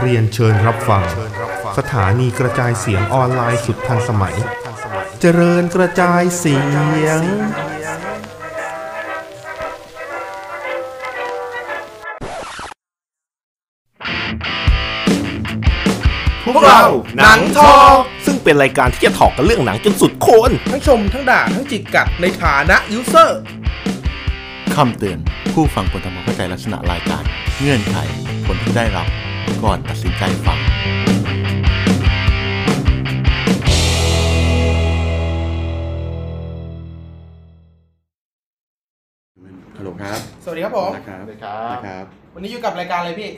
เรียนเชิญรับฟัง สถานีกระจายเสียงออนไลน์สุดทันสมัย เจริญกระจายเสียง พวกเราหนังทอ ซึ่งเป็นรายการที่จะถอกกันเรื่องหนังจนสุดโคน ทั้งชมทั้งด่าทั้งจิกกัดในฐานะยูเซอร์ คำเตือน ผู้ฟังควรทำความเข้าใจลักษณะรายการ เงื่อนไขผลที่ได้รับ ก่อนตัดสินใจฟัง ฮัลโหลครับ สวัสดีครับผม นะครับ สวัสดีครับ นะครับ วันนี้อยู่กับรายการอะไรพี่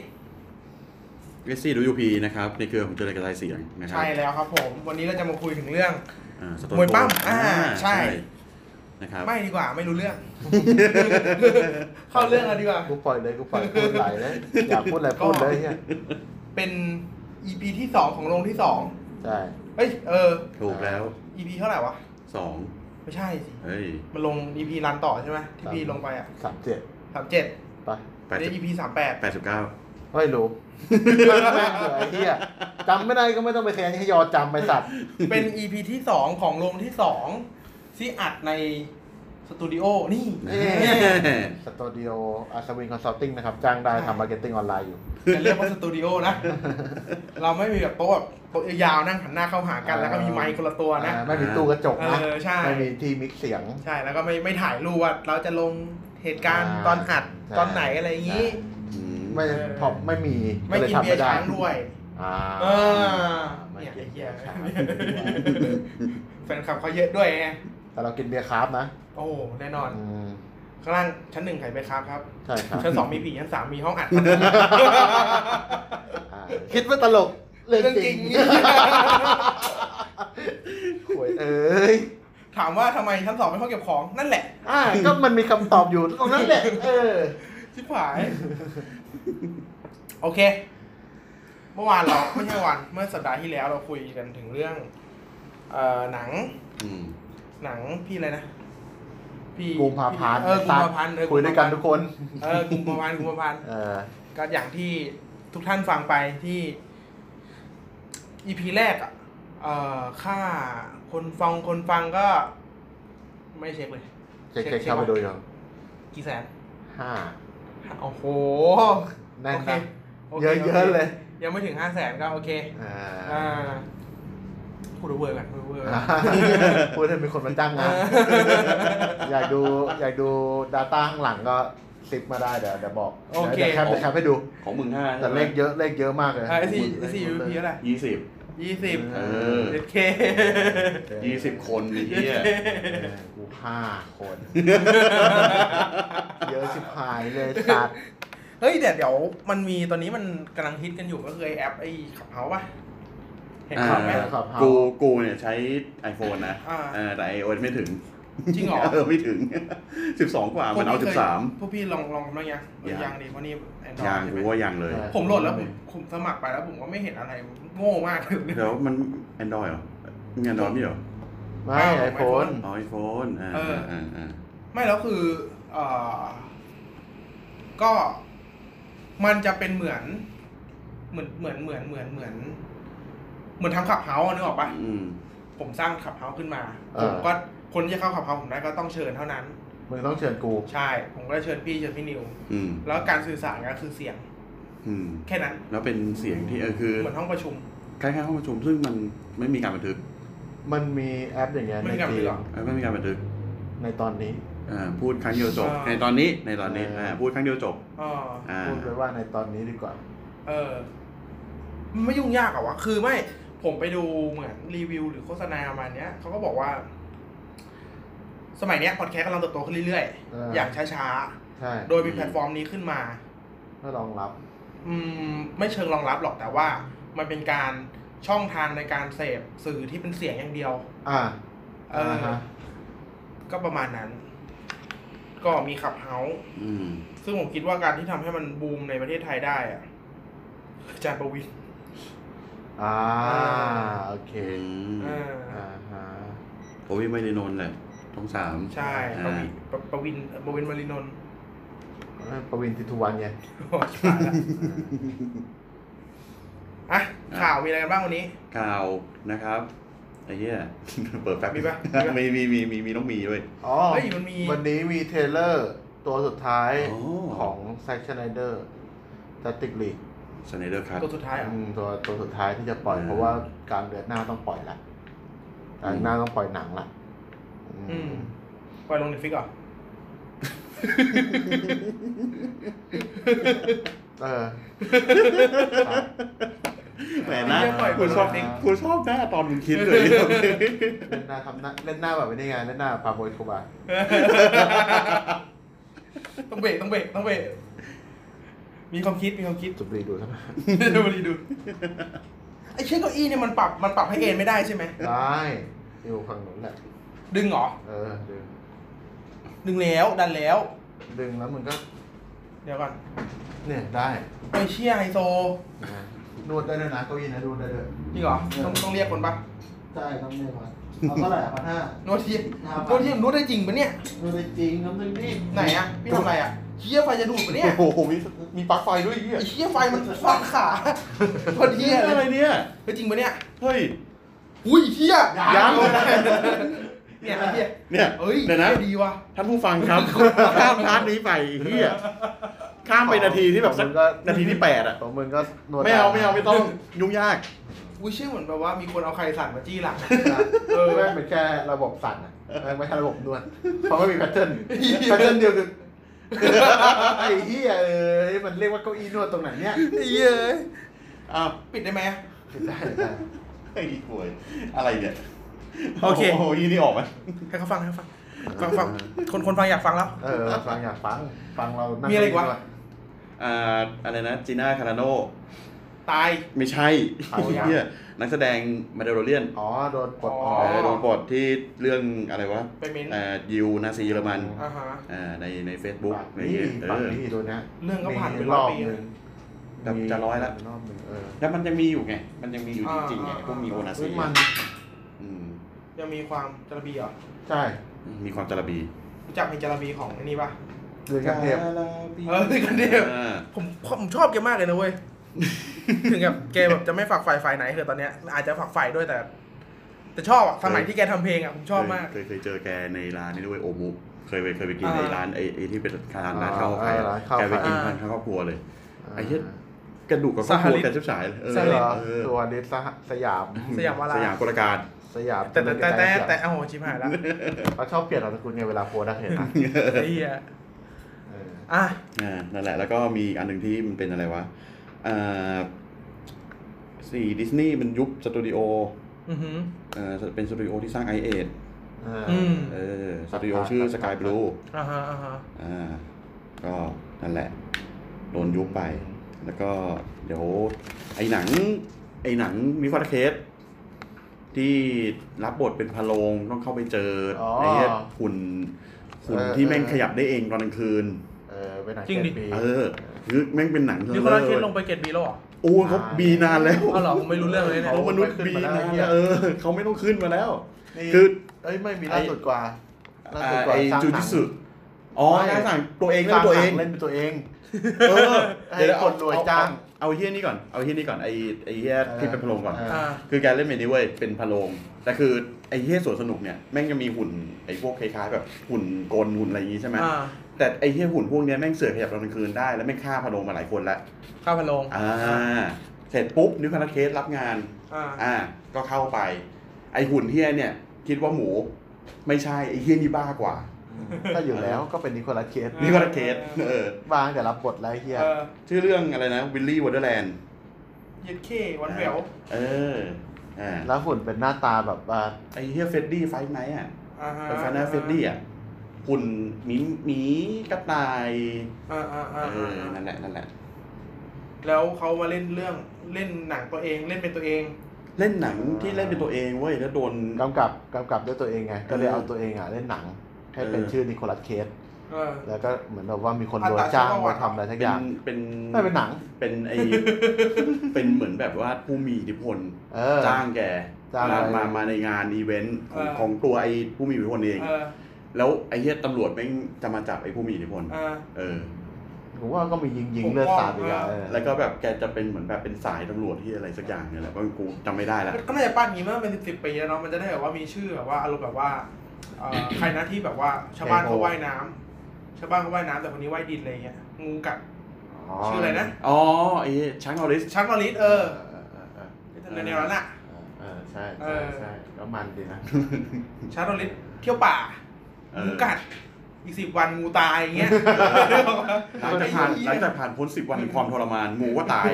เอสซี่ดูยูพีนะครับ ในเครือของเจริญกระจายเสียงนะครั ใช่แล้วครับผม วันนี้เราจะมาคุยถึงเรื่อง อ่าสโตน มวยปั้ม โก อ่าใช่ นะครับ ไม่ดีกว่าไม่รู้เรื่อง เข้าเรื่องกันดีกว่า กูปล่อยเลยกูปล่อยพูดไหลเลยอยากพูดอะไรพูดเลยเนี่ย เป็น EP ที่สองของโรงที่สอง ใช่ เอ้ยเออ ถูกแล้ว EP เท่าไหร่วะ สอง ไม่ใช่สิ เฮ้ย มันลง EP รันต่อใช่ไหมที่พี่ลงไปอ่ะ สามเจ็ด สามเจ็ด ไป แปด ใน สิบ EP สามแปด แปดสิบเก้า ไม่รู้แม่งเหนื่อยไอ้เหี้ยจำไม่ได้ก็ไม่ต้องไปแทนให้ยอจำไปสัตว์ เป็น EP ที่สองของโรงที่สองที่อัดในสตูดิโอนี่ สตูดิโออาสวินคอนซัลทิงนะครับ จ้างได้ทำมาร์เก็ตติ้งออนไลน์อยู่ จะเรียกว่าสตูดิโอนะ เราไม่มีแบบโต๊ะแบบโต๊ะยาวๆนั่งหันหน้าเข้าหากัน แล้วก็มีไมค์คนละตัวนะ อ่าไม่มีตู้กระจกนะ เออใช่ ไม่มีที่มิกเสียง ใช่แล้วก็ไม่ไม่ถ่ายรูปว่าเราจะลงเหตุการณ์ตอนอัด ใช่ ตอนไหนอะไรอย่างนี้ อืม ไม่ เออ พอไม่มี ไม่ เลย กิน ทำ เบียร์ช้างด้วย อ่า เออ ไม่ เนี่ย กิ ไอ้ น เหี้ เบี ย ยร์ช้าง แฟนคลับเขาเยอะด้วยไง แต่เรากินเบียร์คราร์บนะ โอ้โหแน่นอน อืม ข้างล่างชั้นหนึ่งใครไปครับครับ ใช่ ครับ ชั้นสองมีผีชั้นสามมีห้องอัด อ่าคิดว่าตลก เรื่องจริง เรื่องจริง หวยเอ้ย ถามว่าทำไมชั้นสองเป็นห้องเก็บของนั่นแหละ อ่าก็มันมีคำตอบอยู่ตรงนั้นแหละเออ ชิบหาย โอเค เมื่อวานเรา ไม่ใช่วัน เมื่อสัปดาห์ที่แล้วเราคุยกันถึงเรื่อง เอ่อหนัง อืม หนังพี่อะไรนะ พี่ กุมภาพันธ์ เออกุมภาพันธ์เออ คุยด้วยกันทุกคน เออกุมภาพันธ์กุมภาพันธ์ เออ ก็อย่างที่ทุกท่านฟังไปที่ อีพีแรกอ่ะ เอ่อค่าคนฟังคนฟังก็ ไม่เช็คเลย เช็คเช็คเข้าไปดูอยู่ กี่แสน ห้า โอ้โห แน่นนะ โอค เยอะ โค เยอะเลย ยังไม่ถึงห้าแสนก็โอเค อ่ อ่า า พูดเวอร์กันพูดเวอร์กัน พูดให้มีคนมาจ้างงาน อยากดูอยากดู Data ข้างหลังก็ซิปมาได้เดี๋ยวเดี๋ยวบอก โอเค เดี๋ยวแคปเดี๋ยวแคปให้ดู ของมึงห้า แต่เลขเยอะเลขเยอะมากเลย ไอซีไอซียูพีอะไร ยี่สิบ ยี่สิบ เออ เจ็ดเค ยี่สิบคนไอ้เหี้ย เออกูห้าคน เยอะชิบหายเลยสัตว์ เฮ้ยเดี๋ยวเดี๋ยวมันมีตอนนี้มันกำลังฮิตกันอยู่ก็คือไอแอปไอ้ขับเฮาป่ะ เห็น อ่า ข่าวไหม กูกูเนี่ยใช้ iPhone นะ อ่า เออแต่ iOS ไม่ถึง จริงเหรอ เออไม่ถึง สิบสองกว่ามันพเอาวก สิ พี่ บสาม พวกพี่ลองลองกันบ้างยังหรือ ยั ยัง ง ดิเพราะนี่ Android ยัง ใช่ กู ไหม ว่ายังเลย ผมโหลดแล้วผมผมสมัครไปแล้วผมก็ไม่เห็นอะไรโง่มากเลย เดี๋ยวมัน Android เหรอมี Android ไม่เหรอ ไม่ไอโฟน อ๋อ iPhone อ่า เอออ่ อ่าอ่า ไม่แล้วคือเออก็มันจะเป็นเหมือน เหมือนเหมือนเหมือนเหมือนเหมือน เหมือนทำขับเฮาส์นึกออกปะ อืม ผมสร้างขับเฮาส์ขึ้นมา เอ ผม อ ก็คนที่จะเข้าขับเฮาส์ผมได้ก็ต้องเชิญเท่านั้น มึงต้องเชิญกู ใช่ ผมก็เชิญพี่เชิญพี่นิว อืม แล้วการสื่อสารก็คือเสียง อืม แค่นั้น แล้วเป็นเสียงที่เออคือ เหมือนห้องประชุม คล้ายๆห้องประชุมซึ่งมันไม่มีการบันทึก มันมีแอปอย่างเงี้ย ไม่ ใน มีการ จี บันทึกหนรอ เออไม่มีการบันทึก ในตอนนี้ อ่าพูดครั้งเดียวจบ อ่า ในตอนนี้ในตอนนี้ เอออ่ อ่าพูดครั้งเดียวจบ เออ อ่า พูดไปว่าในตอนนี้ดีกว่า เออมันไม่ยุ่งยากอะวะคือไม่ ผมไปดูเหมือนรีวิวหรือโฆษณาประมาณเนี้ยเขาก็บอกว่า สมัยเนี้ยพอดแคสต์กำลังเติบโตขึ้นเรื่อย เออ ๆ อ อย่างช้า ใช่ ๆ โดยมีแพลตฟอร์มนี้ขึ้นมา เพื่อรองรับ อืม ไม่เชิงรองรับหรอกแต่ว่า มันเป็นการช่องทางในการเสพสื่อที่เป็นเสียงอย่างเดียว อ่า เอออ ฮะ ก็ประมาณนั้น ก็มีขับเฮาส์ อืม ซึ่งผมคิดว่าการที่ทำให้มันบูมในประเทศไทยได้อะอาจารย์ประวิน อ่าโอเค อืม เออ อ่าฮะ โอ้ยไม่ได้นอนเลย ช่องสาม ใช่ป อ่า วิปปวินปวินมารินนท์ ประวินทิทุวันไง โอ้ชิบหายละอ่ะข่าวมีอะไรกันบ้างวันนี้ ข่าวนะครับไอ้เหี้ย เปิดแป๊บ มีปะ มีมีมีมีมีต้องมีด้วย อ๋อ เฮ้ยมันมี วันนี้มีเทรลเลอร์ตัวสุดท้าย อ๋อ ของแซคชไนเดอร์จัติกลีก สไนเดอร์คัท ตัวสุดท้ายเหรอ่ะ ตัวตัวสุดท้ายที่จะปล่อย อ่า เพราะว่ากลางเดือนหน้าต้องปล่อยละกลางเดือนหน้าต้องปล่อยหนังละ อืมปล่อยลงเน็ตฟิกเหรอ เออ แหมหน้า ไม่ได้ปล่อย กูชอบ เอง กูชอบหน้าตอนมึงคิดเลย เล่นหน้าทำหน้าเล่นหน้าแบบไม่ได้ไงเล่นหน้าปาโบยโคบา ต้องเบรกต้องเบรกต้องเบรกมีความคิดมีความคิด จุบลีดูใช่ไหม ดูดีดูไอ้เชือกเก้าอี้เนี่ยมันปรับมันปรับให้เอ็นไม่ได้ใช่ไหม ได้อยู่ฝั่งนู้นแหละ ดึงเหรอ เออดึง ดึงแล้วดันแล้ว ดึงแล้วมึงก็ เดี๋ยวก่อน เนี่ยได้ ไอ้เชี่ยไฮโซ นะนวดได้ด้วยนะเก้าอี้นะนวดได้ด้วย จริงเหรอต้องต้องเรียกคนปะ ใช่ครับเนี่ยครับเอาเท่าไหร่พันห้า โนตเทีย ห้าพัน โนตเทียมรู้ได้จริงปะเนี่ย ดูได้จริงน้ำหนึ่งนี่ ไหนอ่ะพี่ทำอะไรอ่ะเชี่ยไฟจะดูดปะเนี่ย โอ้โหมีมีปลั๊กไฟด้วยเหี้ย ไอ้เชี่ยไฟมันฟันขาโนตเที เหี้ ย ยอะไร เลย เนี่ย เฮ้ยจริงปะเนี่ย เฮ้ย อุ้ยเทีย ยัง เนี่ยไอ้เทีย เนี่ย เฮ้ย เดี๋ยวนะ เหี้ยดีว่ะ ท่านผู้ฟังครับ ข้ามพาร์ทนี้ไปเฮียข้ามไปนาทีที่แบบสักนาทีที่แปดอ่ะ ของมึงก็นวด ไม่เอาไม่เอาไม่ต้องยุ่งยาก อุ้ยเชื่อเหมือนแบบว่ามีคนเอาใครสั่นมาจี้หลัง เออแม่งเป็นแค่ระบบสั่นอ่ะแม่งไม่ใช่ระบบนวดเพราะไม่มีแพท เทิร์นแพทเทิร์นเดียวคือไอ้เหี้ยเอ้ยมันเรียกว่าเก้าอี้นวดตรงไหนเนี่ย ไอ้เย้ยอ้าว ปิดได้ไหมอะ ได้ได้ ไอ้หวยอะไรเนี่ย โอเค โอ้โหยี่นี่ออกไหม ให้เขาฟังให้เขาฟัง ฟัง ฟังคนคนฟังอยากฟังแล้ว เออฟังอยากฟังฟังเรานั่ง มีอะไรอีกวะ อ่าอะไรนะจีน่าคาราโน ตาย ไม่ใช่ไอ้ เอายัง เฮียนักแสดงมาเดโรเลียน อ๋อโดนปลดอ อ๋ อ อ ก โดนปลดที่เรื่องอะไรวะ ไปเม้นต์ อ่ายิวนาซีเยอรมัน อ่าฮะ อ่าในในเฟซบุ๊ก ปาก อะไร นี่ เงี้ยเอ ปาก อ นี่โดนนะ เรื่องก็ผ่านไป มี ร้ ร อ อย บ ปี หนึ่ง แบบจะร้อยละ รอบหนึ่งเออ แล้วมันยังมีอยู่ไง มันยังมีอยู่จริงๆไงพวกมีโอนาซี ซึ่งมัน อืม ยังมีความจระบีเหรอ ใช่ มีความจารบี รู้จักเพลงจระบีของไอ้นี่ปะ เดือนกันเทพ จารบี เออเดือนขั้นเทพ อ่า ผมผมชอบแกมากเลยนะเว้ย ถึงกับแกแบบจะไม่ฝักฝ่ายฝ่ายไหนคือตอนเนี้ย อาจจะฝักฝ่ายด้วยแต่ แต่ชอบอะสมัยที่แกทำเพลงอะผมชอบมาก เคยเคยเจอแกในร้านนี่ด้วยโอมุเคยไปเคยไปกิน อ่า ในร้านไอ้ไอ้ที่เป็นร้านร้านข้าวใคร อ่ร้นข้าว แก ใคร ไปกินทานข้าวครอบครัวเลย ไอ้เหี้ย กระดูกกับครอบครัวกันชิบสายเลยเออ ใช่เหรอ เออ ตัวเดสสยาม สยามวา ส ราย ามกลการ สยาม แต่แต่แต่แต่แต่โอ้โหชิบหายแล้ว เขาชอบเปลี่ยนนามสกุลไงเวลาโพสต์นะเห็นนะ ไอ้เหี้ย เออ อ่ะ อ่า นั่นแหละ แล้วก็มีอีกอันหนึ่งที่มันเป็นอะไรวะ อ่าสี่ดิสนีย์มันยุบสตูดิโอ อือหือ เออเป็นสตูดิโอที่สร้างไอเอท เอออ อืม เออ สตูดิโอชื่อสกายบลู อ่าฮะอ่าฮะ อ่า ก็นั่นแหละ โดนยุบไป แล้วก็เดี๋ยว ไอ้หนัง ไอ้หนังมิฟาร์เคสที่รับบทเป็นพะโลงต้องเข้าไปเจออ อ ไอ้เหี้ยหุ่นหุ่น เออ ที่แม่ง เออ ขยับได้เองตอนกลางคืน เออไปไหน จริงดิ เจ็ปี เออคือแม่งเป็นหนัง นี่คนละเคสลงไปเกตบีแล้วเหรอ โอ้เขาบีนานแล้ว อ๋อเหรอผมไม่รู้เรื่องเลยเนี่ย เขามนุษย์บีนานแล้วเออเขาไม่ต้องขึ้นมาแล้ว นี่ คือ เอ้ยไม่มีล่าสุดกว่าล่าสุดกว่า ไอ้ สร้าง จู หนั จิ ง สึอ๋อการสั่งตัวเองเล่นตัวเอง สร้าหนัเล่นเป็นตัวเอง เออ ให้ เดี๋ยว คนรวยจ้าง เอเอาเฮี้ยนี่ก่อน เอาเฮี้ยนี่ก่อน ไอ้ไอ้เฮี้ยที่เป็นพะโลงก่อน เออ อ่า คือการเล่นเมนี้เว้ยเป็นพะโลงแต่คือไอ้เฮี้ยสวนสนุกเนี่ยแม่งจะมีหุ่นไอ้พวกคล้ายๆแบบหุ่นกลหุ่นอะไรอย่างงี้ใช่ไหม อ่า แต่ไอ้เฮี้ยหุ่นพวกเนี้ยแม่งเสือกขยับตอนกลางคืนได้แล้วแม่งฆ่าพะโลงมาหลายคนละ ข้าวพะโลง อ่า เสร็จปุ๊บนิวคาราเคสรับงาน อ่า อ่า ก็เข้าไป ไอหุ่นเฮี้ยเนี่ย คิดว่าหมู ไม่ใช่ไอเฮี้ยนี่บ้ากว่า ก็อยู่แล้วก็เป็นนิโคลัสเคส อืม นิวคาราเคสเออ บางแต่รับบทไรเฮีย เออ ชื่อเรื่องอะไรนะวิลลี่วอเดอร์แลนด์ เย็ดเข้วันแหวว เอออ่า แล้วหุ่นเป็นหน้าตาแบบว่า ไอเฮี้ยเฟดดี้ไฟท์ไนท์อ่ะ อ่าฮะ ไปฟันหน้าเฟดดี้อ่ะหุ่นหมีหมีกระต่าย อ่าอ่า เอ อ่า อ อ่า นั่นแหละนั่นแหละ แล้วเขามาเล่นเรื่องเล่นหนังตัวเองเล่นเป็นตัวเอง เล่นหนังที่เล่นเป็นตัวเองเว้ยแล้วโดน กำกับกำกับด้วยตัวเองไง ก็เลย เออ เอาตัวเองอ่ะเล่นหนัง ให้เป็น เออ ชื่อนิโคลัสเคส เออ แล้วก็เหมือนแบบว่ามีคน อัน โด ต น รา จ้าง ชื่อว่า มาทำอะไร เป็ ทั้งอย่าง นเป็น ไม่เป็นหนัง เป็นไอ เป็นเหมือนแบบว่าผู้มีอิทธิพล เออ จ้างแก จ้าง มา อะไร มามาในงานอีเวนต์ของ เออ ของตัวไอ้ผู้มีอิทธิพลเอง เออ แล้วไอ้เหี้ยตำรวจแม่งจะมาจับไอ้ผู้มีอิทธิพล อ่า เออ ผมว่าก็มียิงยิง ผม เลือดสาด ว่า อีกแล้วเออ แล้วก็แบบแกจะเป็นเหมือนแบบเป็นสายตำรวจที่อะไรสักอย่างเนี่ยแหละว่ากูจำไม่ได้ละ ก็น่าจะปั้นอย่างนี้มาเป็นสิบสิบปีแล้วเนาะมันจะได้แบบว่ามีชื่อแบบว่าอารมณ์แบบว่าเอ่อ ใครนะที่แบบว่าชาวบ้านเขาว่ายน้ำชาวบ้านเขาว่ายน้ำแต่คนนี้ว่ายดินอะไรเงี้ยงูกัดชื่ออะไรนะ อ๋อไอ้ช้างออริส ช้างนอริสเออ เออเออ ในแนวนั้นอะ เออใช่ เอ ใช่ อ ใช่ก็มันดีนะ ช้างนอริสเที่ยวป่า เออ งูกัดอีกสิบวันงูตายอย่างเงี้ย หลังจากผ่านหลังจากผ่านพ้นสิบวันแห่งความทรมานงูก็ตาย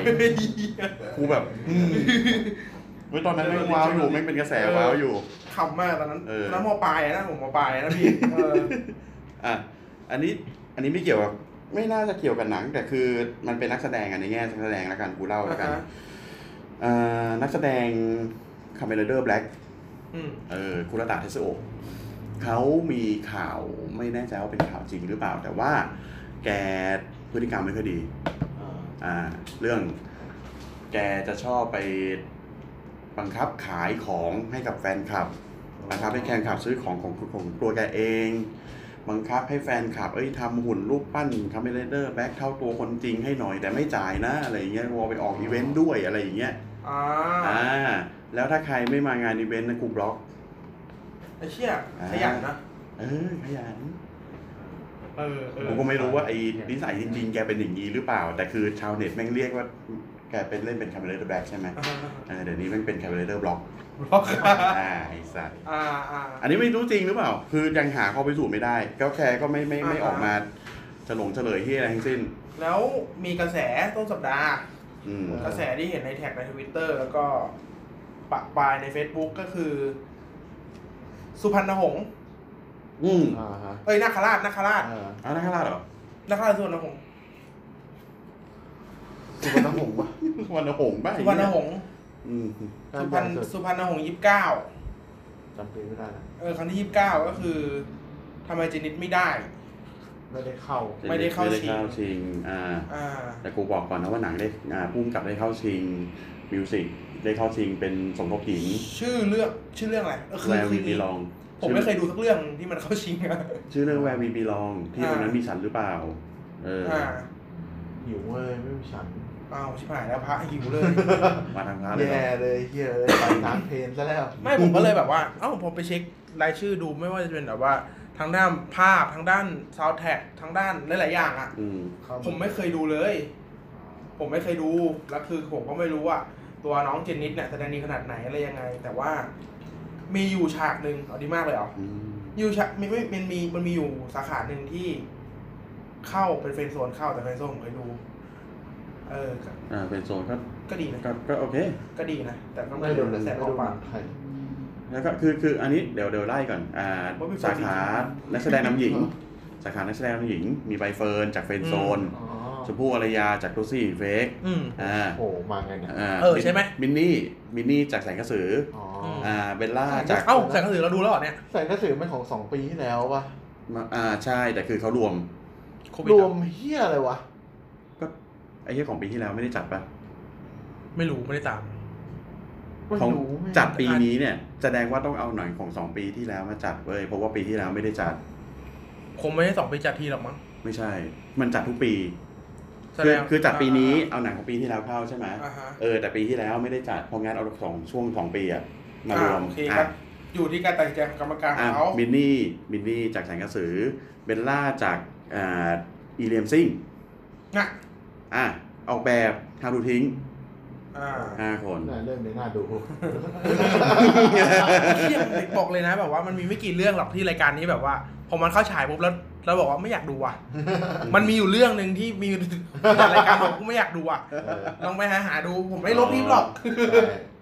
กูแบบอืมเฮ้ยตอนนั้นแม่งว้าวอยู่แม่งเป็นกระแสว้าวอยู่ ขำมากตอนนั้น เออ ตอนนั้นมปลายอะนะผมมปลายอะนะพี่เออ อ่ะอันนี้อันนี้ไม่เกี่ยวกับไม่น่าจะเกี่ยวกับหนัง แต่คือมันเป็นนักแสดงอันในแง่นักแสดงแล้วกันกูเล่าแล้วกัน อ่าฮะ เอ่อนักแสดงคาเมเลเดอร์แบล็ก อืม เออคุรตะเทสโอะเขามีข่าวไม่แน่ใจว่าเป็นข่าวจริงหรือเปล่า แต่ว่าแกพฤติกรรมไม่ค่อยดี อ่า เรื่องแกจะชอบไปบังคับขายของให้กับแฟนคลับ บังคับให้แฟนคลับซื้อของของของของตัวแกเอง บังคับให้แฟนคลับ เอ้ยทำหุ่นรูปปั้นทำเมเลเดอร์แบ็คเท่าตัวคนจริงให้หน่อยแต่ไม่จ่ายนะ อะไรอย่างเงี้ยรอไปออกอีเวนต์ด้วยอะไรอย่างเงี้ย อ่า อ่า แล้วถ้าใครไม่มางานอีเวนต์นะกูบล็อก ไอ้เชี่ยขยันนะ เออขยัน เออเออ ผมก็ไม่รู้ว่าไอ้นิสัยจริงๆ แกเป็นอย่างนี้หรือเปล่า แต่คือชาวเน็ตแม่งเรียกว่า แกเป็นเล่นเป็นคาเมเลเตอร์แบ็กใช่ไหม อ่า เออเดี๋ยวนี้แม่งเป็นคาเมเลเตอร์บล็อก บล็อก อ่าไอ้สัส อ่าอ่า อันนี้ไม่รู้จริงหรือเปล่า คือยังหาข้อพิสูจน์ไม่ได้ ก็แคก็ไม่ไม่ไม่ออกมาเฉลงเฉลยที่อะไรทั้งสิ้น แล้วมีกระแสต้นสัปดาห์ อืม กระแสที่เห็นในแท็กในทวิตเตอร์แล้วก็ปะปลายใน Facebook ก็คือ สุพรรณหงษ์ อืม อ่าฮะ เอ้ยนาคราชนาคราช เออ อ่านักล่าชเหรอ นาคราชสุวรรณหงษ์ สุวรรณหงส์ปะ สุวรรณหงส์ป่ะ สุพรรณหงษ์ อืม สุพรรณสุพรรณหงษ์ยี่สิบเก้า จำปีไม่ได้นะ เออครั้งที่ยี่สิบเก้าก็คือทำไมเจนิดไม่ได้ ไม่ได้เข้า ไม่ได้เข้าชิง ม่ได้เข้าชิงอ่า อ่า แต่กูบอกก่อนนะว่าหนังได้อ่าพุ่มกับได้เข้าชิงมิวสิกได้เข้าชิงเป็นสมทบหญิง ชื่อเรื่องชื่อเรื่องอะไรก็คือ แวร์ คื วี อ บีลอง ผมไม่เคยดูสักเรื่องที่มันเข้าชิงอะ ชื่อเรื่องแวร์วีบีลองที่ อ่า ตรงนั้นมีฉันหรือเปล่า เอออ อ่า หิวเว้ยไม่มีฉัน อ้าวชิบหายแล้วพระหิวเลย มาทางพาร์ทเลยเหร แย่ อ เลยเฮียเลยไปน้ำเพลนซะแล้ว ไม่ผมก็เลยแบบว่า เอ้าผมไปเช็ครายชื่อดูไม่ว่าจะเป็นแบบว่า ทางด้านภาพทางด้านซาวด์แทร็กทางด้านหลายๆอย่างอ่ะ อืม ผมไม่เคยดูเลย ผมไม่เคยดูแล้วคือผมก็ไม่รู้ว่าตัวน้องเจนนิสเนี่ยแสดงดีขนาดไหนอะไรยังไง แต่ว่า มีอยู่ฉากหนึ่งเอาดีมากเลยเหรอ อืม อยู่ฉากมีไม่มันมีมันมีอยู่สาขาหนึ่งที่เข้าเป็นเฟรนด์โซนเข้าแต่เฟรนด์โซนผมเคยดู เออก็ อ่า เป็นโซนก็ ก็ดีนะ ก็ก็โอเค ก็ดีนะแต่ก็ ไม่ ไม่ ดู ดู เลย แสบไม่อ ดู อก หนั ปาก งไทย แล้วก็คือคืออันนี้เดี๋ยวเดี๋ยวไล่ก่อน อ่า ว่าเป็นคน สาขานักแสดงนำหญิง สาขานักแสดงนำหญิง มีใบเฟิร์นจากเฟรนด์โซน อื อ๋อ ชมพู่อารยาจากดูซี่เฟก อืม อ่า โอ้โหมาไงเนี่ย า เออใช่ไหม มินนี่มินนี่จากแสงกระสือ อ๋อ ม อ่ะ อ่าเบลล่าจาก เอ้าแสงกระสือเราดูแล้วเหรอเนี่ย ใส่หนังสือมันของสองปีที่แล้ววะ อ่าใช่แต่คือเขารวม โควิด ร เห ว อ มเฮียอะไรวะ ก็ไอ้เหี้ยของปีที่แล้วไม่ได้จัดปะ ไม่รู้ ไม่ได้ตาม ไม่ ของ รู้แม่ง จัดปีนี้เนี่ย แสดงว่าต้องเอาหนังของสองปีที่แล้วมาจัดเว้ยเพราะว่าปีที่แล้วไม่ได้จัด คงไม่ได้สองปีจัดทีหรอกมั้ง ไม่ใช่ มันจัดทุกปี แส คือ ดง คือจัดปีนี้เอาหนังของปีที่แล้วเข้าใช่ไหม อ่าฮะ เออแต่ปีที่แล้วไม่ได้จัดเพราะงั้นเอาสองช่วงสองปีอะมาร อ่าว ม โอเคค อ่ะ รับอยู่ที่การตัดสินใจของกรรมการ อ่ะ เขา มินนี่มินนี่จากแสงกระสือเบลล่าจากอ่าอีเลียมซิง นะ อ่ะออกแบบฮารูทิ้ง อ่า ห้าคน น่าเรื่องนี้น่าดู เชี่ยบอกเลยนะแบบว่ามันมีไม่กี่เรื่องหรอกที่รายการนี้แบบว่าพอมันเข้าฉายปุ๊บแล้วเราบอกว่าไม่อยากดูว่ะ มันมีอยู่เรื่องหนึ่งที่ มีจัดรายการบอกกูไม่อยากดูอ่ะ เออ ลองไปหาหาดูผมไม่ลบรีบหรอก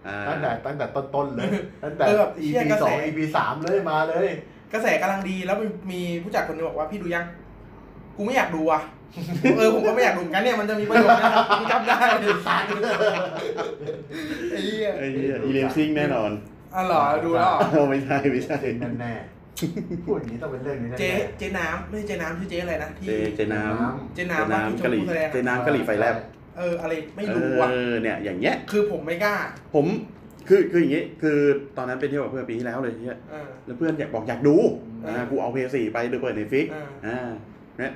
ใช่ตั้งแต่ตั้งแต่ต้นๆเลย ตั้งแต่ เออแบบเชี่ EP ยกระแส สอง EP สามเลยมาเลย กระแสกำลังดีแล้วมีมีผู้จัดคนหนึงบอกว่าพี่ดูยัง กูไม่อยากดูอ่ะ เออผมก็ไม่อยากดูเหมือนกันเนี่ยมันจะมีประโยชน์นะผมจำได้เลยไอ้เหี้ย ไอ้เหี้ยอีเลียมซิงแน่นอน อ๋อเหรอดูแล้วเหรอ ไม่ใช่ไม่ใช่ เจนแน่ๆพูดอย่างนี้ต้องเป็นเรื่องนี้แน่ๆ เจ๊เจ๊น้ำไม่ใช่เจ๊น้ำชื่อเจ๊อะไรนะที่ เจเจน้ำ เจน้ำว่าที่ชม กะหรี่ พู่แสดงอะ เจน้ำกะหรี่ไฟแลบ เอออะไรไม่รู้อ่ะ เออเนี่ยอย่างเงี้ย คือผมไม่กล้า ผม คือคืออย่างงี้คือตอนนั้นไปเที่ยวกับเพื่อนปีที่แล้วเลยเนี่ย เออ แล้วเพื่อนอยากบอกอยากดู เออ อ่ากูเอาเพย์สี่ไปดูเปิดในฟิก เออ อ่าเนี่ย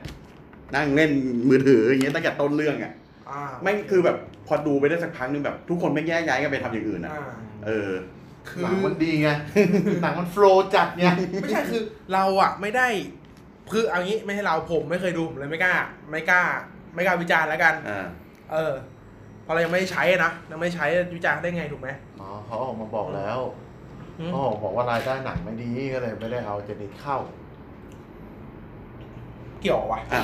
นั่งเล่นมือถืออย่างเงี้ยตั้งแต่ต้นเรื่องอ่ะ อ่า ไม่งคือแบบพอดูไปได้สักพักนึงแบบ ทุกคนไม่งแยกย้ายกันไปทำอย่างอื่นอ่ะ อ่า เออ คือ หนังมันดีไง หนังมันโฟลว์จัดไง ไม่ใช่คือเราอะไม่ได้คือเอางี้ไม่ใช่เราผมไม่เคยดูผมเลยไม่กล้า ไม่กล้า ไม่กล้าวิจารณ์แล้วกัน อ่า เออเพราะเรายังไม่ได้ใช้นะยังไม่ได้ใช้วิจารณ์ได้ไงถูกไหม อ๋อเขาออกมาบอกแล้ว อืม เขาออกบอกว่ารายได้หนังไม่ดีก็เลยไม่ได้เอาเจนิตเข้า เกี่ยววะ อ่ะ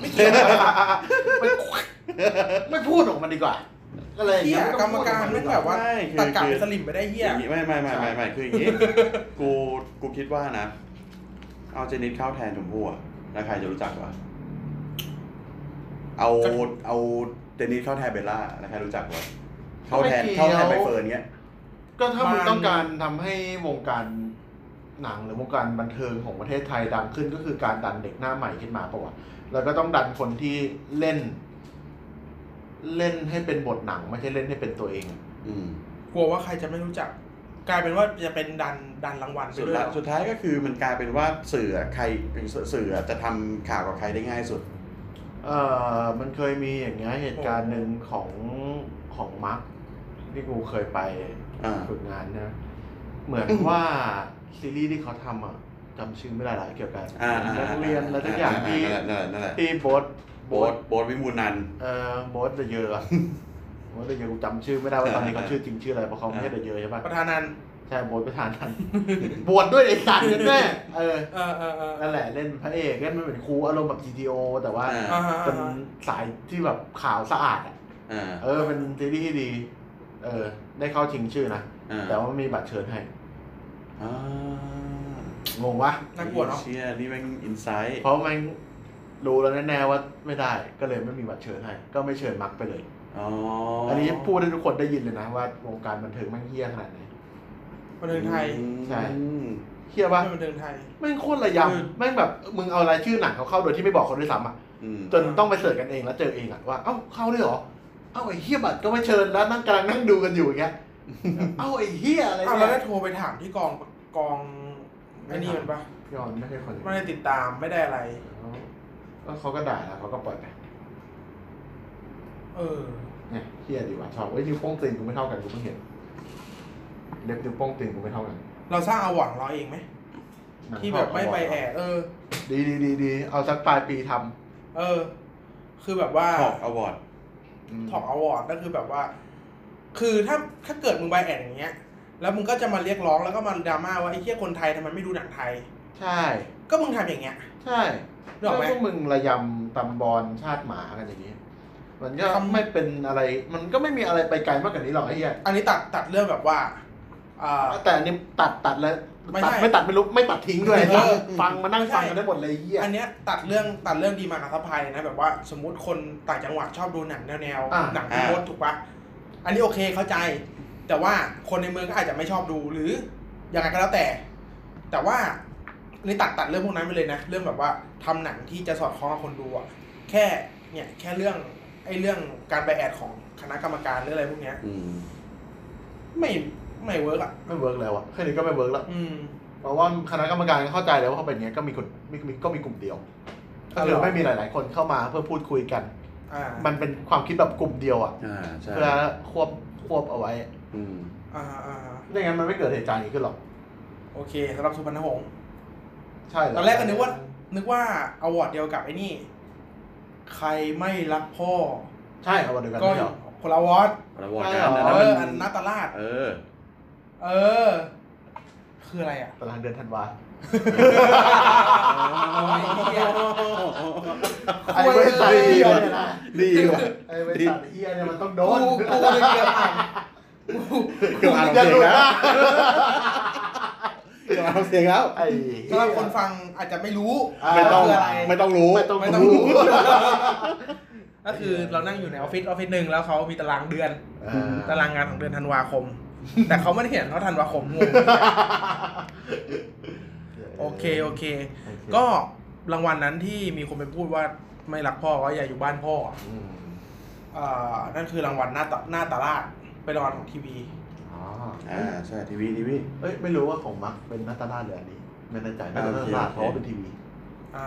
ไม่เกี่ยววะ ไม่ไม่พูดออกมาดีกว่า ก็เลย เฮีย ไต้ กร อง รม พูดออ การ ดี แม่ง ว่ แบบว่า ใช่คือ ตะกั คือ สลิมไปได้เฮีย อย่างงี้ไม่ไม่ไม่ไม่ไม่คืออย่างงี้ กูกูคิดว่านะ เอาเจนิสเข้าแทนชมพู่อะแล้วใครจะรู้จักวะเอา ก็ เอาเจนิสเข้าแทนเบลล่าแล้วใครรู้จักวะเข้าแทน ไม่เกี่ยว เข้าแทนใบเฟิร์นเงี้ย ก็ถ้ามึง มัน ต้องการทำให้วงการหนังหรือวงการบันเทิงของประเทศไทยดังขึ้นก็คือการดันเด็กหน้าใหม่ขึ้นมาปะวะแล้วก็ต้องดันคนที่เล่น เล่นให้เป็นบทหนังไม่ใช่เล่นให้เป็นตัวเอง อืม กลัวว่าใครจะไม่รู้จัก กลายเป็นว่าจะเป็นดันดันรางวัลไป สุด ด้วย ละสุดท้ายก็คือมันกลายเป็นว่าสื่ออะใครสื่ออะจะทำข่าวกับใครได้ง่ายสุด เออมันเคยมีอย่างเงี้ยเหตุการณ์หนึ่งของของมักที่กูเคยไป อ่า ฝึกงานนะ เหมือนว่าซีรีส์ที่เขาทำอ่ะจำชื่อไม่ได้หลายเกี่ยวกับ อ่า นักเรียนแล้วทุกอย่างที่ นั่นแหละนั่นแหละ ที่โบท โบ๊ทโบ๊ทวิมูลนันท์ เออโบสเดอะเยอร์อะ โบสเดอะเยอร์กูจำชื่อไม่ได้ว่าตอนนี้เขาชื่อจริงชื่ออะไรเพราะเขาไม่ใช่เดอะเยอร์ใช่ปะ ประธานันท์ ใช่โบสประธานทัน บวชด้วยไอ้สัตว์กันแน่เออ เออเออเออ นั่นแหละเล่นเป็นพระเอกเล่นมันเป็นครูอารมณ์แบบ GTO แต่ว่า อ่า อ่าฮะ เป็นสายที่แบบขาวสะอาดอะ อ่า เออเป็นซีรีส์ที่ดี เออ ได้เข้าชิงชื่อนะ อ่า แต่ว่าไม่มีบัตรเชิญให้ อ่าง งวะ น่ากลัวเนาะ เชี่ยนี่แม่งอินไซต์ เพราะมันรู้แล้วแน่ๆว่าไม่ได้ก็เลยไม่มีบัตรเชิญให้ ก็ไม่เชิญมักไปเลย อ๋อ อั อั นนี้พูดให้ทุกคนได้ยินเลยนะว่าวงการบันเทิงแม่งเฮี้ยขนาดไหน บันเทิงไทย ใช่ อืม เฮี้ยปะ ไม่บันเทิงไทย แม่งโคตรระยำแม่งแบบมึงเอารายชื่อหนังเขาเข้าโดยที่ไม่บอกเขาด้วยซ้ำอ่ะ อืม จนต้องไปเสิร์ชกันเองแล้วเจอเองอ่ะว่าเอ้าเข้าด้วยเหรอเอ้าไอ้เฮี้ยบัตรก็ไม่เชิญแล้วนั่งกำลังนั่งดูกันอยู่อย่างเงี้ยเอ้าไอ้เฮี้ยอะไร อ้าวเราได้ เนี่ย โทรไปถามที่กองกองไอ้นี่ ไม่มัถามนปะ ยอนไม่ใช่คน ไม่ได้ติดตามไม่ได้อะไร แล้วเขาก็ด่าแล้วเขาก็ปล่อยไป เออ เนี่ยเฮี้ยดีว่ะชอบเอ้ยนิ้วโป้งตีนกูไม่เท่ากันกูเพิ่งเห็นเล็บนิ้วโป้งตีนกูไม่เท่ากัน เราสร้างเอาหวังเราเองไหม หนัง ที่แบบไม่ไปแอร์เออ ดีดีดีดีเอาสักปลายปีท เออ คือแบบว่า ถอดอวอร์ด ำอืม ถอกอวอร์ดก็คือแบบว่า คือถ้าถ้าเกิดมึงไปแอร์อย่างเงี้ย แล้วมึงก็จะมาเรียกร้องแล้วก็มาดราม่าว่าไอ้เหี้ยคนไทยทำไมไม่ดูหนังไทย ใช่ ก็มึงทำอย่างเงี้ย ใช่ นึก แล้ อ ว อกไหม พวกมึงระยำตำบอลชาติหมากันอย่างนี้ มันก็ ทำ ไม่เป็นอะไร มันก็ไม่มีอะไรไปไกลมากกว่านี้หรอกไอ้เหี้ย อันนี้ตัดตัดเรื่องแบบว่าอ่า แต่อันนี้ตัดตัดแล้ว ไม่ ตัด ใช่ ไม่ตัดไม่รู้ไม่ตัดทิ้งด้วย เออ ฟังมานั่ง ไม่ใช่ ฟังกันได้หมดเลยไอ้เหี้ย อันเนี้ยตัดเรื่องตัดเรื่องดีมากับซัพพลายเลยนะแบบว่าสมมติคนต่างจังหวัดชอบดูหนังแนวแนวๆหนังพีโพสถูกปะอันนี้โอเคเข้าใจ แต่ว่าคนในเมืองก็อาจจะไม่ชอบดูหรือยังไงก็แล้วแต่ แต่ว่านี่ตัดตัดเรื่องพวกนั้นไปเลยนะ เรื่องแบบว่าทำหนังที่จะสอดคล้องกับคนดูอะแค่เนี่ยแค่เรื่องไอ้เรื่องการไปแอดของคณะกรรมการหรืออะไรพวกเนี้ย อืม ไม่ไม่เวิร์กอ่ะ ไม่เวิร์กแล้วอ่ะแค่นี้ก็ไม่เวิร์กแล้ว อืม เพราะว่าคณะกรรมการก็เข้าใจแล้วว่าเขาเป็นอย่างเงี้ยก็มีคนมีมีก็มีกลุ่มเดียวก็คือ เอาหรอ ไม่มีหลาย ๆ คนเข้ามาเพื่อพูดคุยกัน อ่า มันเป็นความคิดแบบกลุ่มเดียวอ่ะ อ่า ใช่ เพื่อควบควบเอาไว้ อืม อ่าอ่าอ่า ไม่งั้นมันไม่เกิดเหตุการณ์อย่างนี้ขึ้นหรอก โอเคสำหรับสุพรรณหงษ์ ใช่เห ตอนแรกก็นึกว่า นึกว่าอวอร์ดเดียวกับไอ้นี่ ใครไม่รักพ่อ ใช่เอาวันเดียวกัน ก็ ไม่ใช่เหรอ คนละอวอร์ด ระวอร์ด ใช่ กั เหร น อ นะ เอ มั อน อันนาตราช เออ เออ คืออะไรอ่ะ ตารางเดือนธันวา ไอ้บริษัทเฮียเนี่ยนะ ดีว่ะ ไอ้บริษัทเฮียเนี่ยมันต้องโด กู น กูเลยเกลียดอ่าน เกือบอ่านออก อเสียงแล้วเกือย่าหลุดนะบอ่านออกเสียงแล้ว ไอ้ สำหรับคนฟังอาจจะไม่รู้ า ไม่ต้อง ว่าคืออะไร ไม่ต้องรู้ ไม่ต้อง ไม่ต้อง รู้ รู้ ก็คือเรานั่งอยู่ในออฟฟิศออฟฟิศหนึ่งแล้วเขามีตารางเดือน เออ ตารางงานของเดือนธันวาคม แต่เขาไม่ได้เห็นเขาธันวาคมงงโอเคโอเค ก็รางวัลนั้นที่มีคนไปพูดว่าไม่รักพ่อว่าอย่าอยู่บ้านพ่อ อืม เอ่อนั่นคือรางวัลหน้าตาหน้าตลาดเป็นรางวัลของทีวี อ๋อ อ่าใช่ทีวีทีวี เอ้ยไม่รู้ว่าของมักเป็นนาตาลาดหรืออันนี้ไม่แน่ใจน่าจะ อ่าโอนาเค ตาลาดเพราะว่า โอเค เป็นทีวี อ่า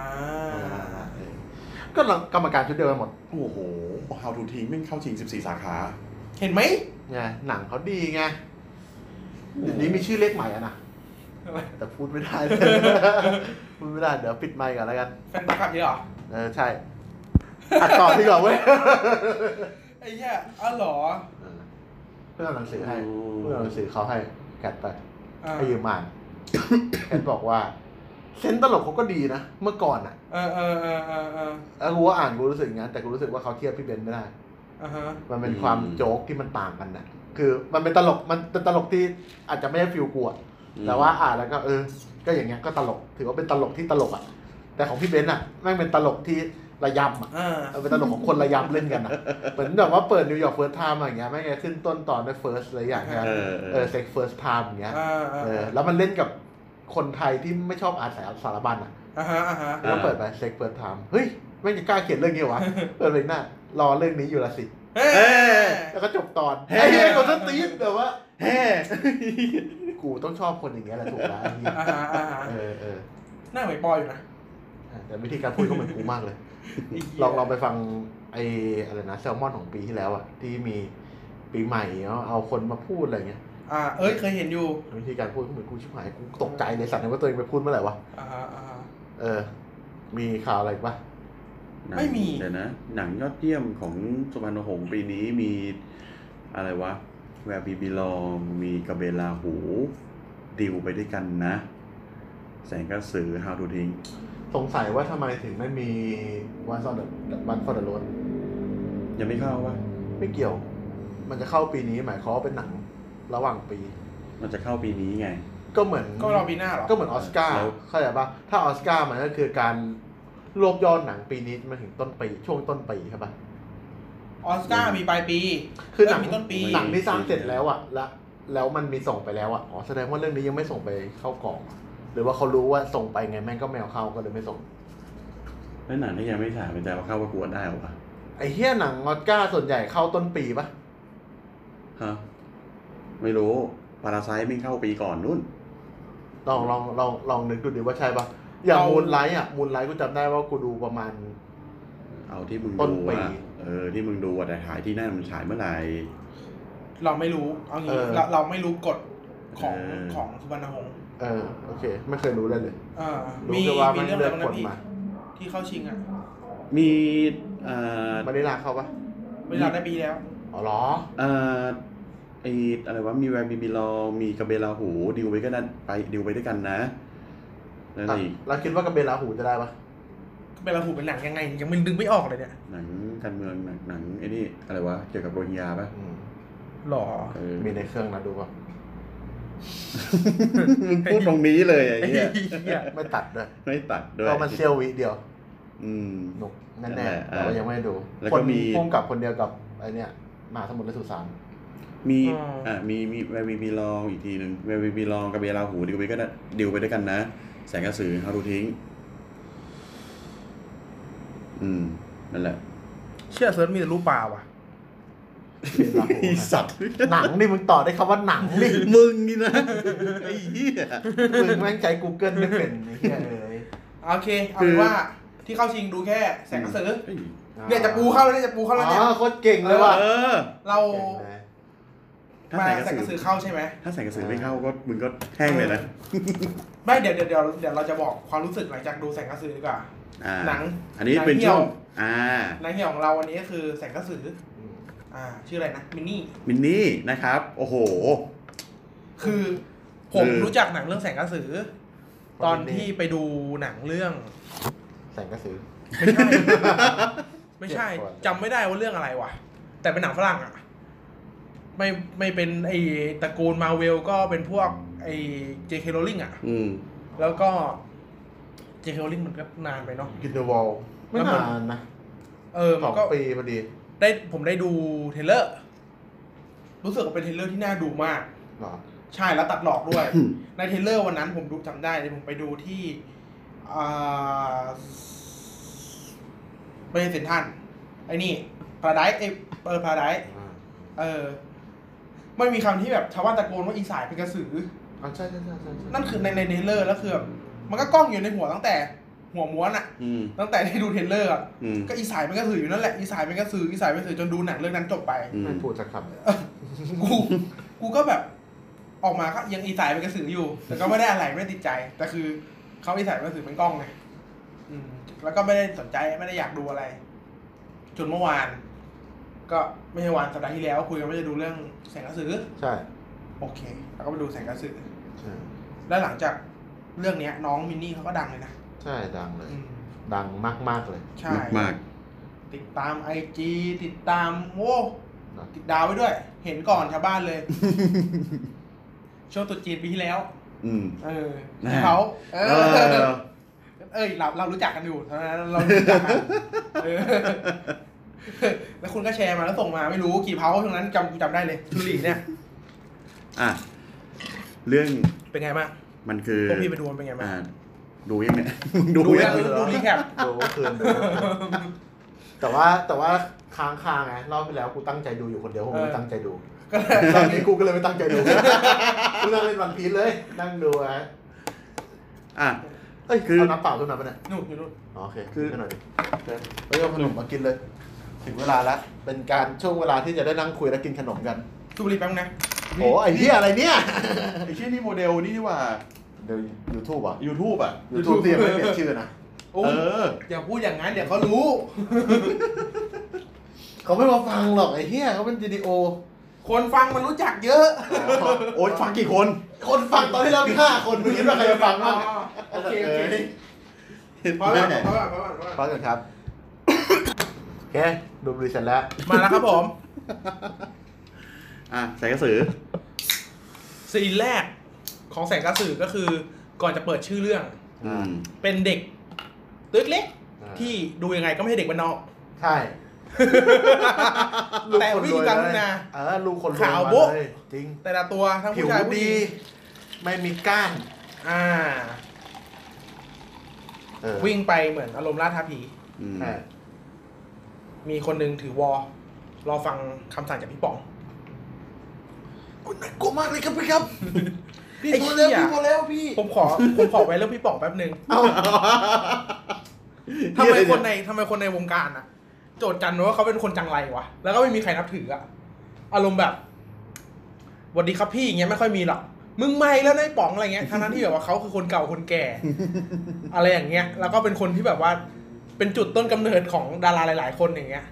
นาตาลาดเออก็กรรมการชุดเดียวกันหมด โอ้โห How to ทีมแม่งเข้าชิง 14 สาขา เห็นไหม ไงหนังเขาดีไงเดี๋ยวนี้มีชื่อเลขใหม่อะนะแต่พูดไม่ได้ พูดไม่ได้เดี๋ยวปิดไมค์ก่อนแล้วกัน แฟนคลับเยอะเหรอ เออใช่อัดต่อที่ก่อนเว้ย ไอ้เหี้ยอ๋อเหรอ เพื่อนเอาหนังสือให้ อืม เพื่อนเอาหนังสือเขาให้แกดไป อ่า ให้ยืม อ่าน แกดบอกว่าเซนส์ตลกเขาก็ดีนะเมื่อก่อนอ่ะ เออเออเออเออเออ เออกูว่าอ่านกูรู้สึกอย่างนั้นแต่กูรู้สึกว่าเขาเทียบพี่เบนไม่ได้ อ่าฮะ มันเป็นความ อืม โจ๊กที่มันต่างกันน่ะ คือมันเป็นตลกมันเป็นตลกที่อาจจะไม่ได้ฟิลกลัวแต่ว่าอ่านแล้วก็เออ ก็อย่างเงี้ยก็ตลก ถือว่าเป็นตลกที่ตลกอ่ะ แต่ของพี่เบนอ่ะแม่งเป็นตลกที่ระยำอ่ะ อ่า เอาเป็นตลกของคนระยำเล่นกันนะ เหมือนแบบว่าเปิดนิวยอร์กเฟิร์สไทม์อย่างเงี้ยแม่งจะขึ้นต้นตอนด้วยเฟิร์สอะไรอย่างเงี้ย เออเออ เออเซ็กเฟิร์สไทม์อย่างเงี้ย อ่าอ่า เออแล้วมันเล่นกับคนไทยที่ไม่ชอบอ่านสารสารบัญอ่ะ อ่าฮะอ่าฮะ แล้วเปิดไปเซ็กเฟิร์สไทม์เฮ้ยแม่งจะกล้าเขียนเรื่องนี้วะ เปิดไปหน้ารอเรื่องนี้อยู่ละสิ เฮ้ย เอ้ย แล้วก็จบตอน เฮ้ย ไอ้เหี้ยคนสตีนแบบว่า แฮ่ กูต้องชอบคนอย่างเงี้ยแหละถูกไหมไอ้เหี้ย อ่าฮะอ่าฮะ เออเออ หน้าเหมือนปออยู่นะ แต่วิธีการพูดก็เหมือนกูมากเลย ไเหี้ย ลองลองไปฟังไอ้อะไรนะแซลมอนของปีที่แล้วอ่ะ ที่มีปีใหม่เนาะเอาคนมาพูดอะไรเงี้ย อ่าเอ้ยเคยเห็นอยู่ วิธีการพูดก็เหมือนกูชิบหายกูตกใจเลยสัตว์นึกว่าตัวเองไปพูดเมื่อไหร่วะ อ่าฮะอ่าฮะ เออ มีข่าวอะไรอีกปะ ไม่มี เดี๋ยวนะ หนังยอดเยี่ยมของสุพรรณหงส์ปีนี้มีอะไรวะ แวร์บีบิลองมีกระเบนลาหู ดิวไปด้วยกันนะ แสงกระสือ How to ทิ้ง สงสัยว่าทำไมถึงไม่มีวันฟอร์ดวันฟอร์ดโรน ยังไม่เข้าวะ ไม่เกี่ยว มันจะเข้าปีนี้หมายความว่าเป็นหนังระหว่างปี มันจะเข้าปีนี้ไง ก็เหมือน ก็รอปีหน้าเหรอ ก็เหมือนออสการ์ แล้ว เข้าใจปะถ้าออสการ์มันก็คือการรวบยอดหนังปีนี้มาถึงต้นปีช่วงต้นปีใช่ปะ ออสการ์มีปลายปี คือหนัง เมีต้นปี หนังที่สร้างเสร็จแล้วอะและแล้วมันมีส่งไปแล้วอะอ๋อแสดงว่าเรื่องนี้ยังไม่ส่งไปเข้ากล่อง หรือว่าเขารู้ว่าส่งไปไงแม่งก็แมวเข้าก็เลยไม่ส่ง แล้วหนังที่ยังไม่ฉายมันจะเอาเข้าประกวดได้เหรอวะ ไอ้เหี้ยหนังออสการ์ส่วนใหญ่เข้าต้นปีปะ ฮะไม่รู้ปาราไซไม่เข้าปีก่อนนู่น ลองลองลองลองนึกดูดิว่าใช่ปะอย่าง เอา มูนไลท์อะมูนไลท์กูจำได้ว่ากูดูประมาณ เอาที่มึง ต้น ดู ปี ว่าเออที่มึงดูว่าแต่ขายที่นั่นมันฉายเมื่อไหร่ เราไม่รู้เอางี้ เออ เราเราไม่รู้กฎของ เออ ของสุพรรณหงษ์ เออโอเค ไม่เคยรู้เลยเลย เออ รู้ มี แค่ว่า มี มัน เรื่อง เลื อะ อก ไรบ้างนะ คน พี่ มา ที่เข้าชิงอ่ะ มีเอ่อ มานิลาเข้าปะ เวลาได้ปีแล้ว อ๋อเหรอ เอ่อไออะไรวะมีแวร์บีบิลอมีกระเบลาหูดิวไปก็ได้ไปดิวไปด้วยกันนะแล้วอะไรอีก เราคิดว่ากับเบลลาหูจะได้ปะ เป็นระหูเป็นหนังยังไง ยังมึนดึงไม่ออกเลยเนี่ย หนังการเมืองหนังหนังไอ้นี่อะไรวะเกี่ยวกับโรฮิงญาปะ หรอ เออ มีในเครื่องนะดูปะ มึงพูดตรงนี้เลยไอ้ ไอ้ เนี่ย เหี้ย ไม่ตัดด้วย ไม่ตัดด้วย เพราะมันเซียววิเดียว อืม หนุกแน่ๆแต่ว่ายังไม่ได้ดู แล้ว ค ก็ น มี พุ่มกับคนเดียวกับไอเนี่ยมหาสมุทรและสุสาน มีอ่ะมีมีแวร์บีบิลออีกทีหนึ่งแวร์บีบิลอกระเบลาหูดิวไปก็ได้ดิวไปด้วยกันนะ แสงกระสือฮารุทิ้ง อืมนั่นแหละ เชื่อเซิร์ชมีแต่รูปปลาว่ะ ไอ้สัตว์ หนังนี่มึงต่อได้คำว่าหนังนี่ มึงนี่นะไอ้เหี้ย มึงแม่งใจ Google ไม่เป็นไอ้เหี้ยเอ้ย โอเค เอา คื เป็น อ ว่าที่เข้าชิงดูแค่แสงกระสือ เอ้ย เนี่ยจะปูเข้าแล้วเนี่ยจะปูเข้าแล้วเนี่ย อ๋อโคตรเก่งเลยว่ะ เออ เรา เก่งเลย ถ้า มา ใส่ แสง ก ก ระ ระ สื สื อ อเข้าใช่ไหม ถ้าใส่กระสือไม่เข้าก็มึงก็แห้งเลยนะ ไม่เดี๋ยวเดี๋ยวเดี๋ยวเดี๋ยวเราจะบอกความรู้สึกหลังจากดูแสงกระสือดีกว่า อ่า หนัง อันนี้เป็นช่วง หนังเหี่ในอ่าเหี่ยวของเราวันนี้ก็คือแสงกระสือ อ่า ชื่ออะไรนะ มินนี่ มินนี่นะครับ โอ้โห คือผม คือ รู้จักหนังเรื่องแสงกระสือ ตอนที่ไปดูหนังเรื่อง แสงกระสือ ไม่ใช่ ไม่ใช่ เจ็บจำปวดเลยไม่ได้ว่าเรื่องอะไรว่ะ แต่เป็นหนังฝรั่งอ่ะ ไม่ไม่เป็นไอตระกูลมาเวลก็เป็นพวกไอเจคโรลิงอ่ะ อืม แล้วก็เจคโรลิงมันก็นานไปเนาะ กินเดอะวอลไม่นานนะ เออ ส มั อน ง ก็ ปีพอดี ได้ผมได้ดูเทรลเลอร์ รู้สึกว่าเป็นเทรลเลอร์ที่น่าดูมาก เหรอ ใช่แล้วตัดหลอกด้วย อืม ในเทรลเลอร์วันนั้นผมดูจำได้เลยผมไปดูที่อ่าไม่ใช่เซนทรันไอ้นี่พาราไดเออพาราได อ่า เออ มันมีคำที่แบบชาวบ้านตะโกนว่าอีสายเป็นกระสือ อ่ะใช่ใช่ใช่ใช่ใช่ นั่นคือในในเทรลเลอร์แล้วคือแบบมันก็กล้องอยู่ในหัวตั้งแต่หัวม้วนอะ อืม ตั้งแต่ที่ดูเทรลเลอร์อะ อืม ก็อีสายเป็นกระสืออยู่นั่นแหละอีสายเป็นกระสืออีสายเป็นกระสือจนดูหนังเรื่องนั้นจบไป อืม ไม่พูดสักคำเลย กูกูก็แบบออกมาก็ยังอีสายเป็นกระสืออยู่ แต่ก็ไม่ได้อะไรไม่ได้ติดใจ แต่คือเขาอีสายเป็นกระสือเป็นกล้องไงอืม แล้วก็ไม่ได้สนใจไม่ได้อยากดูอะไร จนเมื่อวาน ก็ไม่ใช่วันสัปดาห์ที่แล้ว คุยกันว่าจะดูเรื่องแสงกระสือ ใช่ โอเคแล้วก็ไปดูแสงกระสือ ใช่ แล้วหลังจากเรื่องเนี้ย น้องมินนี่เขาก็ดังเลยนะ ใช่ดังเลย อืม ดังมากมากๆ เลย ใช่ มากมาก ติดตามไอจีติดตามโว้ นะ ติดดาวไว้ด้วย เห็นก่อนชาวบ้านเลย ช่วงตรุษจีนปีที่แล้ว ๆอืม เออ นะ เขาเอ เอ อ อ เอ้ยเราเรารู้จักกันอยู่เท่านั้นเรารู้จักกันเออแล้วคุณก็แชร์มาแล้วส่งมาไม่รู้กี่เผาทั้งนั้นจำกูจำได้เลยทุลีเนี่ย อ่ะ เรื่อง เป็นไงบ้าง มันคือ พวกพี่ไปดูมันเป็นไงบ้าง อ่าดูยัง เนี่ย มึงดู ดู ยั ยัง งดูรีแคป ดูเมื่อคืนดูเมื่อคืนแต่ว่าแต่ว่าค้างคาไงรอบที่แล้วกูตั้งใจดูอยู่คนเดียวผมไม่ตั้งใจดู ก็เลย ตอนนี้กูก็เลยไม่ตั้งใจดู กูนั่งเล่นวันพีซเลย นั่งดูไอ้ อ่ะ เอ้ย คือ เอาน้ำเปล่าขึ้นมาปะเนี่ย นู่นอยู่นู่น อ๋อโอเค คือ กินไปหน่อยดิเฮ้ยเอาขนมมากินเลย ถึงเวลาแล้วเป็นการช่วงเวลาที่จะได้นั่งคุยและกินขนมกัน ดูรีแป๊บนึงนะ โอ้ไอ้เหี้ยอะไรเนี่ย ไอ้เชี่ยนี่โมเดลนี่นี่หว่า เดี๋ยวยูทูบอ่ะ YouTube อ่ะ ยูทูบที่ยังไม่เปลี่ยนชื่อนะ โอ้ เออ อย่าพูดอย่างนั้นเดี๋ยวเขารู้ เขาไม่มาฟังหรอกไอ้เหี้ยเขาเป็นวิดีโอ คนฟังมันรู้จักเยอะ โอ๊ยฟังกี่คน คนฟังตอนที่เรามีห้าคนมึงคิดว่าใครจะฟังบ้าง โอเคโอเค เห็นไห พอแล้ว มเนี่ย พอแล้วพอแล้วพอแล้ว ฟังกันครับ โอเค ดูบริษัทแล้ว มาแล้วครับผม อ่ะใส่กระสือ ซีนแรกของแสงกระสือก็คือ ก่อนจะเปิดชื่อเรื่อง อืม เป็นเด็กตึ๊ดเล็ก อ่า ที่ดูยังไงก็ไม่ใช่เด็กบ้านนอก ใช่ แต่วิธีการพัฒนา เออลูกคนรวย ขาว มา โบ๊ะ เลยจริง แต่ละตัวทั้ง ผิว ผู้ชายผู้ห ดี ญิง ไม่มีก้าน อ่า เออ วิ่งไปเหมือนอารมณ์ล่าท้าผี อืม ใช่ มีคนหนึ่งถือวอลรอฟังคำสั่งจากพี่ป๋อง คุณน่ากลัวมากเลยครับพี่ครับ พี่ ไอ้ พอแล้ว เหี้ย พี่พอแล้วพี่ ผมขอ ผมขอไว้เรื่องพี่ป๋องแป๊บหนึ่ง เอา ทำไมคนในทำไมคนในวงการอะโจทย์กันว่าเขาเป็นคนจังไรวะ แล้วก็ไม่มีใครนับถืออะอารมณ์แบบสวัสดีครับพี่อย่างเงี้ยไม่ค่อยมีหรอก มึงไม่แล้วนายป๋องอะไรเงี้ยทั้งนั้นที่แบบว่าเขาคือคนเก่าคน แก่ อะไรอย่างเงี้ย แล้วก็เป็นคนที่แบบว่า เป็นจุดต้นกำเนิดของดาราหลาย ๆ คนอย่างเงี้ย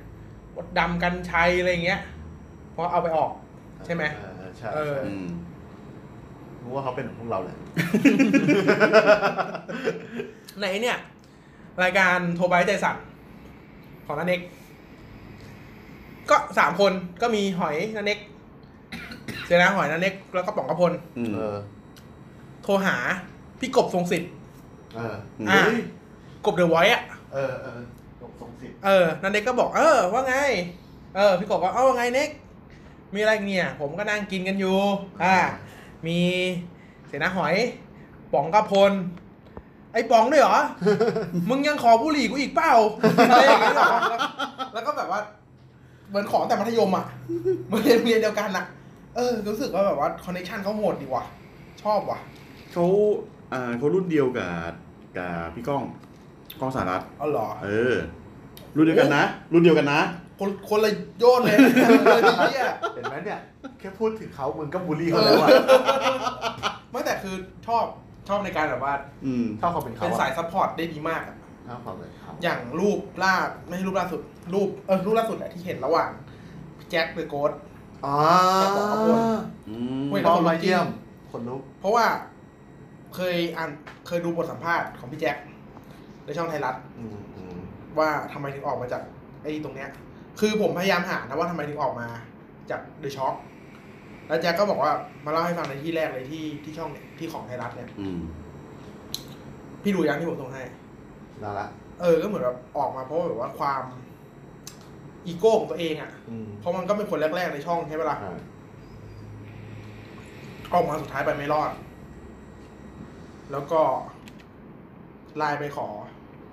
มดดำกันชัยอะไรเงี้ย เพราะเอาไปออก ใช่ไหม เออใช่ เออ อืม รู้ว่าเขาเป็นของพวกเราแหละ ในเนี่ย รายการโทรไบร์ทใจสั่นของนันเอกก็สามคนก็มีหอยนันเอกเจนะหอยนันเอกแล้วก็ป๋องกระพล อืม เออ โทรหาพี่กบทรงสิทธิ์ เออ ม อ่ะ เฮ้ย กบเดอะไวท์อ่ะ เออเออจบสองสิบ เออนันเอกก็บอก เออ ว่าไง เออ พี่กบว่าเอ้าว่าไงเน็กมีอะไรเนี่ย ผมก็นั่งกินกันอยู่ อ่า มีเสนาหอย ป๋องกระพล ไอ้ป๋องด้วยเหร อ มึงยังขอบุหรี่กูอีกเปล่าอะไรอย่างเงี้ยเหรอแล้วแล้วก็แบบว่า เหมือนขอแต่มัธยมอ่ะ เหมือนเรียนโรงเรียนเดียวกันอ่ะ เออ รู้สึกว่าแบบว่าคอนเนคชันเขาโหดดีว่ะ ชอบว่ะ เขาอ่าเขารุ่นเดียวกับกับพี่ก้อง ก้องสารัตน์ เอาเหรอ เออ รุ่นเดียวกันนะ รุ่นเดียวกันนะ คนคนละโยนเลย เลยเนี่ย เห็นไหมเนี่ย แค่พูดถึงเขามึงก็บูลลี่เขาแล้วอ่ะ ไม่แต่คือชอบชอบในการแบบว่า อืม ชอบความเป็นเขา เป็น อะ สายซัพพอร์ตได้ดีมากอะ ชอบความเป็นเขา อย่างรูปล่าไม่ใช่รูปล่าสุด รูปเออรูปล่าสุดแหละที่เห็นระหว่างแจ็คหรือโกด อ๋อ ชอบความเป็นเขา อืม เว้ย พ่อมาเยี่ยม คนลุก เพราะว่าเคยอ่านเคยดูบทสัมภาษณ์ของพี่แจ็คในช่องไทยรัฐ อืมอืม ว่าทำไมถึงออกมาจากไอ้ตรงเนี้ย คือผมพยายามหานะว่าทำไมถึงออกมาจากเดอะช็อคแล้วแจ็คก็บอกว่ามาเล่าให้ฟังในที่แรกเลยที่ที่ช่องเนี่ยที่ของไทยรัฐเนี่ย อืม พี่ดูยังที่ผมส่งให้ น่าละ เออก็เหมือนแบบออกมาเพราะว่าแบบว่าความอีโก้ของตัวเองอะ่ะ อืม เพราะมันก็เป็นคนแรก ๆในช่องใช่ไหมล่ะ อ่า ออกมาสุดท้ายไปไม่รอด แล้วก็ไลน์ไปขอ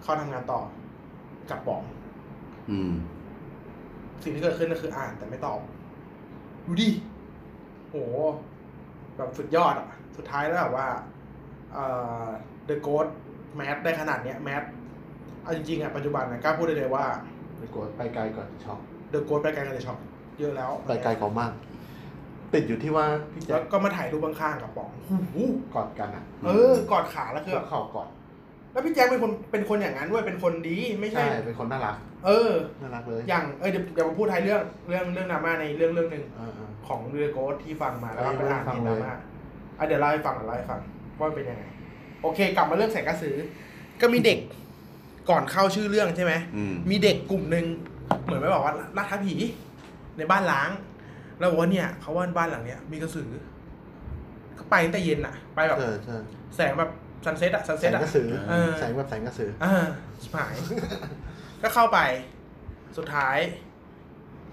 เข้าทำงานต่อกับป๋อง อืม สิ่งที่เกิดขึ้นก็คืออ่านแต่ไม่ตอบ ดูดิ โห แบบสุดยอดอ่ะ สุดท้ายแล้วแบบว่าเอ่อ The Ghost แมสได้ขนาดเนี้ยแมสเอาจริงๆอ่ะปัจจุบันนะกล้าพูดได้เลยว่า ไปกดไปไกลกว่อนช็อก The Ghost ไปไกลกันเลยช็อปเยอะแล้ว ไปไกลกว่ามาก ติดอยู่ที่ว่าพี่แจ๊ แล้ คว ก็มาถ่ายรูปข้างๆกับป๋อง กอดกันอ่ะ เออกอดขาแล้วคือ เพื่อเข่ากอด แล้วพี่แจ๊คเป็นคนเป็นคนอย่างนั้นด้วยเป็นคนดีไม่ใช่ ใช่เป็นคนน่ารัก เออ น่ารักเลย อย่างเออเดี๋ยวเดี๋ยวผมพูดท้ายเรื่องเรื่องเรื่องดราม่าในเรื่องเรื่องหนึ่ง อ่า ของเรือโกสที่ฟังมาแล้ว เอ้ย ไปอ่าน เรื่องฟัง ที่ดราม่าอ่ะเดี๋ยวเล่าให้ฟังเดี๋ยวเล่าให้ฟังว่ามันเป็นยังไง โอเค กลับมาเรื่องแสงกระสือ ก็มีเด็กก่อนเข้าชื่อเรื่องใช่ไหม อืม มีเด็กกลุ่มหนึ่งเหมือนไม่บอกว่าล่าท้าผีในบ้านล้าง แล้วบอกว่าเนี่ยเขาว่าบ้านหลังเนี้ยมีกระสือก็ไปตั้งแต่เย็นอะไปแบบ เออใช่ แสงแบบซันเซ็ตอะซัน แส เซ็ต ง อะ กระสือ เออ แสงแบบแสงกระสือ อ่าชิบหาย ก็เข้าไป สุดท้าย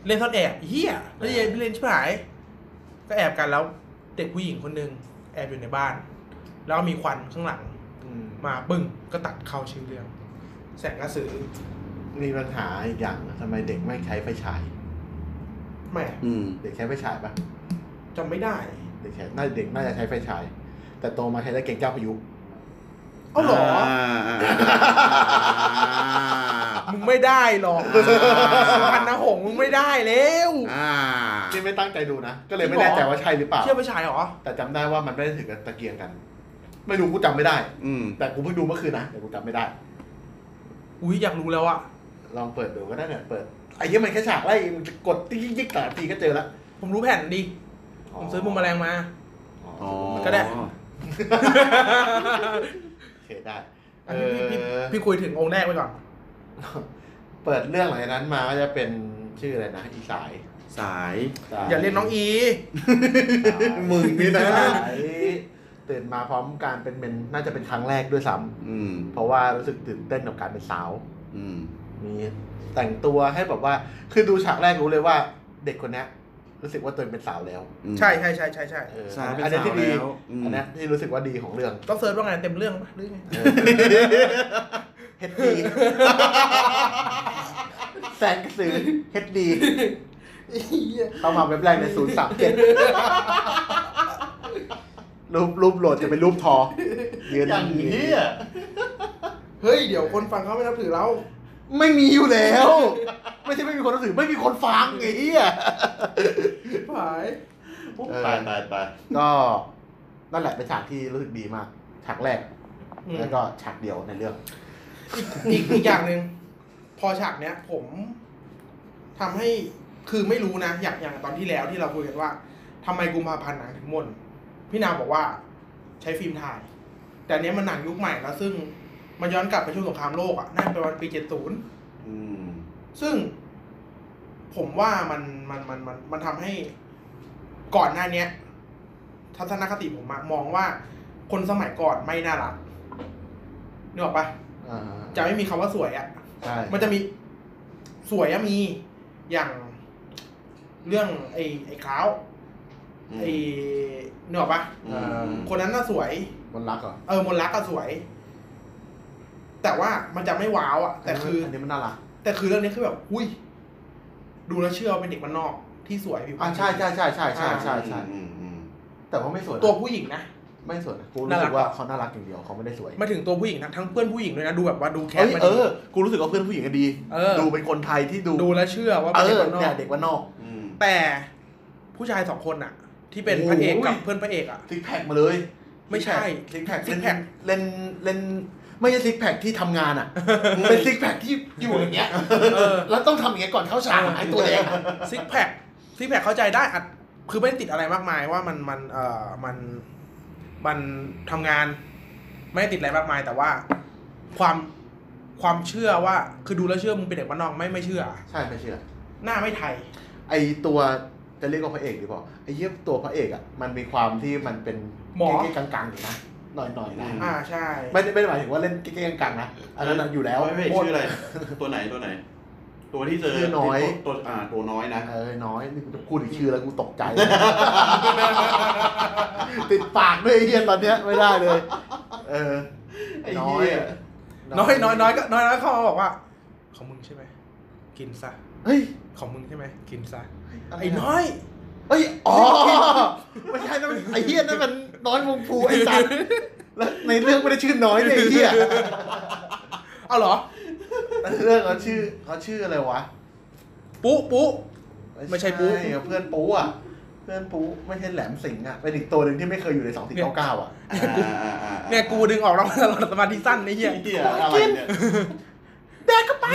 เล่นซ่อนแอบเฮียเล่นเล่นชิบหาย ก็แอบกันแล้ว เด็กผู้หญิงคนหนึ่งแอบอยู่ในบ้าน แล้วก็มีควันข้างหลัง มาปึ้งก็ตัดเข้าชื่อเรื่อง แสงกระสือ มีปัญหาอีกอย่างนะทำไมเด็กไม่ใช้ไฟฉาย แหม่ อืม เด็กใช้ไฟฉายปะ จำไม่ได้ เด็กใช้น่าเด็กน่าจะใช้ไฟฉาย แต่โตมาใช้ตะเกียงเจ้าพายุ เอ้าเหรอ มึงไม่ได้หรอก อ่า พันนะหงส์มึงไม่ได้แล้ว อ่า ที่ไม่ตั้งใจดูนะ ก็เลย จริ ไม่ งเหรอ แน่ใจว่าใช่หรือเปล่า เชื่อไปฉายเหรอ แต่จำได้ว่ามันไม่ได้ถึงกับตะเกียงกัน ไม่รู้กูจำไม่ได้ อืม แต่กูเพิ่งดูเมื่อคืนนะแต่กูจำไม่ได้ อุ้ยอยากรู้แล้วอะ ลองเปิดดูก็ได้เนี่ยเปิดไอ้เหี้ยมันแค่ฉากไล่มันจะกดติ๊กติ๊กติ๊กแต่ละทีก็เจอละ ผมรู้แผ่นดี ผมซื้อมุมแมลงมา อ๋อ ก็ได้ โอเคได้เอ อันนี้พี่พี่ อ พี่คุยถึงองค์แรกไปก่อน เปิดเรื่องหลังจากนั้นมาก็จะเป็นชื่ออะไรนะอีสาย สาย อย่าเรียกน้องอี มึงนี่ นะ สายตื่นมาพร้อมการเป็นเมนน่าจะเป็นครั้งแรกด้วยซ้ำ อืม เพราะว่ารู้สึกตื่นเต้นกับการเป็นสาว อืม มีแต่งตัวให้แบบว่า คือดูฉากแรกรู้เลยว่าเด็กคนเนี้ยรู้สึกว่าตัวเองเป็นสาวแล้ว อืม ใช่ใช่ใช่ใช่ใช่ เออ สาวเป็น อันนี้ที่ดี สาวแล้วอืม อันนี้ที่รู้สึกว่าดีของเรื่อง ต้องเซิร์ชว่าไงเต็มเรื่องปะหรือไง เฮดดีแสงกระสือเฮดดีเข้ามาเว็บแรกในศูนย์สามเจ็ดรูปรูปโหลดจะเป็นรูปทอยืนอย่างนี้ เฮ้ย เดี๋ยวคนฟังเขาไม่นับถือเรา ไม่มีอยู่แล้ว ไม่ใช่ไม่มีคนนับถือไม่มีคนฟังไอ้เหี้ย ผาย ตายตายตาย ก็นั่นแหละเป็นฉากที่รู้สึกดีมาก ฉากแรก แล้วก็ฉากเดียวในเรื่อง อีกอีกอย่างหนึ่งพอฉากเนี้ย ผมทำให้คือไม่รู้นะอย่างอย่างตอนที่แล้วที่เราคุยกันว่าทำไมกุมภาพันธ์หนังถึงหมนพี่นาวบอกว่าใช้ฟิล์มถ่าย แต่อันเนี้ยมันหนังยุคใหม่แล้วซึ่งมันย้อนกลับไปช่วงสงครามโลกอ่ะนั่นเป็นวันปีเจ็ดศูนย์ อืม ซึ่งผมว่ามันมันมันมันมันทำให้ก่อนหน้าเนี้ย ทัศนคติผมอะมองว่าคนสมัยก่อนไม่น่ารักนึกออกปะ อ่า จะไม่มีคำว่าสวยอะ ใช่ มันจะมีสวยอะมีอย่างเรื่องไอ้ไอ้คล้าว อืม ไอ้นึกออกปะ อืม คนนั้นน่ะสวย มันรักเหรอ เออมนต์รักก็สวย แต่ว่ามันจะไม่ว้าวอะแต่คืออ นนี้มันน่ารัก แต่คือเรื่องนี้คือแบบ อุ้ย ดูแล้วเชื่อว่าเป็นเด็กมันนอกที่สวยผิวพร อ่าร ณ ใช่ใช่ใช่ใช่ใช่ใช่ใช่ อืมอืม แต่ว่าไม่สวยนะ ตัวผู้หญิงนะ ไม่สวยนะกู น่ารัรู้สึ ก กว่าเขาน่ารักอย่างเดียวเขาไม่ได้สวย มาถึงตัวผู้หญิงนะทั้งเพื่อนผู้หญิงด้วยนะ ดูแบบว่าดูแคส เอ้ย มา เอ ดี อกูรู้สึกว่าเพื่อนผู้หญิงก็ดี เออ ดูเป็นคนไทยที่ดู ดูแล้วเชื่อว่า เอ เป็นเด็กมันนออเนี่ย ก เด็กวันนอก อืม แต่ผู้ชายสองคนน่ะ ที่เป็นพระเอก โอ้ย กับเพื่อนพระเอกอ่ะ ซิกแพคมาเลย ไม่ใช่ ซิกแพค ซิ เล่ ก น แพค เล่นเล่นไม่ใช่ซิกแพคที่ทำงานอ่ะ เป็นซิกแพคที่อยู่อย่างเงี้ย เออ แล้วต้องทำอย่างเงี้ยก่อนเข้าฉากไอ้ตัวแดงอะ ซิกแพคซิกแพคเข้าใจได้อัดคือไม่ได้ติดอะไรมากมายว่ามันมันเอ่อมันมันทำงาน ไม่ได้ติดอะไรมากมาย แต่ว่า ความความเชื่อว่า คือดูแล้วเชื่อมึงเป็นเด็กมันนอกไม่ไม่เชื่อ ใช่ไม่เชื่อ หน้าไม่ไทย ไอตัวจะเรียกว่าพระเอกหรือเปล่าไอเยี่ยตัวพระเอกอ่ะมันมีความที่มันเป็น หมอ เก๊กๆกลางๆอยู่นะหน่อยๆนะ อืม อ่าใช่ ไม่ได้ไม่ได้หมายถึงว่าเล่นเก๊กๆกลางๆนะอันนั้นอะอยู่แล้ว ไม่ไม่ชื่ออะไร ตัวไหนตัวไหน ตัวที่เจอ ชื่อน้อย ที่ตัวตัวอ่า ตัวน้อยนะ เออน้อยนี่กูจะพูดอีกชื่อแล้วกูตกใจ ติดปากด้วยไอ้เฮียตอนเนี้ยไม่ได้เลย เออ ไอ้เหี้ย น้อย น้อยน้อยน้อยก็น้อยน้อยเข้ามาบอกว่า ของมึงใช่ไหมกินซะ เฮ้ย ของมึงใช่ไหมกินซะ ะระ ไอ้น้อย เอ้ย อ๋อ ไม่ใช่นั่นมันไอ้เหี้ยนั่นมันน้อยวงภูไอ้สัตว์แล้วในเรื่องไม่ได้ชื่อน้อยเนี่ยไอ้เหี้ย เอาเหรอ ในเรื่องเขาชื่อเขาชื่ออะไรวะ ปุ๊ปุ๊ ไม่ใช่ปุ๊ เพื่อนปุ๊อ่ะ เพื่อนปุ๊ไม่ใช่แหลมสิงห์อ่ะ เป็นอีกตัวหนึ่งที่ไม่เคยอยู่ในสองสี่เก้าเก้าอ่ะ เนี่ยกูดึงออกแล้ว ตลอดสมาธิสั้นไอ้เหี้ย เหี้ยอะไรเนี่ย แดกเข้าไป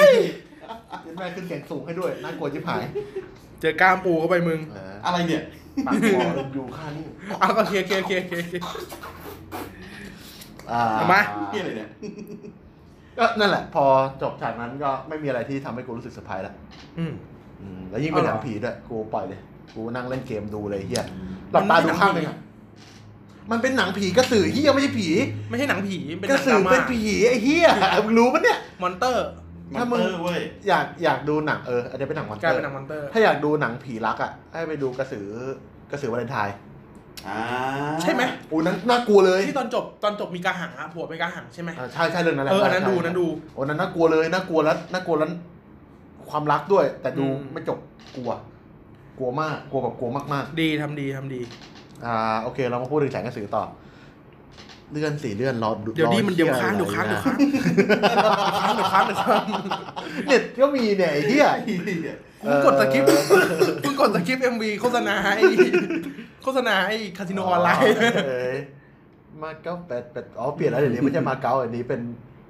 แม่ขึ้นเสียงสูงให้ด้วย น่ากลัวจิ๋หาย เจอกล้ามปูเข้าไปมึง อะไรเนี่ย ปากคออยู่ข้างนี่ เอาก็เคลียร์เคลียร์เคลียร์เคลียร์เคลียร์ อ่า เอามา เหี้ยอะไรเนี่ย ก็นั่นแหละ พอจบฉากนั้นก็ไม่มีอะไรที่ทำให้กูรู้สึกเซอร์ไพรส์ละ อืม อืมแล้วยิ่งเป็นหนัง เอาเหรอ ผีด้วยกูปล่อยเลย กูนั่งเล่นเกมดูเลยเฮียหลับตาดูข้างหนึงอ่ะมันเป็นหนังผีกระสือเฮียไม่ใช่ผี ไม่ใช่หนังผีเป็น ก ห ระ นัง สื ดรา อ ม่า เป็นผีไอ้เฮียมึงรู้ปะเนี่ย มอนเตอร์ มัน ถ้ามึง เตอร์เว้ย อยากอยากดูหนังเอออันนี้เป็นหนังวัน ก เต ลาย อ เป็นร์หนังมอนเตอร์ ถ้าอยากดูหนังผีรักอ่ะ ให้ไปดูกระสือกระสือวาเลนไทน์ อ่า ใช่ไหม อู้นั้นน่ากลัวเลย ที่ตอนจบตอนจบมีกระหังอะผัวเป็นกระหังใช่ไหม อ่าใช่ใช่เรื่องนั้นแหละ เอออันนั้น ใช่ ดู ใช่ นั้นดู โอ้นั้นน่ากลัวเลยน่ากลัวแล้วน่ากลัวแล้วความรักด้วย แต่ดู อืม ไม่จบกลัว กลัวมากกลัวแบบกลัวมาก ดีทำดีทำดี ๆอ่าโอเค เรามาพูดถึงแสงกระสือต่อเลื่อนสี่เลื่อนรอ เดี๋ยว รอ ดีมันเดี๋ยว หี้ ค้างเดี๋ยว อะไร ค้างเดี๋ยว นะ ค้างเดี๋ยวค้างเดี๋ยวค้างเดี๋ยวค้าง เน็ตก็มีเนี่ยไอ้เหี้ย กูกดสกิปกูกดสกิปเอ็มวีโฆษณาไอ้โฆษณาไอ้คาสิโนออนไลน์ เอ้ยมาเก๊าแปดแปดอ๋อเปลี่ยนแล้วเดี๋ยวนี้ไม่ใช่มาเก๊าอันนี้เป็น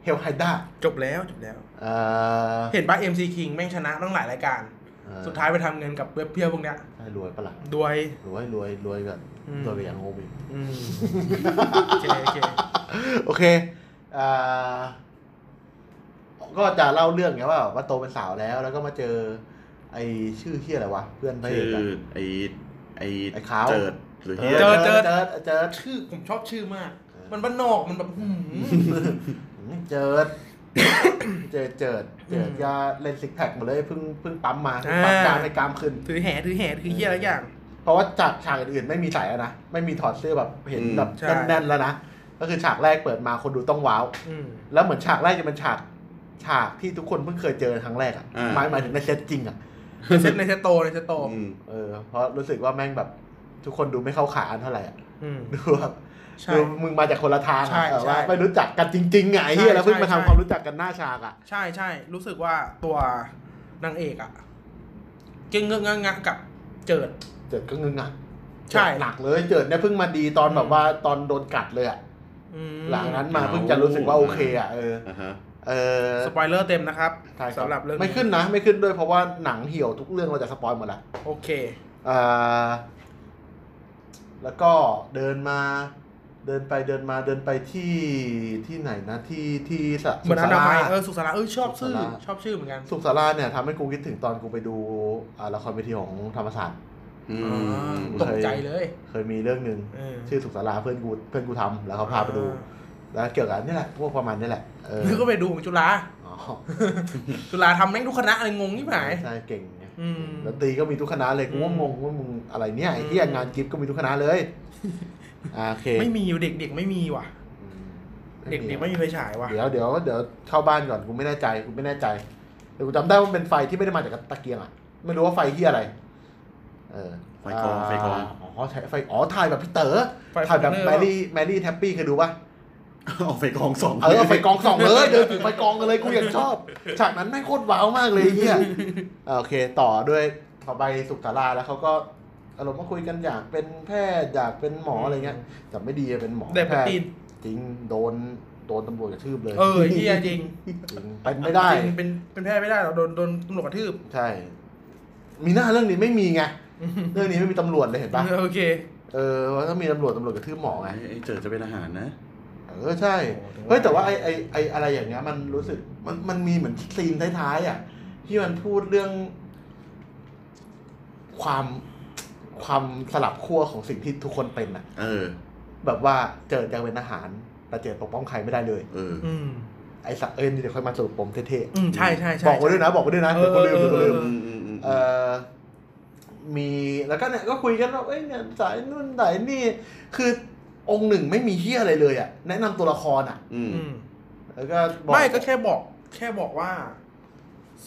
เฮลไฮด้า จบแล้วจบแล้ว อ่า เห็นป่ะ MC King แม่งชนะตั้งหลายรายการ สุดท้ายไปทำเงินกับเว็บเพียวพวกเนี้ย ได้รวยปะล่ะ ด้วย รวยรวยรวยแบบ อืม รวยไปอย่างงงอีก อืมโอเคโอเค โอเคอ่าก็จะเล่าเรื่องไงว่าว่าโตเป็นสาวแล้ว แล้วก็มาเจอ ไอชื่อเฮียอะไรวะเพื่อนพระเอ คื ก อ อะ ไอ้ไอ้ ไอ้ขาว เจิดหรือ เอ เหี้ อย เจิด เจอเจอเจอชื่อ ผมชอบชื่อมาก มันบ้านนอกมันแบบหืม เจอเจอเจอเจอ อืม ยาเล่นซิกแพคหมดเลยเพิ่งเพิ่งปั๊มมา อ่า ปั๊มกลามไปกลามขึ้น ถือแห่ถือแห่ถือเหี้ยอะไรอย่าง เพราะว่าจากฉากอื่นๆไม่มีใส่แล้วนะไม่มีถอดเสื้อแบบเห็นแบบ ใช่ แน่นๆแล้วนะก็คือฉากแรกเปิดมาคนดูต้องว้าว อืม แล้วเหมือนฉากแรกจะเป็นฉากฉากที่ทุกคนเพิ่งเคยเจอครั้งแรกอ่ะ อ่า หมายหมายถึงในเซตจริงอ่ะ ในเซตในเซตโตในเซตโต อืม เออเพราะรู้สึกว่าแม่งแบบทุกคนดูไม่เข้าขาอันเท่าไหร่อะ อืม ดูแบบ ใช่ ดูมึงมาจากคนละทาง ใช่ อะแบบว่า ใช่ ไม่รู้จักกันจริงๆอะไงเฮี ใช่ ยแล้วเพิ่งมา ใช่ ทำความรู้จักกันหน้าฉากอ่ะ ใช่ใช่รู้สึกว่าตัวนางเอกอะเก่งเงื้องงะกับเจิด เจิดก็งึงอ่ะ ใช่ เจิดหนักเลยเจิดเนี่ยเพิ่งมาดีตอนแบบว่าตอนโดนกัดเลยอ่ะ อืม หลังนั้นมา เอา เพิ่งจะรู้สึกว่าโอเคอ่ะเออ อ่าฮะ เออ สปอยเลอร์เต็มนะครับ ใช่ค สำหรับเรื่อง ไม่ขึ้นนะไม่ขึ้นด้วยเพราะว่าหนังเหี่ยวทุกเรื่องเราจะสปอยหมดละ โอเค อ่าแล้วก็เดินมาเดินไปเดินมาเดินไปที่ที่ไหนนะที่ที่สะ เหมือนอ สุข นา ศา มัย ลา เออสุขสาราเออชอบชื่อ สุขศาลา ชอบชื่อเหมือนกัน สุขศาลาเนี่ยทำให้กูคิดถึงตอนกูไปดูอ่าละครเวทีของธรรมศาสตร์ อื อ่าม ตกใจเลย เคยมีเรื่องหนึ่ง เออ ชื่อสุขศาลาเพื่อนกูเพื่อนกูทำแล้วเขาพาไปดู แล้วเกี่ยวกับนี่แหละพวกประมาณนี่แหละเออ นึกก็ไปดูของจุฬา อ๋อ จุฬาทำแม่งทุกคณะเลยงงที่หาย ใช่เก่งไง อืม ดนตรีก็มีทุกคณะเลยกูว่า อืม งงว่ามึงอะไรเนี่ยไอ้ที่ อืม งานกิฟต์ก็มีทุกคณะเลยอ่าโอเค ไม่มีอยู่เด็กๆไม่มีว่ะ อืม เด็กๆไม่มีไฟฉายว่ะ เดี๋ยวเดี๋ยวเดี๋ยวเข้าบ้านก่อนกูไม่แน่ใจกูไม่แน่ใจแต่กูจำได้ว่ามันเป็นไฟที่ไม่ได้มาจากตะเกียงอ่ะไม่รู้ว่าไฟที่อะไร เออ ไฟกองไฟกอง อ๋อใช่ไฟอ๋อถ่ายแบบพี่เต๋อ ไฟ ถ่ายแบบ เนอร์ แมรี่แมรี่แฮปปี้เคยดูป่ะ เอาไปกองสอง เออเอาไฟกองสองเลยเดินถือไฟกองกันเลยกูอยางชอบฉากนั้นแม่งโคตรว้าวมากเลยไอ้เฮียอ่าโอเค ต่อด้วยต่อไปสุขศาลาแล้วเขาก็อารมณ์มาคุยกันอยากเป็นแพทย์อยากเป็นหมออะไรเงี้ยแต่ไม่ดีอะเป็นหมอ ได้ป แพท ตีน ย์จริงโดนโดนตำรวจกระทืบเลย เออเฮียจริง จริงเป็นไม่ได้ จริงเป็นเป็นแพทย์ไม่ได้หรอกโดนโดนตำรวจกระทืบ ใช่ มีหน้าเรื่องนี้ไม่มีไง เรื่องนี้ไม่มีตำรวจเลยเห็นปะ เออโอเค เออว่าถ้ามีตำรวจตำรวจกระทืบหมอไง ไอ้เจิดจะเป็นอาหารนะ เออใช่ โอ้โห เฮ้ยแต่ว่าไอไอไออะไรอย่างเงี้ยมันรู้สึกมันมันมีเหมือนซีนท้ายๆอ่ะที่มันพูดเรื่อง ความความสลับขั้วของสิ่งที่ทุกคนเป็นอ่ะ เออ แบบว่าเจอจะเป็นอาหารแต่เจอปกป้องใครไม่ได้เลย เออ อืม ไอสักเอิญเดี๋ยวค่อยมาสรุปปมเท่ อืมใช่ใช่ใช่ ๆบอกไว้ด้วยนะ บอกไว้ด้วยนะเดี๋ยวคนลืมเดี๋ยวคนลืม อืมอืมอืม เออมีแล้วก็เนี่ยก็คุยกันว่าเอ้ยเนี่ยสายนู่นสายนี่ คือองค์หนึ่งไม่มีเฮียอะไรเลยอ่ะ แนะนำตัวละครอ่ะ อืม อืม แล้วก็บอก ไม่ก็แค่บอก แค่บอกว่า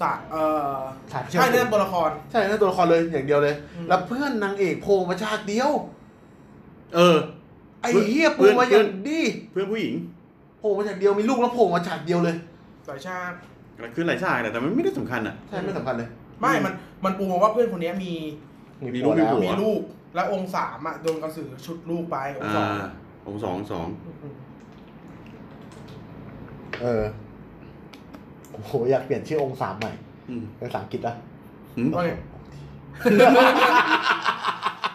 สะเออ สายเชื่อม ใช่เรื่องตัวละคร ใช่นั่นตัวละครเลยอย่างเดียวเลย อืม แล้วเพื่อนนางเอกโผล่มาฉากเดียว เออ ไอ้ เพื่อน เหี้ย เพื่ ปู อน มาอ เพื่ ย่า อน งดี เพื่อนผู้หญิง โผล่มาฉากเดียวมีลูกแล้วโผล่มาฉากเดียวเลย หลายชาติ แล้วขึ้นหลายฉากแหละแต่มันไม่ได้สำคัญอ่ะ ใช่ไม่สำคัญเลย ไม่มันมันปูมาว่าเพื่อนคนเนี้ยมี มีลูกมีผัว มีลูก และองค์สามอ่ะโดนกระสือชุดลูกไปองค์ อ่า สอง องค์สององค์สอง เออโอ้โหอยากเปลี่ยนชื่อองค์สามใหม่ อืม เป็นภาษาอังกฤษอะ อืม โอเค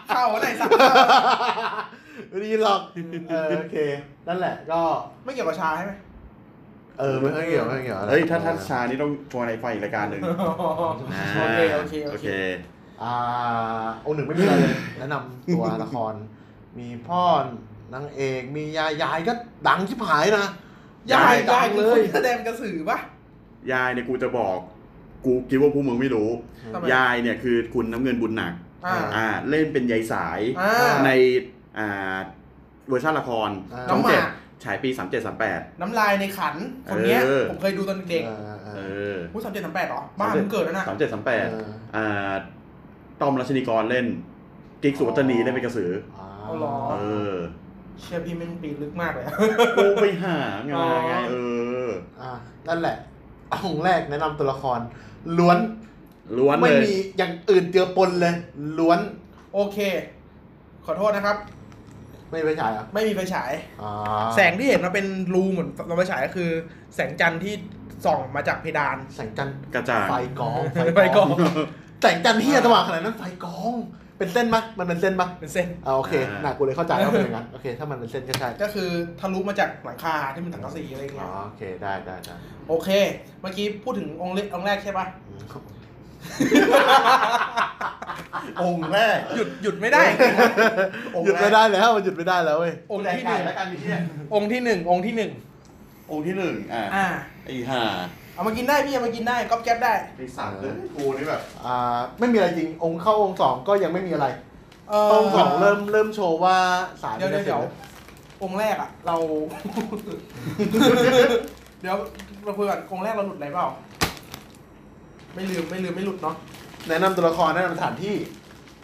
เข้าอะไรสัก ไม่ได้ยินหรอกเออโอเค นั่นแหละก็ ไม่เกี่ยวกับชาใช่ไหม เออไม่ค่อยเกี่ยวไม่ค่อยเกี่ยวอะไร เฮ้ยถ้าท่านชานี่ต้องชวนไอ้ไฟอีกรายการหนึ่งนะ โอเคโอเค โอ โอ เค เค อ่าองค์หนึ่งไม่มีอะไรเลยแนะนำตัวละคร มีพ่อนางเอกมียายยายก็ดังชิบหายนะ ยาย ดั ยาย ง เล เลย ย แสดงกระสือปะ ยายเนี่ยกูจะบอก กูคิดว่าพวกมึงไม่รู้ ทำไม ยายเนี่ยคือคุณน้ำเงินบุญหนัก อ่า อ่า เล่นเป็นยายสาย อ่า ในอ่าเวอร์ชันละคร อ่า ช่อง น้ำหมาก เจ็ดฉายปีสามเจ็ดสามแปด น้ำลายในขัน คนเนี้ย เออ ผมเคยดูตอนเด็ก เออเอ เอ อ อ ผู้สามเจ็ดสามแปดหรอ บ้านผมเกิดแล้วนะ สามเจ็ดสาม เอ แปด อ อ่าต้อมรัชนีกรเล่น กิ๊กสุวัตนีเล่นเป็นกระสือ อ่า เอาเหรอ เออ เชื่อพี่แม่งปีนลึกมากเลยอะ กูไปหาไง อ๋อ เออ อ่านั่นแหละองค์แรกแนะนำตัวละคร ล้วน ล้วน ไม่ เลย มีอย่างอื่นเจือปนเลย ล้วน โอเค ขอโทษนะครับ ไม่ไปฉายเหรอ่ะ ไม่มีไฟฉาย อ่า แสงที่เห็นมันเป็นรูเหมือนเราไฟฉายก็คือ แสงจันทร์ที่ส่องมาจากเพดาน แสงจันทร์ กระจ่าง ไฟกอง ไฟกอง แสงจันทร์เฮียสว่างขนาดนั้นไฟกอง เป็นเส้นปะมันเป็นเส้นปะ เป็นเส้น อ่าโอเคหนักกูเลยเข้าใจว่าเป็นอย่างนั้น โอเค ถ้ามันเป็นเส้นก็ใช่ ก็คือทะลุมาจากหลังคาที่มันถังกะสีอะไรอย่างเงี้ อ๋อย โอเค ได้ได้ได้ โอเค เมื่อกี้พูดถึงองค์เล็กองค์แรกใช่ปะ อืมครับผมองค์แรก หยุดหยุดไม่ได้จริงๆอง ห ค์ ยุด แรก ไม่ได้แล้วมันหยุดไม่ได้แล้วเว้ย องค์ที่หนึ่ง แล้วกันพี่เนี่ย องค์ที่หนึ่งองค์ที่หนึ่ง องค์ที่หนึ่งอ่ะ อ่า ไอ้ห่า เอามากินได้พี่เอามากินได้ก๊อปแก๊ปได้ ไอ้สัตว์เลยกูนี่แบบ อ่าไม่มีอะไรจริงองค์เข้าองค์สองก็ยังไม่มีอะไร เอ่อ องค์สองเริ่มเริ่มโชว์ว่าสาย เดี๋ยว มี เดี๋ยว อะไร เดี๋ยวองค์แรกอะเรา เดี๋ยวเราคุยกันองค์แรกเราหลุดอะไรเปล่า ไม่ลืมไม่ลืมไม่หลุดเนาะ แนะนำตัวละครแนะนำสถานที่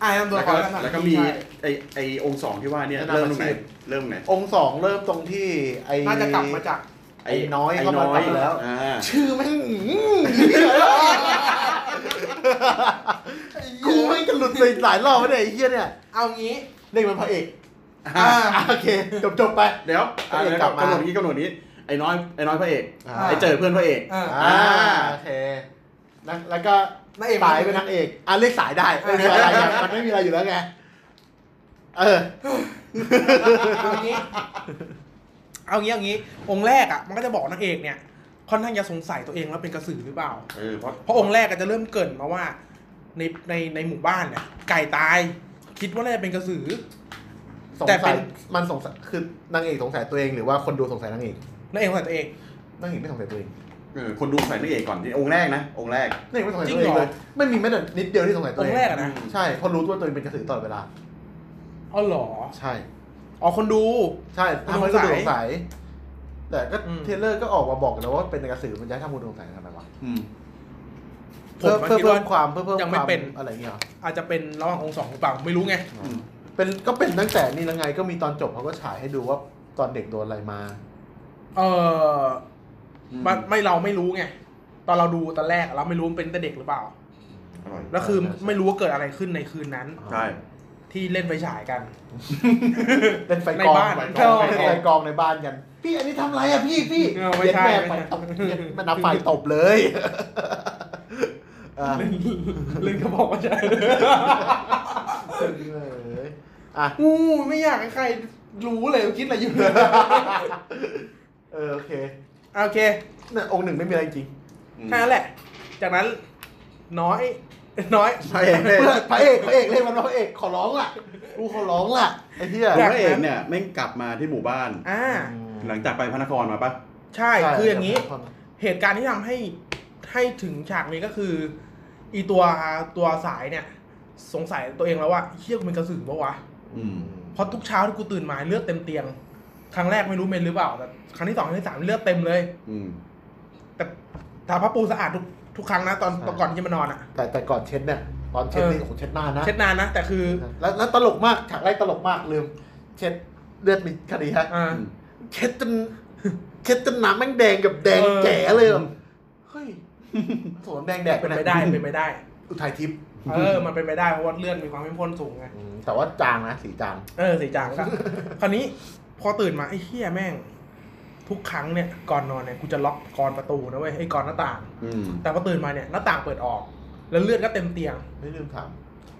อ่านำตัว แล้ ละ ว ครกัก็นหน่อย แล้วก็มี ใช่ ไอไอองค์สองที่ว่าเนี่ย แนะนำ เริ่มตรงไหน อาชีพ เริ่มไหน องค์สองเริ่มตรงที่ไอ้ น่าจะกลับมาจาก ไอ้น้อย ไอ้ ก็มา น้อย กลับแล้ว อ่า ชื่อแม่งอื้อเหี้ยกูแม่งจะหลุดไปหลายรอบแล้วเนี่ยไอ้เหี้ยเนี่ย เอางี้ เรียกมันพระเอก อ่า อ่ะโอเค จบจบๆไป เดี๋ยว พระเอก ก กลับบ มาลัากมำหนดนี้กำหนดนี้ไอ้น้อยไอ้น้อยพระเอก อ่า ไอ้เจอเพื่อนพระเอก เออ อ่าโอเคนะแล้วก็ นางเอก สายเป็นนางเอก อ่ะเรียกสาย ได้ไม่มีอะไรไงมันไม่มีอะไรอยู่แล้วไง เออ เอางี้ เอางี้เอางี้ องค์แรกอะมันก็จะบอกนางเอกเนี่ย ค่อนข้างจะสงสัยตัวเองว่าเป็นกระสือหรือเปล่า เออเพราะ เพราะองค์แรกก็จะเริ่มเกรินมาว่า ในในในหมู่บ้านเนี่ยไก่ตาย คิดว่าน่าจะเป็นกระสือ สง แต่เป็ สัย น มันสงสัย คือนางเอกสงสัยตัวเองหรือว่าคนดูสงสัยนางเอก นางเอกสงสัยตัวเอง นางเอกไม่สงสัยตัวเอง เออคนดูใส่นางเอกก่อนที่องค์แรกนะองค์แรก นางเอกไม่สงสัย จริงตัวเอง เหรอเลย ไม่มีแม้แต่นิดเดียวที่สงสัยตัว อ เองง ค์แรกอะนะ ใช่ เพราะรู้ว่าตัวเองเป็นกระสือตลอดเวลา อ๋อเหรอ ใช่ อ๋อคนดู ใช่ทำให้คนดูสงสัย แต่ก็ อืม เทรลเลอร์ก็ออกมาบอกแล้วว่าเป็นกระสือมันย้ายทำคนดูสงสัยทำไมวะ อืม ผม เพื่อ ก็ เพื่อ คิดว่าเพิ่มความเพื่อเพิ่ม ยัง ค ไม่ วาม เป็น อะไรอย่างเงี้ยเหรอ อาจจะเป็นระหว่างองค์สองหรือเปล่าไม่รู้ไง อืม เป็นก็เป็นตั้งแต่นี่แล้วไงก็มีตอนจบเขาก็ฉายให้ดูว่าตอนเด็กโดนอะไรมา เออมันไม่เราไม่รู้ไง ตอนเราดูตอนแรกเราไม่รู้มันเป็นแต่เด็กหรือเปล่า อร่อย แล้วคือไม่รู้ว่าเกิดอะไรขึ้นในคืนนั้น ใช่ ที่เล่นไฟฉายกัน เล่นไฟกอง ในบ้าน ไฟกอง ไฟกอง เล่นไฟกองในบ้านกัน พี่อันนี้ทำอะไรอะพี่พี่ เออไม่ เย็ด ใช่ แม่ ไม่ ไฟ ใช่ ตบเย็ดแม่นับไฟตบเลยอ่ะ ลืมกระบอกว่าใช่ อ่ะ อู้ไม่อยากให้ใครรู้เลยคิดอะไรอยู่ เออโอเค โอเค เนี่ยองค์หนึ่งไม่มีอะไรจริง แค่นั้นแหละ จากนั้นน้อย น้อย พระเอกเนี่ย เพื่อนพระเอกพระเอกเล่นมันว่าพระเอกขอร้องล่ะกูขอร้องล่ะไอ้เหี้ย พระเอกเนี่ยแม่งกลับมาที่หมู่บ้าน อ่า หลังจากไปพระนครมาปะ ใช่ คืออย่างนี้ เหตุการณ์ที่ทำให้ให้ถึงฉากนี้ก็คือ อีตัวตัวสายเนี่ย สงสัยตัวเองแล้วว่าเฮียกูเป็นกระสือปะวะ อืม เพราะทุกเช้าที่กูตื่นมาเลือดเต็มเตียง ครั้งแรกไม่รู้เมนหรือเปล่าแต่ครั้งที่สองครั้งที่สามเลือดเต็มเลย อืม แต่ทาผ้าปูสะอาดทุก ทุกครั้งนะตอน ใช่ ตอนก่อนที่จะมานอนอ่ะ แต่แต่ก่อนเช็ดเนี่ยตอนเช็ด เออ นี่โอ้โหเช็ดหน้านะ เช็ดนานนะ แต่คือ แล้วแล้วตลกมากฉากแรกตลกมากลืม เช็ดเลือดมีคดีฮะ อ่า เช็ดจนเช็ดจนหน้ำแม่งแดงกับแดง เออ แจ๋เลยแบบเฮ้ยสวนแดงแดง เป็นไป ได้เป็นไปได้ อุทัยทิพย์ เออ มันเป็นไปได้เพราะว่าเลือดมีความเข้มข้นสูงไง อืมแต่ว่าจางนะสีจาง เออสีจางก็ คราวนี้พอตื่นมาไอ้เหี้ยแม่ง ทุกครั้งเนี่ยก่อนนอนเนี่ยกูจะล็อกกรอนประตูนะเว้ยไอ้กรอนหน้าต่าง อืม แต่พอตื่นมาเนี่ยหน้าต่างเปิดออก แล้วเลือดก็เต็มเตียง ไม่ลืมถาม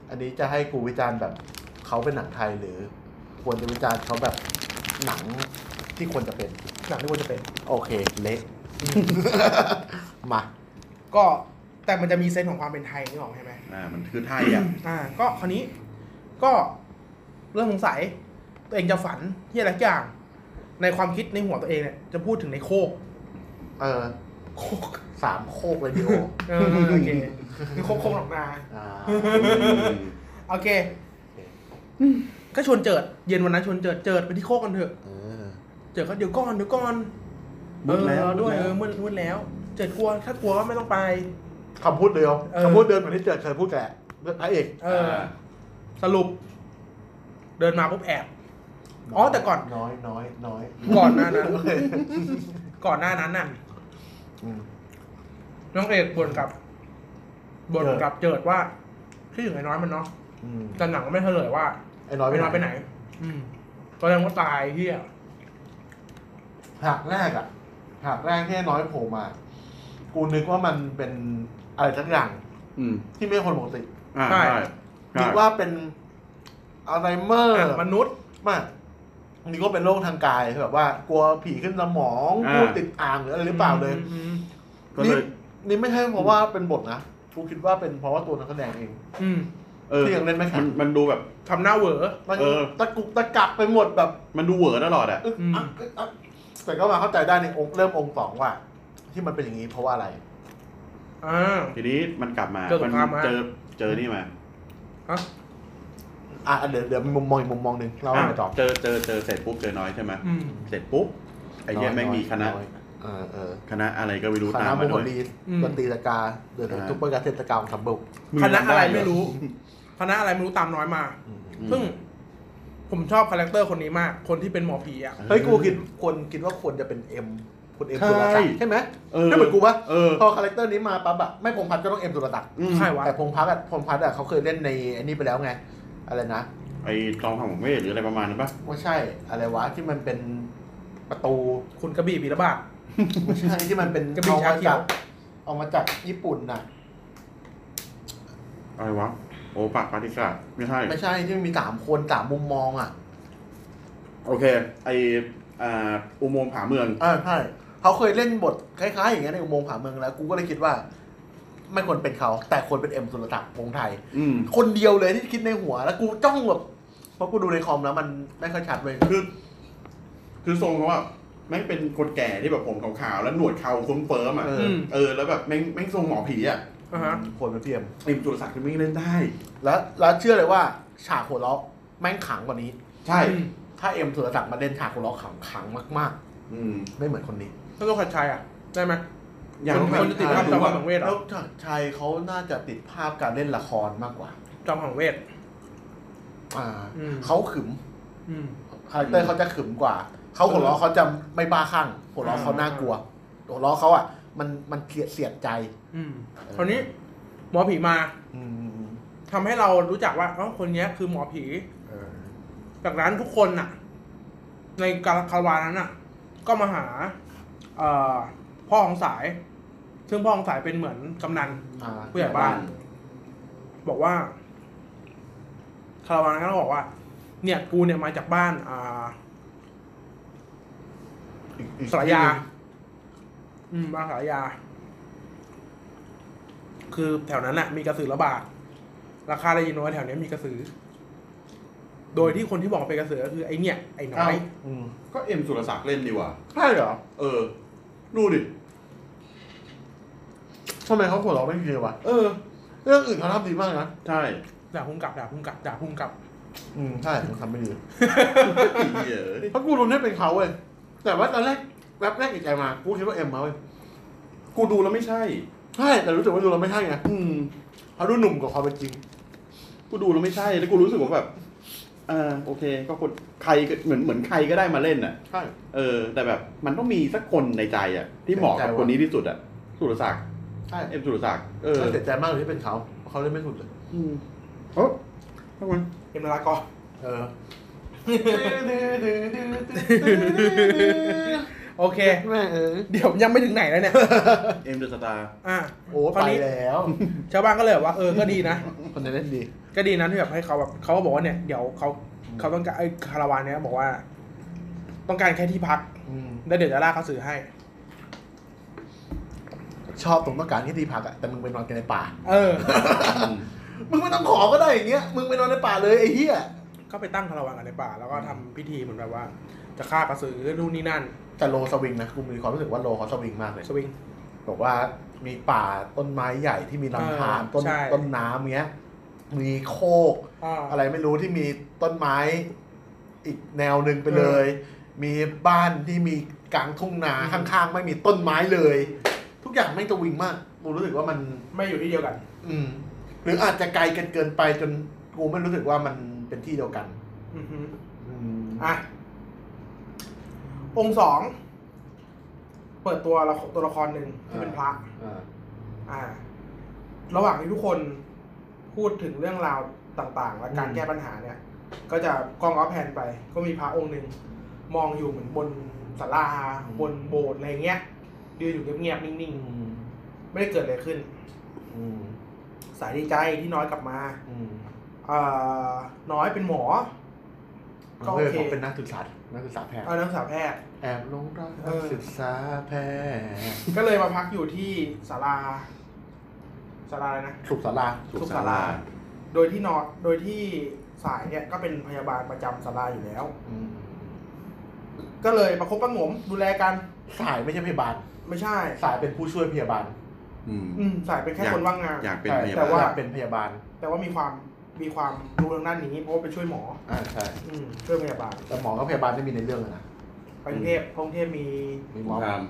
อันนี้จะให้กูวิจารณ์แบบเขาเป็นหนังไทยหรือ ควรจะวิจารณ์เขาแบบหนังที่ควรจะเป็น หนังที่ควรจะเป็น โอเค เละมา ก็แต่มันจะมีเซนส์ของความเป็นไทยนี่ออกใช่ไหม อ่า มันคือไทยอ่ะ อ่า ก็คราวนี้ก็เรื่องสงสัยตัวเองจะฝันเหี้ยอะไรสักอย่าง ในความคิดในหัวตัวเองเนี่ยจะพูดถึงในโคก เออ โคก สามโคกเลยดิโอ เออโอเคคือโคกโคกหนองนา อ่า โอเค ก็ชวนเจิด เย็นวันนั้นชวนเจิด เจิดไปที่โคกกันเถอะ เออ เจิดก็เดี๋ยวก่อนเดี๋ยวก่อน มืดแล้ว เออด้วยเออมืดแล้วมืดมืดแล้ว เจิดกลัว ถ้ากลัวก็ไม่ต้องไป คำพูดเดียว เออ คำพูดเดิมเหมือนที่เจอเคยพูดแกแหละเรื่องพระเอก เออ สรุป เดินมาปุ๊บแอบ อ๋อแต่ก่อน น้อยน้อยน้อย ก่อนหน้านั้น ก่อนหน้านั้นน่ะ อืม น้องเอกบ่นกับบ่น เจิด กับเจิดว่าคิดถึงไอ้น้อยมันเนาะ อืม แต่หนังก็ไม่เฉลยว่า ไอ้น้อย ไอ้น้อยไปไหน อืมตอนแรกว่าตายเฮีย ฉากแรกอะฉากแรกที่ไอ้น้อยโผล่มา กูนึกว่ามันเป็นอะไรสักอย่าง อืม ที่ไม่ใช่คนปกติ อ่าใช่ใช่ นึกว่าเป็นอะไรเมอร์ ะมนุษย์ มากนี่ก็เป็นโรคทางกายแบบว่า กลัวผีขึ้นสมอง อ่า กลัวติดอ่างหรืออะไรหรือเปล่าเลย อืม ก็เลย นี่ไม่ใช่เพราะว่าเป็นบทนะกูคิดว่าเป็นเพราะว่าตัวนักแสดงเอง อืม เออ ที่ยังเล่นไม่แข็ มั ง นมันดูแบบ ทำหน้าเหวอ มัน เออ ตะกุกตะกักไปหมดแบบ มันดูเหวอตลอดอ่ะ อึก อืม อักอึกอักแต่ก็มาเข้าใจได้ในองค์เริ่มองค์สองว่า ที่มันเป็นอย่างนี้เพราะว่าอะไร อ่า ทีนี้มันกลับมา เจอส มั งครามมา เจอเจอนี่มา ฮะ อ่ะเดี๋ยวเดี๋ยวมีมุมมองอีกมุมมองหนึ่งเรา อ่ะ ไปต่อ เจอเจอเจอเสร็จปุ๊บเจอน้อยใช่ไหม อืม เสร็จปุ๊บไอ้เนี้ย น้ แม่งมีคณะ อยเออเออ คณะอะไรก็ไม่รู้ ค ตา ณะ ม บุ มา คค ด้วย ลี อืม ดนตรีตะกาเดือด อ่า ทุกประการเทศกาลของทำบุก คณะอะไร ง ไม่ จำด้ รู้ คณะอะไรไม่รู้ตามน้อยมา อืม ซึ่ง ผมชอบคาแรคเตอร์คนนี้มาก คนที่เป็นหมอผีอ่ะ เฮ้ยกูคิดควรคิดว่าควรจะเป็นเอ็มคุณเอ็ม ใช่ สุรศักดิ์ใช่ไหม เออ ไม่เหมือนกูปะ เออ พอคาแรคเตอร์นี้มาปั๊บอะไม่พงษ์พัฒน์ก็ต้องเอ็มสุรศักดิ์ อืม ใครวะ แต่พงษ์พัฒน์อะพงษ์พัฒน์อะเขาเคยเล่นในไอันนี้ไปแล้วไง อะไรนะ ไอ้กองทำของเวทหรืออะไรประมาณนั้นปะ ไม่ใช่อะไรวะที่มันเป็นประตู คุณกระบี่ปีระบาด ไม่ใช่ที่มันเป็น กระบี่ เอามา ชาเขีย จาว กเอามาจากญี่ปุ่นน่ะ อะไรวะโอ้ปากปาติกาไม่ใช่ ไม่ใช่ที่มันมีสามคนสามมุมมองอ่ะ โอเค ไออ่าอุโมงค์ผาเมือง เออใช่เขาเคยเล่นบทคล้ายๆอย่างเงี้ยในอุโมงค์ผาเมืองแล้วกูก็เลยคิดว่า ไม่ควรเป็นเขาแต่ควรเป็นเอ็มสุรศักดิ์วงศ์ไทย อืม คนเดียวเลยที่คิดในหัวแล้วกูจ้องแบบเพราะกูดูในคอมแล้วมันไม่ค่อยชัดเลย คือ คือทรงเขาอะแม่งเป็นคนแก่ที่แบบผมขาวๆแล้วหนวดเขาคุ้มเฟิร์มอะ เออ อืม เออแล้วแบบแม่งแม่งทรงหมอผีอะ อ่าฮะ ควรเป็นเพียม ไอ้จุลศักดิ์ที่ไม่งเล่นได้ แล้วแล้วเชื่อเลยว่าฉากหัวเราะแม่งขังกว่านี้ ใช่ อืม ถ้าเอ็มสุรศักดิ์มาเล่นฉากหัวเราะขังขังมาก อืม ๆ ไม่เหมือนคนนี้ แล้วตัวขัดชัยอ่ะ ได้ไหม อย่าง คนคนจะติดภาพจำของเวทเหร แล้ อ วชายเขาน่าจะติดภาพการเล่นละครมากกว่า จำของเวท อ่า อืม เขาขึม อืม คาแรคเตอร์เขาจะขึมกว่า เขาหัวเราะเขาจะไม่บ้าคลั่งหัวเราะเขาน่ากลัวหัวเราะเขาอ่ะมันมันเกลียดเสียดใจ อืมคราวนี้ หมอผีมา อืม ทำให้เรารู้จักว่าเอ้าคนเนี้ยคือหมอผี เออ จากนั้นทุกคนน่ะ ในกาคารวานนั้นน่ะ ก็มาหา เอ่อ พ่อของสาย ซึ่งพ่อของสายเป็นเหมือนกำนัน อ่า ผู้ใหญ่บ้าน บอกว่าคาราวานก็บอกว่า เนี่ยกูเนี่ยมาจากบ้าน อ่า สารยา อืมบางสารยา คือแถวนั้นน่ะ มีกระสือระบาด ราคาได้ยินว่าแถวเนี้ยมีกระสือ โดยที่คนที่บอกว่าเป็นกระสือก็คือไอเนี่ย ไอ้น้อย อืม ก็เอ็มสุรศักดิ์เล่นดีกว่า ใช่เหรอ เออ ดูดิ ทำไมเขาหัวเราะไม่ดีเลยวะ เออ เรื่องอื่นเขาทำดีมากนะ ใช่ ด่าพุ่งกลับด่าพุ่งกลับด่าพุ่งกลับ อืมใช่ผมทำไม่ดี เหี้ยเอ้ย เพราะกูรุนให้เป็นเขาเว้ยแต่ว่าตอนแรกแรบแรกอีกใจมา กูคิดว่าเอ็มมาเว้ย กูดูแล้วไม่ใช่ ใช่แต่รู้สึกว่าดูเราไม่ใช่ไง อืม เขาดูหนุ่มกว่าความเป็นจริง กูดูแล้วไม่ใช่ แล้วกูรู้สึกว่าแบบเออโอเค ก็คนใครก็เหมือนเหมือนใครก็ได้มาเล่นอ่ะ ใช่ เออ แต่แบบมันต้องมีสักคนในใจอ่ะ ที่เหมาะกับคนนี้ที่สุดอ่ะ สุรศักดิ์ ใช่ เอ็มสุรศักดิ์เออ แต่เสียใจมากเลยที่เป็นเขาเพราะเขาเล่นไม่ถูกเลย อืมโอ้ทำไม เอ็มนารากอ เออ โอเค แม่เออ เดี๋ยวยังไม่ถึงไหนแล้วเนี่ย เอ็มเดอะสตาร์ อ่ะ โอ้ ค ไป ราวนี้ แล้ว ชาวบ้านก็เลยแบบว่าเออก็ดีนะ คนจะเล่นดี ก็ดีนะที่แบบให้เขาแบบเขาก็บอกว่าเนี่ยเดี๋ยวเขาเขาต้องการไอ้คาราวานเนี้ยบอกว่า ต้องการแค่ที่พัก อืม แล้วเดี๋ยวจะลากเขาสื่อให้ ชอบตรงต้องการที่ที่พักอะแต่มึงไปนอนกันในป่า เออ มึงไม่ต้องขอก็ได้อย่างเงี้ย มึงไปนอนในป่าเลยไอ้เหี้ย ก็ไปตั้งคาราวานกันในป่า แล้วก็ทำพิธีเหมือนแบบว่า จะฆ่ากระสือนู่นนี่นั่น แต่โลสวิงนะกูมีความรู้สึกว่าโลเขาสวิงมากเลย สวิง บอกว่ามีป่าต้นไม้ใหญ่ที่มีลำธาร เออ ต้น ใช่ ต้นน้ำเงี้ย มีโคก อ่า อะไรไม่รู้ที่มีต้นไม้อีกแนวหนึ่งไปเลย มีบ้านที่มีกลางทุ่งนา อืม ข้างๆ ไม่มีต้นไม้เลย ทุกอย่างไม่งจะวิงมาก กูรู้สึกว่ามัน ไม่อยู่ที่เดียวกัน อืม หรืออาจจะไกลกันเกินไปจนกูไม่รู้สึกว่ามันเป็นที่เดียวกัน อือฮึ อืม อ่ะ องค์สอง เปิดตัวละครตัวละครหนึ่งที่เป็นพระ อ่า อ่า ระหว่างที่ทุกคนพูดถึงเรื่องราวต่างๆ และการแก้ปัญหาเนี่ย ก็จะกล้องออฟแพนไป ก็มีพระองค์หนึ่งมองอยู่เหมือนบนศาลาบนโบสถ์อะไรเงี้ยยืนอยู่เงียบๆนิ่ง อืม ๆ ไม่ได้เกิดอะไรขึ้น อืม สายดีใจที่น้อยกลับมา อืม เอ่อน้อยเป็นหมอ ก็โอ เพื่อน เค ผมเป็นนักศึกษานักศึกษาแพทย์ เอานักศึกษาแพทย์ แอบหลงรัก เอ นัก อ ศึกษาแพทย์ ก็เลยมาพักอยู่ที่ศาลาศาลาอะไรนะ สุขศาลา สุขศาลา โดยที่นอนโดยที่สายเนี่ยก็เป็นพยาบาลประจำศาลาอยู่แล้ว อืม ก็เลยประคบประหงมดูแลกัน สายไม่ใช่พยาบาล ไม่ใช่ สายเป็นผู้ช่วยพยาบาล อืม อืมสายเป็นแค่ อยาก คนว่างงาน อยากเป็น ใช่ พยา แต่ บา ว่า ล เป็นพยาบาล แต่ว่ามีความมีความรู้ทางด้านนี้เพราะว่าไปช่วยหมอ อ่าใช่ อืมช่วยพยาบาล แต่หมอกับพยาบาลไม่มีในเรื่องอะนะ ไปกรุงเทพกรุงเทพมี มี ผ ม็ ม อบ ท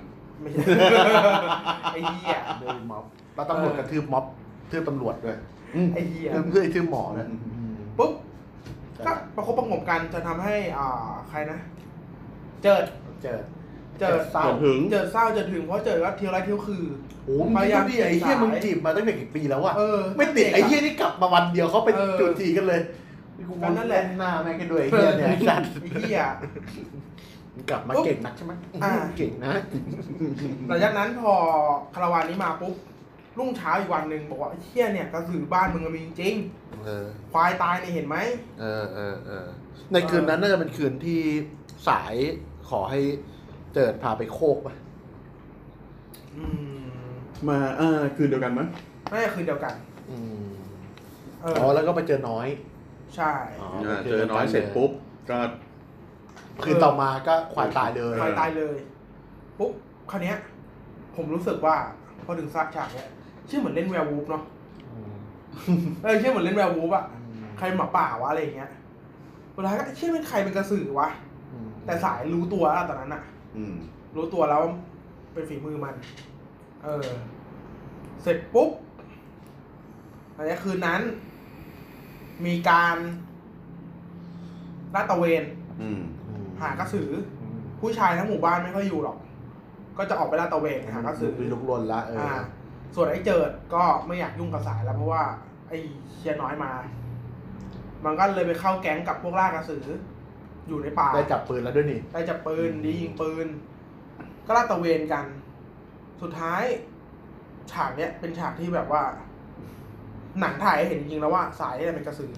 ไม่ ใช่ ไอ้เหี้ย เรื่องมีม็อบแล้วตำรวจกระทืบม็อบทืบตำรวจด้วย ำอืม ไอ้เหี้ย ทืบเพื่อทืบหมอเลย ปุ๊บก็ใช่ประคบประหงมกันจะทำให้อ่าใครนะ เจิด เจอ เจอเศร้า เจอถึง เจิดเศร้าเจิดถึงเพราะเจิดว่าเที่ยวไรเที่ยวคือ โอ้โหมึง พยายาม ดีไอ้เหี้ย สาย มึงจีบมาตั้งแต่กี่ปีแล้วอะ เออ ไม่ติดไอ้เหี้ย ด็ก นี่กลับมาวันเดียวเขาเป็น เออ จุดทีกันเลยกู ก็นั่นแหละ เหน้าแม่งกันด้วยไอ้เหี้ยเนี่ยไอ้สัตว์ อะ ไอ้เหี้ย มึง กลับมาเก่งนักใช่ไหม อ่า เก่งนะ หลังจากนั้นพอคาราวานนี้มาปุ๊บรุ่งเช้าอีกวันหนึ่งบอกว่าไอ้เชี่ยเนี่ยกระสือบ้านมึงมันมีจริง เออ ๆควายตายเนี่ยเห็นไหม เออเออเออในคืนนั้นน่าจะเป็นคืนที่สายขอให้เจิดพาไปโคกป่ะ อืม มาเออคืนเดียวกันมั้ย น่าจะคืนเดียวกัน อืม เออ อ๋อแล้วก็ไปเจอน้อย ใช่ าเจอน้อยเสร็จปุ๊บ ก็ คืนต่อมาก็ควายตายเลย ควายตายเลย ปุ๊บคราวเนี้ย ผมรู้สึกว่าพอถึงซากฉากเนี้ยชื่อเหมือนเล่นแวร์วูฟเนาะเออชื่อเหมือนเล่นแวร์วูฟอะใครหมาป่าวะอะไรอย่างเงี้ยเวลาก็ไอ้เชื่อเป็นใครเป็นกระสือวะแต่สายรู้ตัวแล้วตอนนั้นอะ อืม รู้ตัวแล้วเป็นฝีมือมัน เออ เสร็จปุ๊บอะไรคืนนั้น มีการลาดตระเวน อืม อืม หากระสือ ผู้ชายทั้งหมู่บ้านไม่ค่อยอยู่หรอก ก็จะออกไปลาดตระเวนหากระสือ มีลุกลนละเออ อ่า อ ส่วนไอ้เจิดก็ไม่อยากยุ่งกับสายแล้วเพราะว่า ไอ้เชียน้อยมา มันก็เลยไปเข้าแก๊งกับพวกล่ากระสือ อยู่ในป่า ได้จับปืนแล้วด้วยนี่ ได้จับปืนดียิงปืน ก็ลาดตระเวนกัน สุดท้าย ฉากเนี้ยเป็นฉากที่แบบว่า หนังถ่ายให้เห็นจริงๆแล้วว่าสายเนี่ยเป็นกระสือ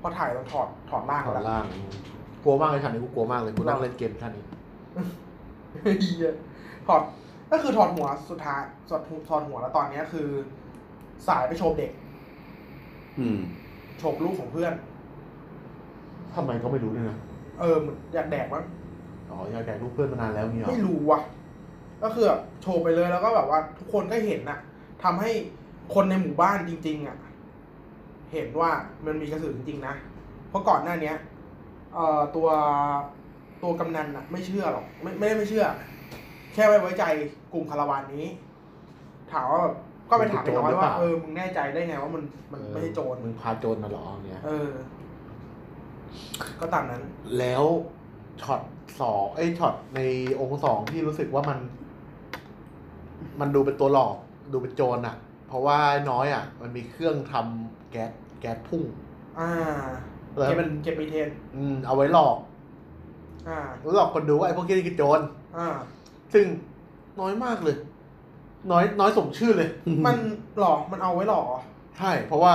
พอถ่ายเราถอดถอดล่าง ถอด แล้ว ล่าง กลัวมากเลยฉากนี้กูกลัวมากเลยกูนั่งเล่นเกมท่านี้ เหี้ยถอดก็คือถอดหัวสุดท้ายถอดหัวถอดหัวแล้วตอนเนี้ยคือ สายไปโฉบเด็ก อืม โฉบลูกของเพื่อน ทำไมก็ไม่รู้ด้วยนะ เออเหมือนอยากแดกมั้ง อ๋ออยากแดกลูกเพื่อนมานานแล้วเนี่ยเหรอ ไม่รู้ว่ะ ก็คือแบบโฉบไปเลยแล้วก็แบบว่า ทุกคนก็เห็นน่ะทำให้คนในหมู่บ้านจริง ๆอ่ะ เห็นว่ามันมีกระสือจริงๆนะ เพราะก่อนหน้าเนี้ยเอ่อตัวตัวกำนันอะไม่เชื่อหรอกไม่ไม่ได้ไม่เชื่อ แค่ไว้ไว้ใจกลุ่มคาราวานนี้ ถามว่า ก็ไปถามไอ้น้อย เป็นโจรหรือเป ว่า ล่า เออมึงแน่ใจได้ไงว่ามันมันไม่ใช่โจร มึงพาโจรมาเหรออย่างเงี้ย เออ ก็ตามนั้น แล้วช็อตสองไอ้ยช็อตในองค์สองที่รู้สึกว่ามัน มันดูเป็นตัวหลอก ดูเป็นโจรอะเพราะว่าน้อยอะมันมีเครื่องทำแก๊สแก๊สพุ่ง อ่า แล้ว เก็บ มัน เก็บไปเทน อืมเอาไว้หลอก อ่า หลอกคนดูว่าไอ้พวกนี้คือโจร อ่า ซึ่งน้อยมากเลย น้อยน้อยสมชื่อเลย มันหลอกมันเอาไว้หลอกเหรอ ใช่เพราะว่า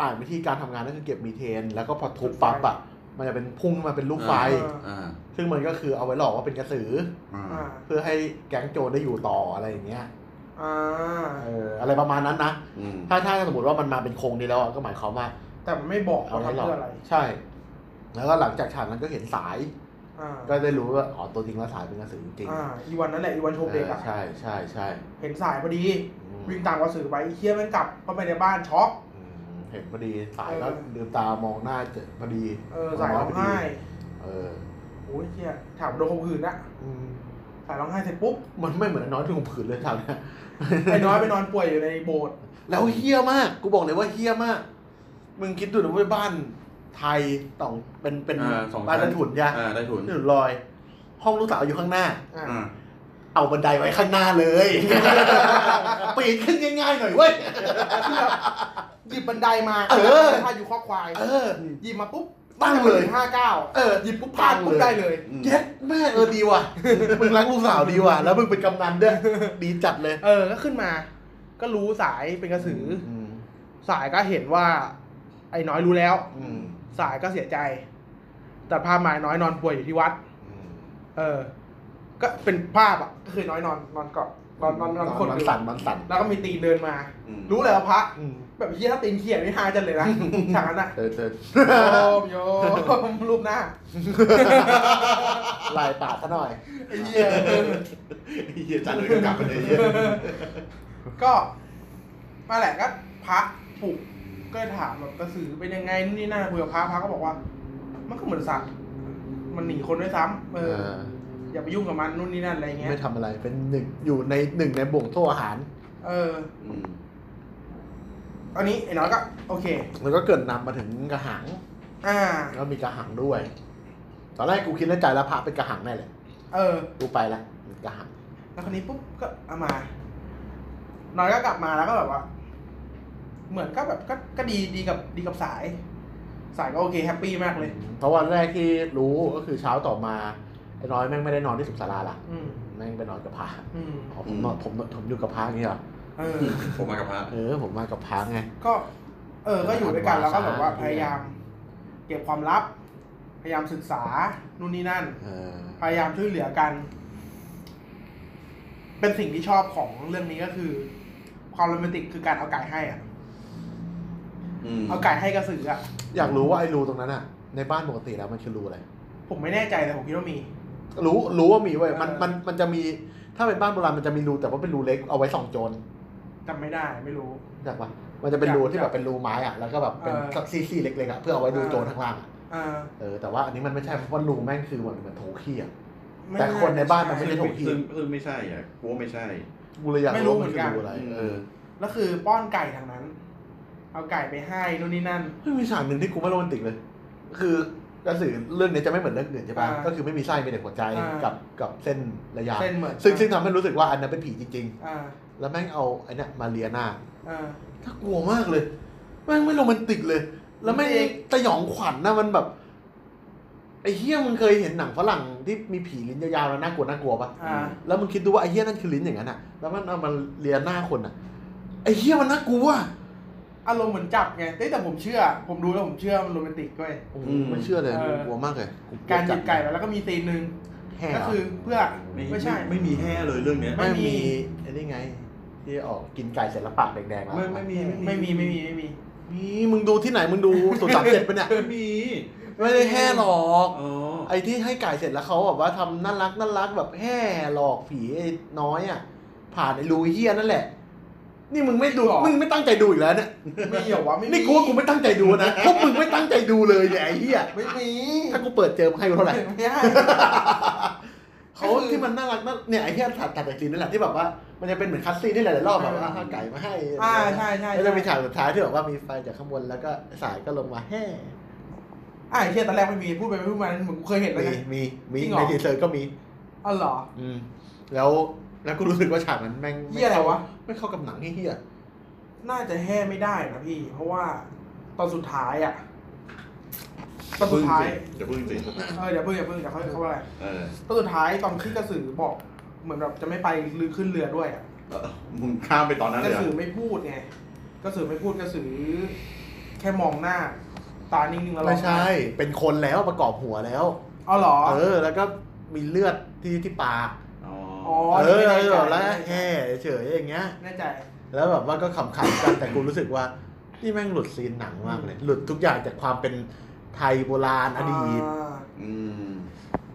อ่านวิธีการทำงานก็คือเก็บมีเทน แล้วก็พอทุบปั๊บอะมันจะเป็นพุ่งขึ้นมาเป็นลูกไฟ อ่า อ่า ซึ่งมันก็คือเอาไว้หลอกว่าเป็นกระสือ อ่า อ่า เพื่อให้แก๊งโจรได้อยู่ต่ออะไรอย่างเงี้ย อ่า เอออะไรประมาณนั้นนะ อืม ถ้าถ้าสมมติว่ามันมาเป็นโครงนี้แล้วอะก็หมายความว่า แต่มันไม่บอก เอา ว่าทำไว้หลอก เพื่ออะไร ใช่ แล้วก็หลังจากฉากนั้นก็เห็นสาย อ่า ก็ได้รู้ว่าอ๋อตัวจริงแล้วสายเป็นกระสือจริง อ่า อีวันนั่นแหละ อีวันโช เอ เบก อ อะ ใช่ใช่ใช่ เห็นสายพอดี อืม วิ่งตามกระสือไปไอ้เฮียแมันกลับเข้าไปในบ้านช็อก อืมเห็นพอดีสายก็ เออ ลืมตามองหน้าเจอพอดี เออ สายร้องไห้ เออ โอ้ยเฮียถามโดนข่มขืนอะ อืม สายร้องไห้เสร็จปุ๊บ มันไม่เหมือนไอ้น้อยที่ผมผืนเลยฉากเนี้ย ไอ้น้อยไปนอนป่วยอยู่ในโบสถ์ แล้วเฮี้ยมาก กูบอกเลยว่าเฮี้ยมาก มึงคิดดูนะเว่าบ้านไทยต้องเป็นเป็น อ่าสอง บ้านใต้ถุนใช่ อ่าได้ถุน หนึ่งลอย ห้องลูกสาวอยู่ข้างหน้า อ่า อ่า เอาบันไดไว้ข้างหน้าเลย ปีนขึ้นง่ายๆหน่อยเว้ย หยิบบันไดมา เออ พาอยู่ข้อควาย เออ หยิบมาปุ๊บ ตั้งเลย ห้าเก้า เออ หยิบปุ๊บพลาดปุ๊บได้เลย อืม เย็ดแม่เออดีว่ะ มึงรักลูกสาวดีว่ะ แล้วมึงเป็นกำนันด้วย ดีจัดเลย เออ ก็ขึ้นมา ก็รู้สายเป็นกระสืออ อืม สายก็เห็นว่า ไอ้น้อยรู้แล้ว อืม สายก็เสียใจ แต่ภาพหมายน้อยนอนป่วยอยู่ที่วัด อืม เออ ก็เป็นภาพอ่ะ ก็คือน้อยนอนนอนเกาะนอนนอนนอนคน มัน อยู่ สั่นมันสั่น แล้วก็มีตีนเดินมา อืม รู้เลยว่าพระ อืม แบบเฮียถ้าตีนเขี่ยไม่ฮาจังเลย นะ ฉากนั้นอ่ะ เออเออ โยมโยมรูปหน้า ลายปากซะหน่อย ไอ้เฮีย เฮียจัดเลยก็กลับไปเลยเฮีย ก็มาแหละก็พระปลุกก็ถามแบบกระสือเป็นยังไงนู่นนี่นั่นคุยกับพระพระก็บอกว่า มันก็เหมือนสัตว์ มันหนีคนด้วยซ้ำเอ เอ อ อ อย่าไปยุ่งกับมันนู่นนี่นั่นอะไรเงี้ย ไม่ทำอะไร เป็นหนึ่งอยู่ในหนึ่งในบ่วงโซ่อาหาร เออ อืม อันนี้ไอ้น้อยก็ โอเค แล้วก็เกิดนำมาถึงกระหัง อ่า แล้วมีกระหังด้วย ตอนแรกกูคิดในใจแล้วพระเป็นกระหังแน่เลย เออ กูไปละเป็นกระหัง แล้วคนนี้ปุ๊บก็เอามา น้อยก็กลับมาแล้วก็แบบว่า เหมือนก็แบบก็ก็ดีดีกับดีกับสาย สายก็โอเคแฮปปี้มากเลย เพราะวันแรกที่รู้ก็คือเช้าต่อมาไอ้น้อยแม่งไม่ได้นอนที่สุสาราละ อืม แม่งไปนอนกับพระ อืม อ๋อผมนอนผมผมอยู่กับพระอย่างเงี้ยเหรอ เออ ผมมากับพระ เออผมมากับพระไง ก็ เออ ก็อยู่ด้วยกันแล้วก็แบบว่า สามวัน พยายาม เก็บความลับ พยายามศึกษา นู่นนี่นั่น เออ พยายามช่วยเหลือกัน เป็นสิ่งที่ชอบของเรื่องนี้ก็คือ ความโรแมนติกคือการเอาไก่ให้อ่ะ อืม เอาไก่ให้กระสืออ่ะ อยากรู้ว่าไอ้รูตรงนั้นอะในบ้านปกติแล้วมันคือรูอะไร ผมไม่แน่ใจแต่ผมคิดว่ามี รู้รู้ว่ามีเว้ยมัน เออ มันมันจะมีถ้าเป็นบ้านโบราณมันจะมีรูแต่ว่าเป็นรูเล็กเอาไว้ส่องโจร จำไม่ได้ไม่รู้ รู้จักปะมันจะเป็นรูที่ จัก แบบเป็นรูไม้อะแล้วก็แบบเป็น เออ ซี่ๆเล็กๆอะเพื่อเอาไว้ดูโจรข้างล่างอะ อ่า เออแต่ว่าอันนี้มันไม่ใช่เพราะว่าลุงแม่งคือเหมือนเหมือนโถขี้อ่ะ ไม่ แต่คนในบ้านมันไม่ ซึ่ ได้ งซึ่งซึ่งไม่ใช่อ่ะกูว่าไม่ใช่ กูเลยอยาก ไม่รู้ รู้ว่า เหมื มั อน นกัคือน รูอะไรเออ แล้วคือป้อนไก่ทางนั้น เอาไก่ไปให้นู่นนี่นั่น ไม่มีฉากหนึ่งที่กูไม่โรแมนติกเลย คือกระสือเรื่องนี้จะไม่เหมือนเรื่องอื่นใช่ปะ อ่า ก็คือไม่มีไส้ไม่ได้หัวใจ อ่ากั กับกับเส้นระยะ เส้นเหมือน ซึ่งซึ่งทำให้รู้สึกว่าอันนั้นเป็นผีจริง อ่า ๆ แล้วแม่งเอาไอ้เนี่ยมาเลียหน้า อ่า น่ากลัวมากเลยแม่งไม่โรแมนติกเลย แล้วแม่ง ไม่ได้ สยองขวัญนะมันแบบไอ้เฮี้ยมึงเคยเห็นหนังฝรั่งที่มีผีลิ้นยาวๆแล้วน่ากลัวน่ากลัวปะ อ่า แล้วมึงคิดดูว่าไอ้เหี้ยนั่นคือลิ้นอย่างนั้นอ่ะ แล้วมันเอามาเลียหน้าคนอ่ะ ไอ้เหี้ยมันน่ากลัวอะ อารมณ์เหมือนจับไงเอ้ยแต่ผมเชื่อ ผมดูแล้วผมเชื่อมันโรแมนติกด้วย โอ้โห อืม ไม่เชื่อเลย เออ กลัวมากเลย การหยิบไก่ไปแล้วก็มีตีนหนึ่ง แห่ ก็ เหร คือเพื่อ ไม่ใช่ ไม่มีแห่เลยเรื่องเนี้ย ไม่ ไม่ มี มีไอ้นี่ไง ที่ออกกินไก่เสร็จแล้วปากแดงๆแล้ว ไม่ไม่มี ไม่มีไม่มีไม่มี มีมึงดูที่ไหนมึงดูสุดสามเจ็ด ปะเนี่ย ไม่มี ไม่ได้แห่หรอก อ๋อ ไอ้ที่ให้ไก่เสร็จแล้วเขาแบบว่าทำน่ารักน่ารักแบบแห่หลอกผีไอ้น้อยอ่ะ ผ่านไอ้รูเหี้ยนั่นแหละ นี่มึงไม่ดู หรอ มึงไม่ตั้งใจดูอีกแล้วเนี่ย ไม่เหรอวะไม่มี นี่กูว่ากูไม่ตั้งใจดูนะ พวกมึงไม่ตั้งใจดูเลยเนี่ยไอ้เหี้ย ไม่มี ถ้ากูเปิดเจอมึงให้กูเท่าไหร่ ไม่ได้ เขาที่มันน่ารักมากเนี่ยไอ้ที่ตัดตัดจากจีนนั่นแหละที่แบบว่ามันจะเป็นเหมือนคัตซีนที่หลายๆรอบแบบว่าเอาไก่มาให้ อ่าใช่ใช่ใช่ แล้วจะมีฉากสุดท้ายที่แบบว่ามีไฟจากข้างบนแล้วก็สายก็ลงมาแฮ่ อ่ะไอ้เชี่ยตอนแรกไม่มีพูดไปพูดมาเหมือนกูเคยเห็นแล้ว มี นะ มีมี จริงเหรอ ในทีเซอร์ก็มี อ๋อเหรอ อืม แล้วแล้วก็รู้สึกว่าฉากนั้นแม่ง เหี้ยอะไรวะ ไม่เข้ากับหนังเฮีย น่าจะแห่ไม่ได้นะพี่ เพราะว่าตอนสุดท้ายอ่ะ ตอนสุดท้าย เดี๋ยวพึ่งสิเดี๋ยวพึ่งสิ เออเดี๋ยวเพิ่งเดี๋ยวเพิ่งเดี๋ยวเขาเขาว่าอะไร เออ ตอนสุดท้ายตอนขึ้นกระสือบอก เหมือนแบบจะไม่ไปหรือขึ้นเรือด้วยอ่ะ เออมึงข้ามไปตอนนั้กนเลระยเหร สือ อ ไม่พูดไงกระสือไม่พูดกระสือ แค่มองหน้า ตานิ่งๆแล้วร้อ ไม่ ง ใช่ เป็นคนแล้วประกอบหัวแล้ว อ๋อเหรอ เออ แล้วก็มีเลือดที่ที่ปาก อ๋อ อ๋อ เออ ไม่ เอ แน่ อ ใจ แบบแล้ว ไม่ แฮ่เฉยๆอย่างเงี้ย แน่ใจ แล้วแบบว่าก็ขำๆกัน แต่กูรู้สึกว่านี่แม่งหลุดซีนหนังมากเลย หลุดทุกอย่างจากความเป็นไทยโบราณอดีต อืม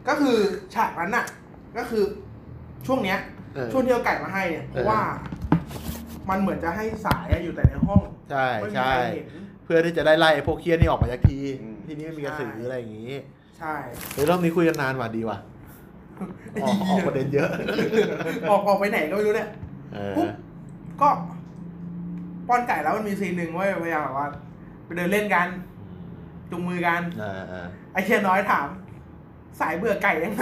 ก็คือฉากนั้นน่ะ ก็คือช่วงเนี้ย เออ ช่วงที่เอาไก่มาให้เนี่ยเพ เอ ราะ อ ว่า มันเหมือนจะให้สายอะอยู่แต่ในห้อง ใช่ ไม่มี ใช่ ใครเห็น เพื่อที่จะได้ไล่ไอ้พวกเคี้ยนี่ออกมาจากทีที่นี่ไม่มีกระสือ ใช่ อะไรอย่างงี้ ใช่ เฮ้ยรอบนี้คุยกันนานว่ะดีว่ะออกออกประเด็นเยอะ ออกออกไปไหนก็ไม่รู้เนี่ย เออ ปุ๊บก็ป้อนไก่แล้วมันมีซีนหนึ่งเว้ยพยายามแบบว่าไปเดินเล่นกันจุงมือกัน อ่าอ่า ไอเชียน้อยถาม สายเบื่อไก่ยังไง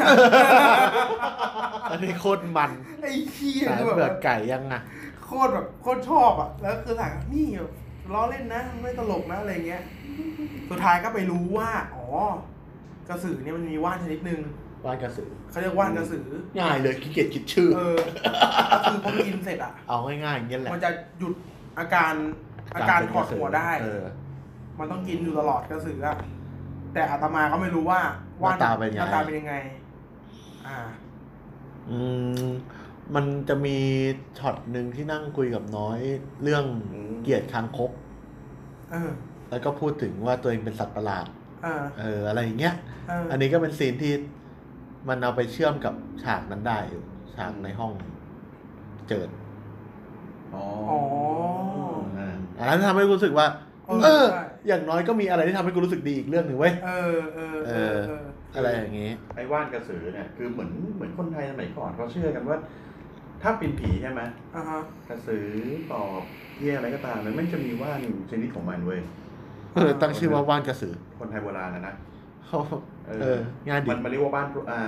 อันนี้โคตรมัน ไอเชีย สาย คือแบบ เบื่อ ว่า ไก่ยังนะ โคตรแบบโคตรชอบอ่ะ แล้วคือสั่งนี่แบบล้อเล่นนะ ไม่ตลกนะอะไรเงี้ย สุดท้ายก็ไปรู้ว่า อ๋อ กระสือเนี่ยมันมีว่านชนิดหนึ่ง ว่านกระสือ เขาเรียกว่านกระสือ ง่ายเลยขี้เกียจคิดชื่อ เออก็คือพอกินเสร็จอ่ะ เอาง่ายๆอย่างเงี้ยแหละ มันจะหยุดอาการอาการถอดหัวได้ เออ มันต้องกินอยู่ตลอดกระสืออะแต่อาตมาก็ไม่รู้ว่าว่ หน้าตาเป็นยังหไงน้าตาเป็นยังไง อ่า อืมมันจะมีช็อตหนึ่งที่นั่งคุยกับน้อยเรื่องเกลียดคางคก เออ แล้วก็พูดถึงว่าตัวเองเป็นสัตว์ประหลาด เออ เอออะไรอย่างเงี้ย เออ อันนี้ก็เป็นซีนที่มันเอาไปเชื่อมกับฉากนั้นได้อยู่ฉากในห้องเจิด อ๋อ อ๋อ อ่าอันนั้นทำให้รู้สึกว่า เออ เออ ใช่ อย่างน้อยก็มีอะไรที่ทำให้กูรู้สึกดีอีกเรื่องหนึ่งเว้ย เออ เออ เออ เออ อะไรอย่างงี้ ไอ้ว่านกระสือเนี่ยคือเหมือนเหมือนคนไทยสมัยก่อนเขาเชื่อกันว่า ถ้าเป็นผีใช่ไหม อ่าฮะ กระสือปอบเที่ยอะไรก็ตามเนี่ยมันจะมีว่านชนิดของมันเว้ย เออ ตั้งชื่อว่าว่านกระสือ คนไทยโบราณนะนะ เขา เออ เออ งานดี มันมันเรียกว่าบ้านอ่า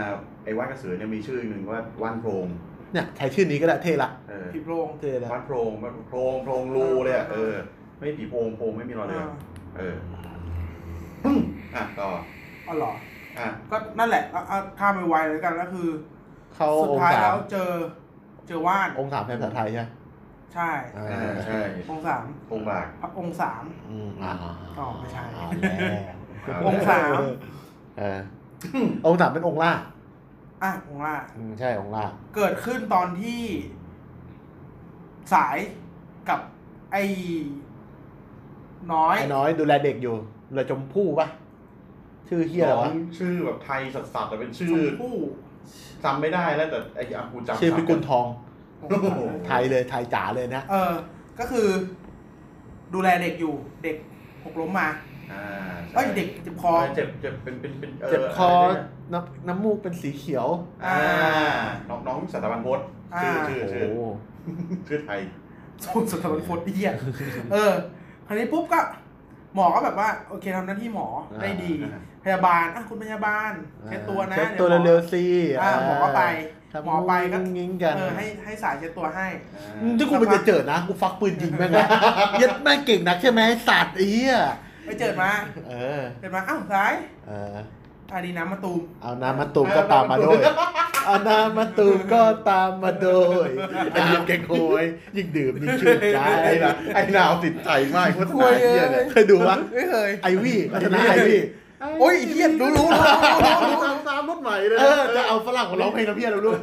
ไอ้ว่านกระสือเนี่ยมีชื่อหนึ่งว่าว่านโพรง เนี่ยใช้ชื่อนี้ก็ได้เท่ละ เออ ผิดโรง เท่ละ ว่านโพรงว่านโพรงโพรงรูเลยอะเออ ไม่ผีโพรงโพรงไม่มีรอยเลยอะเออปึ้งอ่ะต่อ อ๋อเหรอ อ่ะ ก็นั่นแหละเอาเอาข้ามไปไวแล้วกันก็คือ เข้า สุด อง ท้าย สา แล้ ม วเจอ เจอว่าน องสามแปลภาษาไทยใช่ไหม ใช่ อ่ อ่า า ใช่ องค์สาม โพรงบาก พระองค์สาม อืมอ่า อ๋อไม่ใช่ เอาแล้ว เอาแล้ว องค์สาม เออองค์สามเป็นองค์ล่า อ่ะองค์ล่า อืมใช่องค์ล่า เกิดขึ้นตอนที่สายกับไอ้น้อย ไอ้น้อยดูแลเด็กอยู่ดูแลชมพู่ปะชื่อเฮียอะไรวะ ชื่อแบบไทยสัสๆแต่เป็นชื่ ช อ มพู่ จำไม่ได้แล้วแต่ไอ้อากูจำ ชื่อพิกุลทอง โอ้โห ไทยเลยไทยจ๋าเลยนะ เออ ก็คือ ดูแลเด็กอยู่ เด็กหกล้มมา อ่าใช่ เอ้ยเด็กเจ็บคอ เจ็บเจ็บเป็นเป็นเป็น เจ็บคอ ะไรนะ น้ำน้ำมูกเป็นสีเขียว อ่าน้องน้องสัตบันพศ อ่า ชื่อชื่อชื่อ โอ้ ชื่อไทย สุดสุดทนโคตรเยี่ยเออ คราวนี้ปุ๊บก็ หมอก็แบบว่า โอเคทำหน้าที่หมอได้ดี อ่า พยาบาลอ่ะคุณพยาบาลเช็ดตัวนะ เช็ดตัวเร็วๆสิ ๆอ่าหมอก็ไป ทำ หมอไปก็ งุ้งงิ้งกัน เออให้ให้สายเช็ดตัวให้ อืมถ้ากูเป็นเจอนะกูฟักปืนยิงแม่งนะ เยัดแม่งเก่งนักใช่ไหมสัตว์ไอ้เหี้ย ไปเจิดมา เออ เจิดมา อ้าวสาย เออ อันนี้น้ำมะตูม เอาน้ำมาตูมก็ตามมาด้วย เอาน้ำมาตูมก็ตามมาด้วยไอ้เหี้ยิงแกงโวยยิ่งดื่มยิ่งชื่นใจ ไอ้หนาวไอ้หนาวติดใจมากว่า โอ้ย ไอ้เหี้ยเนี่ย เคยดูปะ ไม่เคย ไอวี่พัฒนาไอวี่ โอ้ยไอ้เฮียรู้รู้รู้รู้รู้ ตามตามรถใหม่เลย เออจะเอาฝรั่งมาร้องเพลงนะพี่เราลูก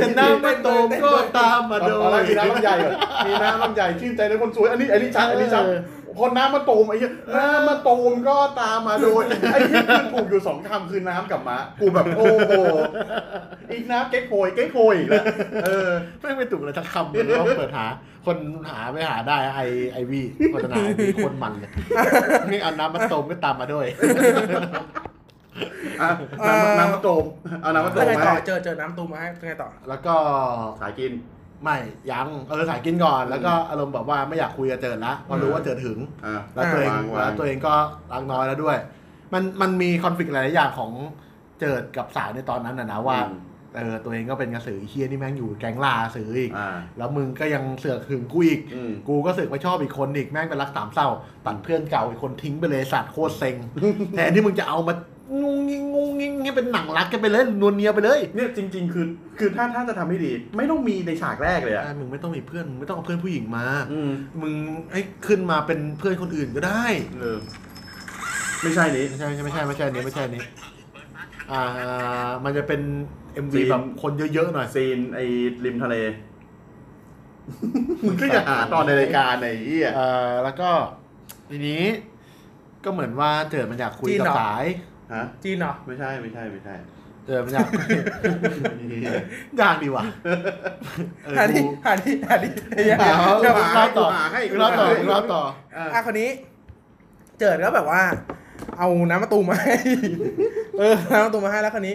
จะน้ำมาตูมก็ตามมา เอา ด้ว อะไร ย มีน้ำลำใหญ่ก่อนมีน้ำลำใหญ่ชื่นใจในคนสวย อันนี้ไอ้ลิชังไอ้ลิชัง เออ พอน้ำมาตูมไอ้เหี้ยน้ำมาตูมก็ตามมาโดนไอ้ที่ขึ้นถูกอยู่สองคำคือน้ำกับมะกูแบบโอ้โหอีกน้ำเก๊กโวยเก๊กโวยอีกแล้วเออ ไม่งไปตุกเลยทั้งคำเลยต้องเปิดหา คนหาไม่หาได้ไอไอวี่พัฒนาไอวี่คนมันเลยนี่เอาน้ำมาตูมก็ตามมาด้วย อ่ะน้ำน้ำมะตูมเอาน้ำมะตู แล้ว ม ไง มา ต่อ ให้ เจอเจอน้ำตูมมาให้แล้วไงต่อ แล้วก็ สายกิน ไม่ยังเออถ่ายกินก่อน แล้วก็อารมณ์แบบว่าไม่อยากคุยกับเจิดละเพราะรู้ว่าเจิดถึง อ่ะ แล้วตัวเอง วางวาง แล้วตัวเองก็รักน้อยแล้วด้วย มันมันมีคอนฟ lict หลายๆอย่างของเจิดกับสาวในตอนนั้นนะนะว่าเออตัวเองก็เป็นกระสือไอ้เฮียนี่แม่งอยู่แก๊งล่ากระสืออีก อ่า แล้วมึงก็ยังเสือกหึงกูอีก อืม กูก็เสือกไปชอบอีกคนอีกแม่งเป็นรักสามเศร้า ตัดเพื่อนเก่าอีกคนทิ้งไปเลยสัตว์โคตรเซ็ง แทนที่มึงจะเอามางุ้งงิ้งงุ้งงิ้งให้เป็นหนังรักกันไปเลยนวลเนียไปเลย เนี่ยจริง ๆ คือคือถ้าถ้าจะทำให้ดี ไม่ต้องมีในฉากแรกเลยอ่ะ ใช่มึงไม่ต้องมีเพื่อนมึงไม่ต้องเอาเพื่อนผู้หญิงมา อืม มึงให้ขึ้นมาเป็นเพื่อนคนอื่นก็ได้ เออไม่ใช่นี้ ไม่ใช่ไม่ใช่ไม่ใช่ไม่ใช่อันนี้ไม่ใช่อันนี้ อ่า มันจะเป็น MV ซีน แบบคนเยอะๆหน่อย ซีนไอ้ริมทะเล มึงก็จะหาตอนในรายการไอ้เหี้ย เอ่อแล้วก็ทีนี้ก็เหมือนว่าเจิดมันอยากคุย จีน กับ เหรอ สาย ฮะ จีนเหรอ ไม่ใช่ไม่ใช่ไม่ใช่ เจิดมันอยาก ยากดีว่ะเออ หาที่ กู หาที่หาที่ไอ้เหี้ย อ่าเอา เดี๋ยว เอา หา เล่าต่อเล่าต่อเล่าต่อ อ่ะ อ่ะคนนี้ เจิดก็แบบว่า เอาน้ำมะตูมมาให้ เออน้ำมะตูมมาให้แล้วคนนี้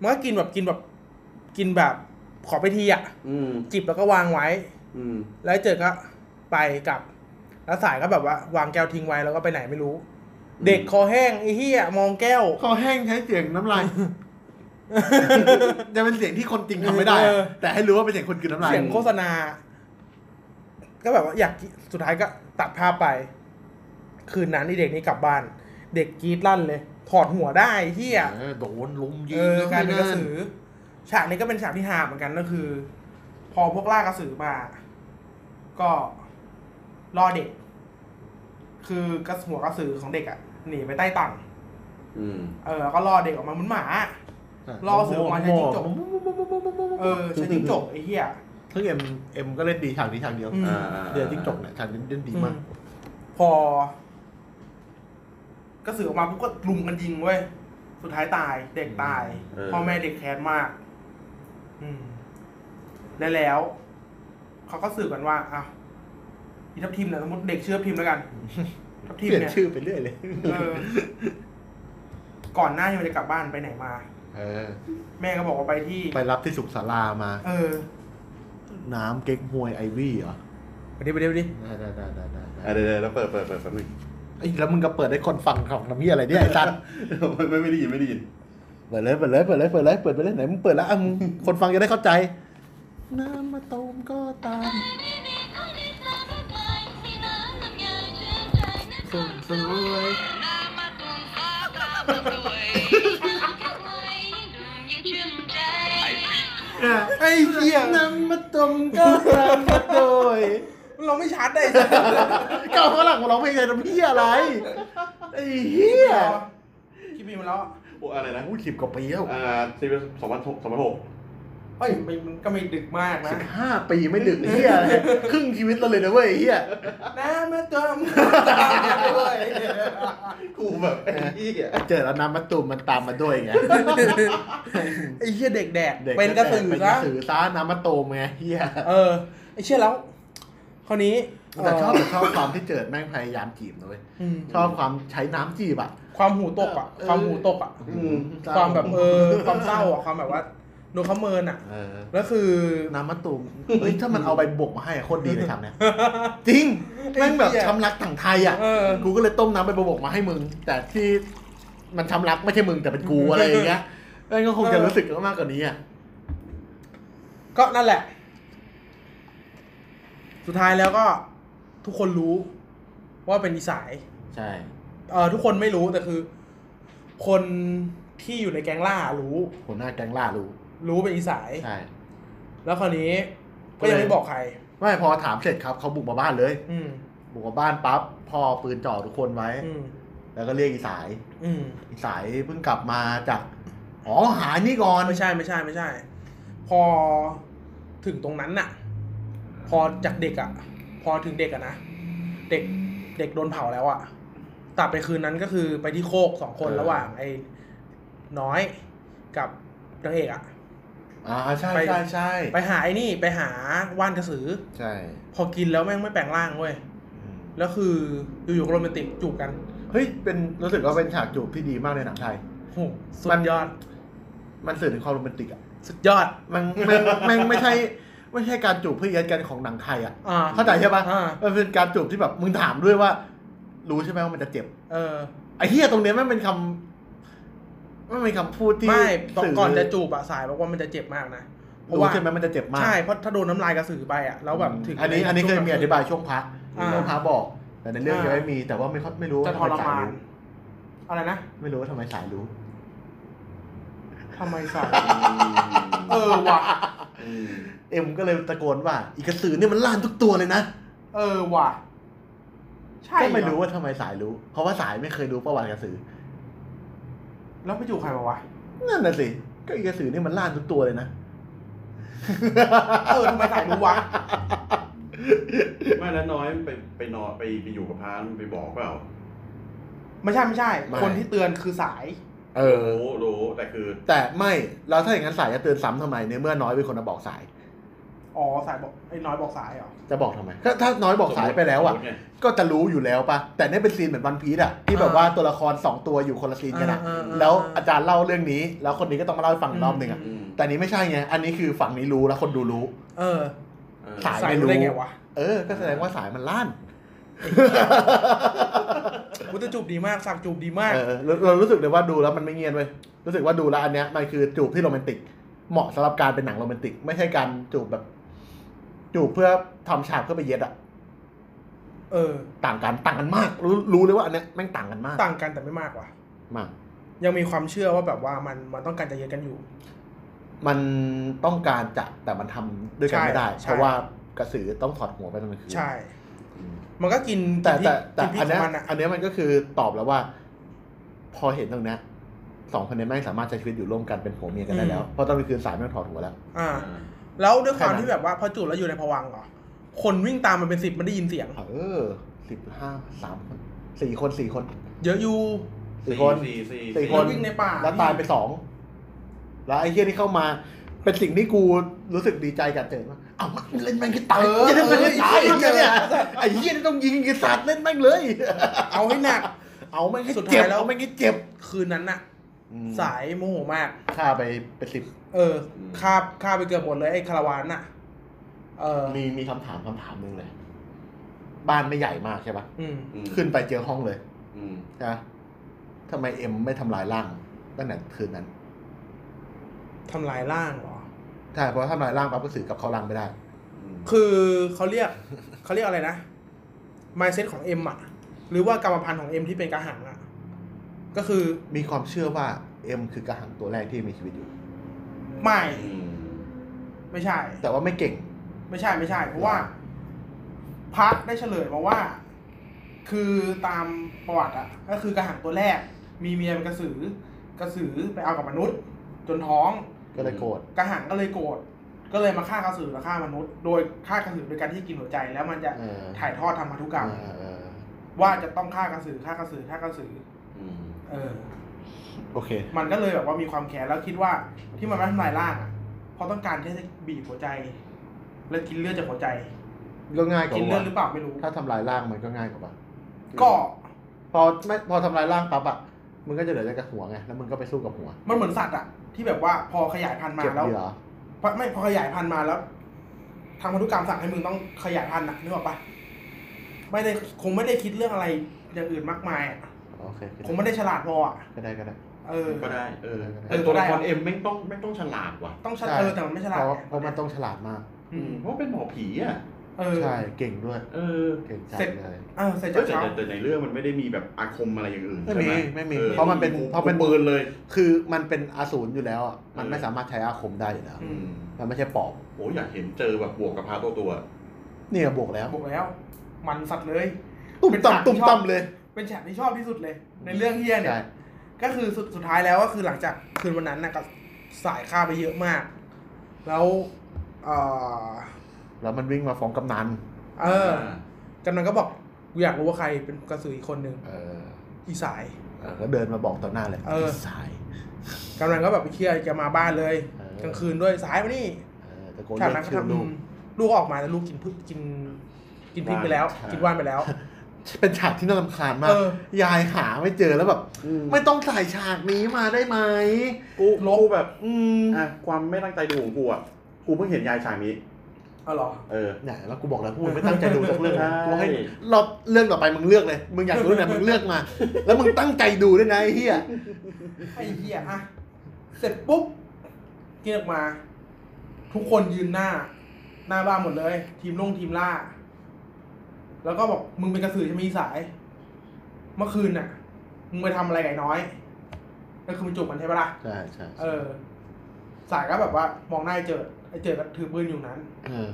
มันก็กินแบบกินแบบกินแบบขอไปทีอ่ะ อืม จิบแล้วก็วางไว้ อืม แล้วเจิดก็ไปกลับ แล้วสายก็แบบว่าวางแก้วทิ้งไว้แล้วก็ไปไหนไม่รู้ เด็กคอแห้งไอ้เหี้ยมองแก้ว คอแห้งใช้เสียงน้ำลาย จะเป็นเสียงที่คนจริงทำไม่ได้ แต่ให้รู้ว่าเป็นเสียงคนกลืนน้ำลาย เสียงโฆษณา ก็แบบว่าอยากกินสุดท้ายก็ตัดภาพไป คืนนั้นไอ้เด็กนี้กลับบ้าน เด็กกรีดลั่นเลย ถอดหัวได้ไอ้เหี้ย เออโดนลุมยิ เอง อกลารเป็นกระสือ ฉากนี้ก็เป็นฉากที่หาเหมือนกันก็คือ พอพวกล่ากระสือมา ก็ล่อเด็ก คือกระหัวกระสือของเด็กอะหนีไปใต้ตัง อืม เออแล้วก็ล่อเด็กออกมาเหมือนหมา ล่อเสือออกมาใช้จิ้งจก เออใช้จิ้งจกไอ้เหี้ย ซึ่งเอ็มเอ็มก็เล่นดีฉากนี้ฉากเดียว อืม อ่าาา เดือจิ้งจกเนี่ยฉากนี้เล่นดีมาก พอ กระสือออกมาปุ๊บก็ลุมกันยิงเว้ยสุดท้ายตาย เด็กตายพ่อแม่เด็กแค้นมาก อืมและแล้ว เขาก็สืบกันว่าอ้าวอีทัพทีมเนี่ยสมมติเด็กชื่อทัพทีม แล้วกัน ทัพ เป ทีม ลี่ยน เนี่ย ชื่อไปเรื่อยเลย เออก่อนหน้าที่มันจะกลับบ้านไปไหนมา เออ แม่ก็บอกว่าไปที่ ไปรับที่สุขศาลามา เออ น้ำเก๊กฮวยไอวี่เหรอ ไปดิไปดิไปดิ ได้ได้ได้ได้ได้ อ่ะเดี๋ยวเดี๋ยวเราเปิดเปิดเปิดแป๊บนึง ไอ้ยแล้วมึงก็เปิดได้คนฟังของน้ำเหี้ยอะไรเนี่ยไอ้สัตว์ ไม่ไม่ไม่ได้ยินไม่ได้ยิน เปิดเลยเปิดเลยเปิดเลยเปิดเลยเปิดไปเลยไหนมึงเปิดแล้วอ่ะมึงคนฟังจะได้เข้าใจ น้ำมาตูมก็ตามสุดสวย ไอ้เหี้ย น้ำมาตมก็ตามมาโดย เราไม่ชัดได้ เก่าฝรั่งของเราเพลงไทยน้ำเหี้ยอะไร ไอ้เหี้ย คิดมีมาแล้วอะ โอ้อะไรนะ อู้สิบกว่าปีแล้ว อ่าซีเป็นสองพันหกสองพันหก เฮ้ยมันมันก็ไม่ดึกมากนะ สิบห้าปีไม่ดึกเหี้ยเลยครึ่งชีวิตเราเลยนะเว้ยไอ้เหี้ย น้ำมาเติมด้วย กูแบบไอ้เหี้ย เจอแล้วน้ำมะตูมมันตามมาด้วยไง ไอ้เหี้ยเด็กแดก ด็ เป็นกระสือ เป็นก ซะ ระสือซะน้ำมะตูมไงเหี้ย เออไอ้เชื่อแล้วคราวนี้ แต่ชอบ เ แต่ชอบความที่เจิดแม่งพยายามจีบนะเลย อืม ชอบความใช้น้ำจีบอ่ะ ความหูตกอ่ะ เออ ความหูตกอ่ะ อืม ความแบบเออ ความเศร้าอ่ะ ความแบบว่าโดนเขาเมินอ่ะ เออ แล้วคือ น้ำมะตูมเฮ้ยถ้ามันเอาใบบกมาให้อะโคตรดีเลยทำเนี่ยจริงแม่งแบบ ไอ้เหี้ย ช้ำรักต่างไทยอ่ะ เออ กูก็เลยต้มน้ำใบบกมาให้มึง แต่ที่มันช้ำรักไม่ใช่มึงแต่เป็นกูอะไรอย่างเงี้ยแม่งก็คงจะรู้สึกมากกว่านี้อ่ะ ก็นั่นแหละ สุดท้ายแล้วก็ทุกคนรู้ว่าเป็นอีสาย ใช่ เออทุกคนไม่รู้แต่คือ คนที่อยู่ในแก๊งล่ารู้ หัวหน้าแก๊งล่ารู้ รู้เป็นอีสาย ใช่ แล้วคราวนี้ ก็ยังไม่บอกใคร ไม่พอถามเสร็จครับเขาบุกมาบ้านเลย อืม บุกมาบ้านปั๊บพ่อเอาปืนจ่อทุกคนไว้ อืม แล้วก็เรียกอีสาย อืม อีสายเพิ่งกลับมาจากอ๋อหานี่ก่อน ไม่ใช่ไม่ใช่ไม่ใช่ พอถึงตรงนั้นน่ะ พอจากเด็กอะพอถึงเด็กอะนะเด็กเด็กโดนเผาแล้วอะตัดไปคืนนั้นก็คือไปที่โคกสองคนระหว่างไอ้น้อยกับนางเอกอะ อ่าใช่ ไป ใช่ใช่ ไปหาไอ้นี่ไปหาว่านกระสือ ใช่ พอกินแล้วแม่งไม่แปลงร่างเว้ย อืม แล้วคืออยู่ๆก็โรแมนติกจูบกัน เฮ้ยเป็นรู้สึกว่าเป็นฉากจูบที่ดีมากในหนังไทย โค หสุดยอด มันสื่อถึงความโรแมนติกอ่ะ สุดยอด มันแม่งแม่งไม่ใช่ไม่ใช่การจูบเพื่อเยัดกันของหนังไทยอ่ะ อ่า เข้าใจใช่ปะ อ่า มันเป็นการจูบที่แบบมึงถามด้วยว่า รู้ใช่ไหมว่ามันจะเจ็บ เออ ไอ้เหี้ยตรงเนี้ยมันเป็นคำมันเป็นคำพูดที่ ไม่ตอน สื่ ก่อนจะจูบอะสายบอกว่ามันจะเจ็บมากนะเพราะ รู้ ว่า ใช่ไหมมันจะเจ็บมาก ใช่เพราะถ้าโดนน้ำลายกระสือไปอะแล้วแบบถึง อันนี้อันนี้เคยมีอธิบายช่วงพระ อ่า ช่วงพระบอก แต่ในเรื่อง อ่ายั ยังไม่มีแต่ว่าไม่ค่อยไม่รู้ จะทรมานอะไรนะ ไม่รู้ว่าทำไมสายรู้ ทำไม สายเออว่ะ อืม เอ็มก็เลยตะโกนว่า อีกระสือเนี่ยมันล่านทุกตัวเลยนะ เออว่ะ ใช่ ก็ไม่ เหอ รู้ว่าทำไมสายรู้ เพราะว่าสายไม่เคยรู้ประวัติกระสือ แล้วไปอยู่ใครมาวะ นั่นน่ะสิก็อีกระสือเนี่ยมันล่านทุกตัวเลยนะ เออทำไมสายรู้วะ ไม่แล้วน้อยไปไปนอนไปไปอยู่กับพระมันไปบอกเปล่า ไม่ใช่ไม่ใช่ ไม่ คนที่เตือนคือสาย เออ รู้รู้แต่คือ แต่ไม่เราถ้าอย่างนั้นสายจะเตือนซ้ำทำไมในเมื่อน้อยเป็นคนมาบอกสาย อ๋อสายบอกไอ้น้อยบอกสายเหรอ จะบอกทำไมก็ถ้าน้อยบอกสายไปแล้วอ่ะ สมมุติไง ก็จะรู้อยู่แล้วปะแต่เนี่ยเป็นซีนเหมือนวันพีซอะที่แบบว่าตัวละครสองตัวอยู่คนละซีนกันอะ อ่าๆๆ แล้วอาจารย์เล่าเรื่องนี้ แล้วคนนี้ก็ต้องมาเล่าให้ฟังอีกรอบหนึ่งอะ อืม แต่นี้ไม่ใช่ไง อันนี้คือฝั่งนี้รู้แล้วคนดูรู้ เออ เออ สาย สายรู้ได้ไงวะ เออ ก็แสดงว่าสายมันล่าน กูจะจูบดีมากสักจูบดีมาก เออเราเรารู้สึกเลยว่าดูแล้วมันไม่เงียนเว้ยรู้สึกว่าดูแล้วอันเนี้ยมันคือจูบที่โรแมนติก เหมาะสำหรับการเป็นหนังโรแมนติก ไม่ใช่การจูบแบบ จูบเพื่อทำฉากเพื่อไปเย็ดอะ เออ ต่างกันต่างกันมาก รู้รู้เลยว่าอันเนี้ยแม่งต่างกันมาก ต่างกันแต่ไม่มากว่ะ มาก ยังมีความเชื่อว่าแบบว่ามันมันต้องการจะเยอะกันอยู่ มันต้องการจะแต่มันทำด้วยกัน ใช่ ไม่ได้ ใช่ เพราะว่ากระสือต้องถอดหัวไปตอนกลางคืน ใช่ มันก็กิน แต่แต่แต่ กินพิษ อัน ขอเนี้ย งมันอะ อันเนี้ยมันก็คือตอบแล้วว่า พอเห็นตรงเนี้ยสองคนเนี้ยแม่งสามารถใช้ชีวิตอยู่ร่วมกันเป็นผัวเมียกันได้แล้วเพราะตอนกลางคืนสายแม่งถอดหัวแล้ว อ่า อ่า แล้วด้วยความ แค่นั้น ที่แบบว่าพอจูบแล้วอยู่ในภวังค์เหรอ คนวิ่งตามมันเป็นสิบมันได้ยินเสียง เออสิบห้าสามคนสี่คนสี่คน เยอะอยู่ สี่คน สี่สี่ สี่ สี่ คน วิ่งในป่า แล้วตายไปสองแล้วไอ้เฮียนี่เข้ามา เป็นสิ่งที่กูรู้สึกดีใจกับเจอว่าเอ้ามันเล่นแม่งให้ตายอย่าเล่นแม่งให้ตายไอ้เหี้ยเนี่ยไอ้เฮียนี่ต้องยิงกษัตริย์เล่นแม่งเลย เอาให้หนัก เอาไม่งให้ สุด เจ็ ท้า บ ยแล้ว เอาไม่งให้เจ็บ คืนนั้นน่ะ สายโมโหมาก ฆ่าไปเป็นสิบ เออคาบคาบไปเกือบหมดเลยไอ้คาราวานน่ะ เออ มีมีคำถามคำถามหนึ่งเลย บ้านไม่ใหญ่มากใช่ปะ อืม อืม ขึ้นไปเจอห้องเลย อืม นะทำไมเอ็มไม่ทำลายร่างตั้งแต่คืนนั้น ทำลายร่างเหรอ ใช่เพราะว่าทำลายร่างปั๊บก็สื่อกลับเขาร่างไม่ได้ อืม คือเขาเรียก เขาเรียกอะไรนะ mindset ของเอ็มอะหรือว่ากรรมพันธุ์ของเอ็มที่เป็นกระหังอะก็คือ มีความเชื่อว่าเอ็มคือกระหังตัวแรกที่มีชีวิตอยู่ ไม่ อืม ไม่ใช่ แต่ว่าไม่เก่ง ไม่ใช่ไม่ใช่ เพราะว่าพระได้เฉลยมาว่า คือตามประวัติอะก็คือกระหังตัวแรก มีเมียเป็นกระสือ กระสือไปเอากับมนุษย์ จนท้อง ก็เลยโกรธ กระหังก็เลยโกรธก็เลยมาฆ่ากระสือและฆ่ามนุษย์ โดยฆ่ากระสือโดยการที่กินหัวใจแล้วมันจะ เออ ถ่ายทอดทำพันธุกรรม เออเออ ว่าจะต้องฆ่ากระสือฆ่ากระสือฆ่ากระสือ อืม เออ โอเค มันก็เลยแบบว่ามีความแค้นแล้วคิดว่าที่มันมาทำลายร่างอ่ะเพราะต้องการที่จะบีบหัวใจ และกินเลือดจากหัวใจ ก็ง่ายกว่า กินเลือดหรือ วะ เปล่าไม่รู้ ถ้าทำลายร่างมันก็ง่ายกว่าปะ ก็ พอไม่พอทำลายร่างปั๊บอะมึงก็จะเหลือแต่กระหัวไงแล้วมึงก็ไปสู้กับหัว มันเหมือนสัตว์อ่ะ ที่แบบว่าพอขยายพันธุ์มา เจ็บ แล้ว เหรอ พอไม่พอขยายพันธุ์มาแล้วทางพันธุกรรมสั่งให้มึงต้องขยายพันธุ์อะนึกออกปะไม่ได้คงไม่ได้คิดเรื่องอะไรอย่างอื่นมากมายอะ โอเคก็ ค ด้ งไม่ได้ฉลาดพออะ ก็ได้ก็ได้ เออ ก็ได้ เออ เออแต่ก็ได้ตัวละครเอ็มแม่งต้องแม่งต้องฉลาดว่ะ ต้องฉลาดเออแต่มันไม่ฉลาด เพราะ ไง เพราะมันต้องฉลาดมาก อืม เพราะเป็นหมอผีอ่ะ เออ ใช่เก่งด้วย เออ เก่งจัง เสร็จ เลย เออใส่ แต่ จาก แต่ เขา แต่ในเรื่องมันไม่ได้มีแบบอาคมอะไรอย่างอื่น ไม่ ใช่ มี ไหม ไม่มี ออ เพราะมันเป็น กู เพราะเป็น กูปืนเลย คือมันเป็นอสูรอยู่แล้วอะมัน เออ ไม่สามารถใช้อาคมได้อยู่แล้ว อืม มันไม่ใช่ปอบ โอ้ยอยากเห็นเจอแบบบวกกับพาตัวตัว เนี่ยบวกแล้ว บอกแล้ว มันสัตว์เลย ตุ่ม เป็นฉาก ต่ำตุ่ม ที่ชอบ ต่ำเลย เป็นฉากที่ชอบที่สุดเลย ในเรื่องเฮียเนี่ย ใช่ ก็คือสุดสุดท้ายแล้วก็คือหลังจากคืนวันนั้นนะก็สายค่าไปเยอะมาก แล้วเออ แล้วมันวิ่งมาฟ้องกำนัน เออ าก ำนันก็บอกกูอยากรู้ว่าใครเป็นกระสืออีกคนนึง เออ อีสาย เออก็เดินมาบอกต่อหน้าเลย เออ สาย กำนันก็แบบไปเคลียร์จะมาบ้านเลย เออก ลางคืนด้วยสายมานี่ เออตะโกน จาก เรีย นั้น ก ก็ ชื่อ ทำ ลูก ลูกออกมาแต่ลูกกินพืชกิน กินพริกไปแล้ว กินว่านไปแล้ว เป็นฉากที่น่ารำคาญมาก เออ ยายหาไม่เจอแล้วแบบ อืม ไม่ต้องใส่ฉากนี้มาได้ไหม กูกูแบบ อืม อ่ะความไม่ตั้งใจดูของกูอ่ะกูเพิ่งเห็นยายฉากนี้ เอาเหรอ เออ เนี่ยแล้วกูบอกแล้วกูไม่ตั้งใจดูสักเรื่อง นะ ใช่ กูให้รอบเรื่องต่อไปมึงเลือกเลย มึงอยากรู้เรื่องไหนมึงเลือกมา แล้วมึงตั้งใจดูด้วยนะไอ้เหี้ย ไอ้เหี้ยอะเสร็จปุ๊บเรียกมา ทุกคนยืนหน้า หน้าบ้านหมดเลย ทีมลงทีมล่า แล้วก็บอกมึงเป็นกระสือใช่ไหมอีสาย เมื่อคืนน่ะ มึงไปทำอะไรกับไอ้น้อยก็คือมันจูบกันใช่ปะล่ะ ใช่ใช่ เออ สายก็แบบว่ามองหน้าไอ้เจิดไอ้เจิดก็ถือปืนอยู่นั้น เออ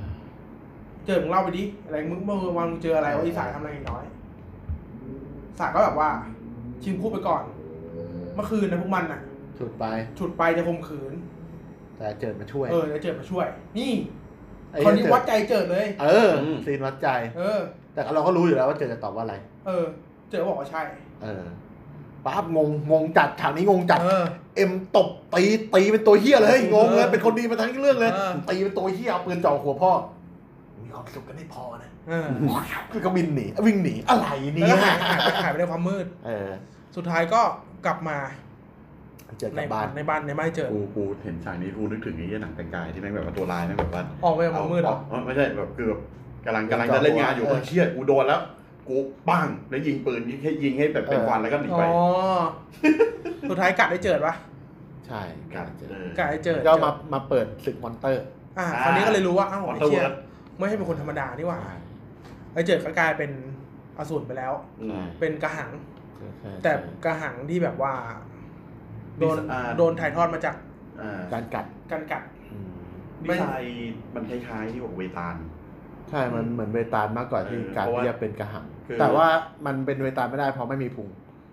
เจอมึงเล่าไปดิ อะไรมึงเมื่อวานมึงเจออะไรวะอีสายทำอะไรน้อย สายก็แบบว่า ชิมพูดไปก่อน เมื่อคืนนะพวกมันน่ะ สุดไป ฉุดไปจะข่มขืน แต่เจิดมาช่วย เออจะเจิดมาช่วย นี่ ไอ้คเหี้น ย นี้ เจิด วัดใจเจิดเลย เออซีนวัดใจ เออ แต่เราก็รู้อยู่แล้วว่าเจิดจะตอบว่าอะไร เออ เจิดบอกว่าใช่ เออปั๊บงงงงจัดฉากนี้งงจัด เออ เอ็มตบตีตีเป็นตัวเฮี้ยเลยงงเลย เออ เป็นคนดีมาทั้งเรื่องเลย เออ ตีเป็นตัวเฮี้ยเอาปืนจ่อหัวพ่อมีความสุขกันไม่พอนะ เออ คือก็วิ่งหนีวิ่งหนีอะไรเนี่ แล้วก็ ย หายหายไปหายไปในความมืด เออ สุดท้ายก็กลับมา เจอก ใน ลับบ้าน ในบ้านในบ้านเจิด กูกูเห็นฉากนี้กูนึกถึงไอ้เหี้ยหนังแต่งกายที่แม่งแบบว่าตัวร้ายแม่งแบบว่า ออกไปจากความมืดเหรอ เอาไม่ใช่แบบคือแบบกำลังกำลังจะเล่นงานอยู่เออเชี่ยกูโดนแล้ว กูปังแล้วยิงปืนยิงให้ยิงให้แบบเป็นควันแล้วก็หนี อ๋ ไป อ สุดท้ายกัดได้เจิดปะ ใช่ก กั ลั ด บเจอ เออ กัดได้เจิด ก็มามาเปิดศึกมอนเตอร์ อ่าคราวนี้ก็เลยรู้ว่าอ้าว ขอ ไอ้ โทษ เชี่ย ครับ ไม่ให้เป็นคนธรรมดานี่หว่า ไอ้เจิดก็กลายเป็นอสูรไปแล้ว อืม เป็นกระหัง แต่กระหังที่แบบว่า โดน ปีศาจ โดนถ่ายทอดมาจาก อ่า การกัด กันกัด ดีไซน์มันคล้ายๆที่บอกเวตาล ใช่มันเหมือนเวตาลมากกว่าที่ เออ การ เพราะว่า ที่จะเป็นกระหัง คือ แต่ว่ามันเป็นเวตาลไม่ได้เพราะไม่มีพุง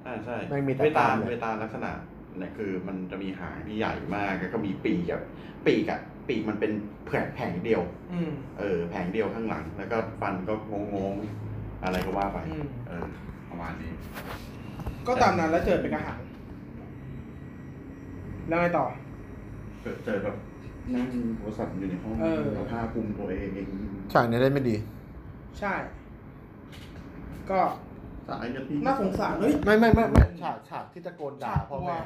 อ่าใช่ ไม่มีแต่ เวตาล ตาเลย เวตาลลักษณะเนี่ยคือมันจะมีหางที่ใหญ่มากแล้วก็มีปีกอะปีกอะปีกมันเป็นแผงแผงเดียว อืม เออแผงเดียวข้างหลัง แล้วก็ฟันก็งงงๆอะไรก็ว่าไป อืม เออประมาณนี้ ก็ตามนั้นแล้วเจอเป็นกระหัง แล้วไงต่อ เกิดเจอแบบนั่งโทรศัพท์อยู่ในห้อง เออ แล้วผ้าคลุมตัวเอง ฉากนี้ได้ไม่ดี ใช่ ก็ สายกันที่ น่าสงสารเฮ้ย ไม่ไม่ไม่ไม่ฉากฉากที่ตะโกนด่าพ่อแม่ ว่า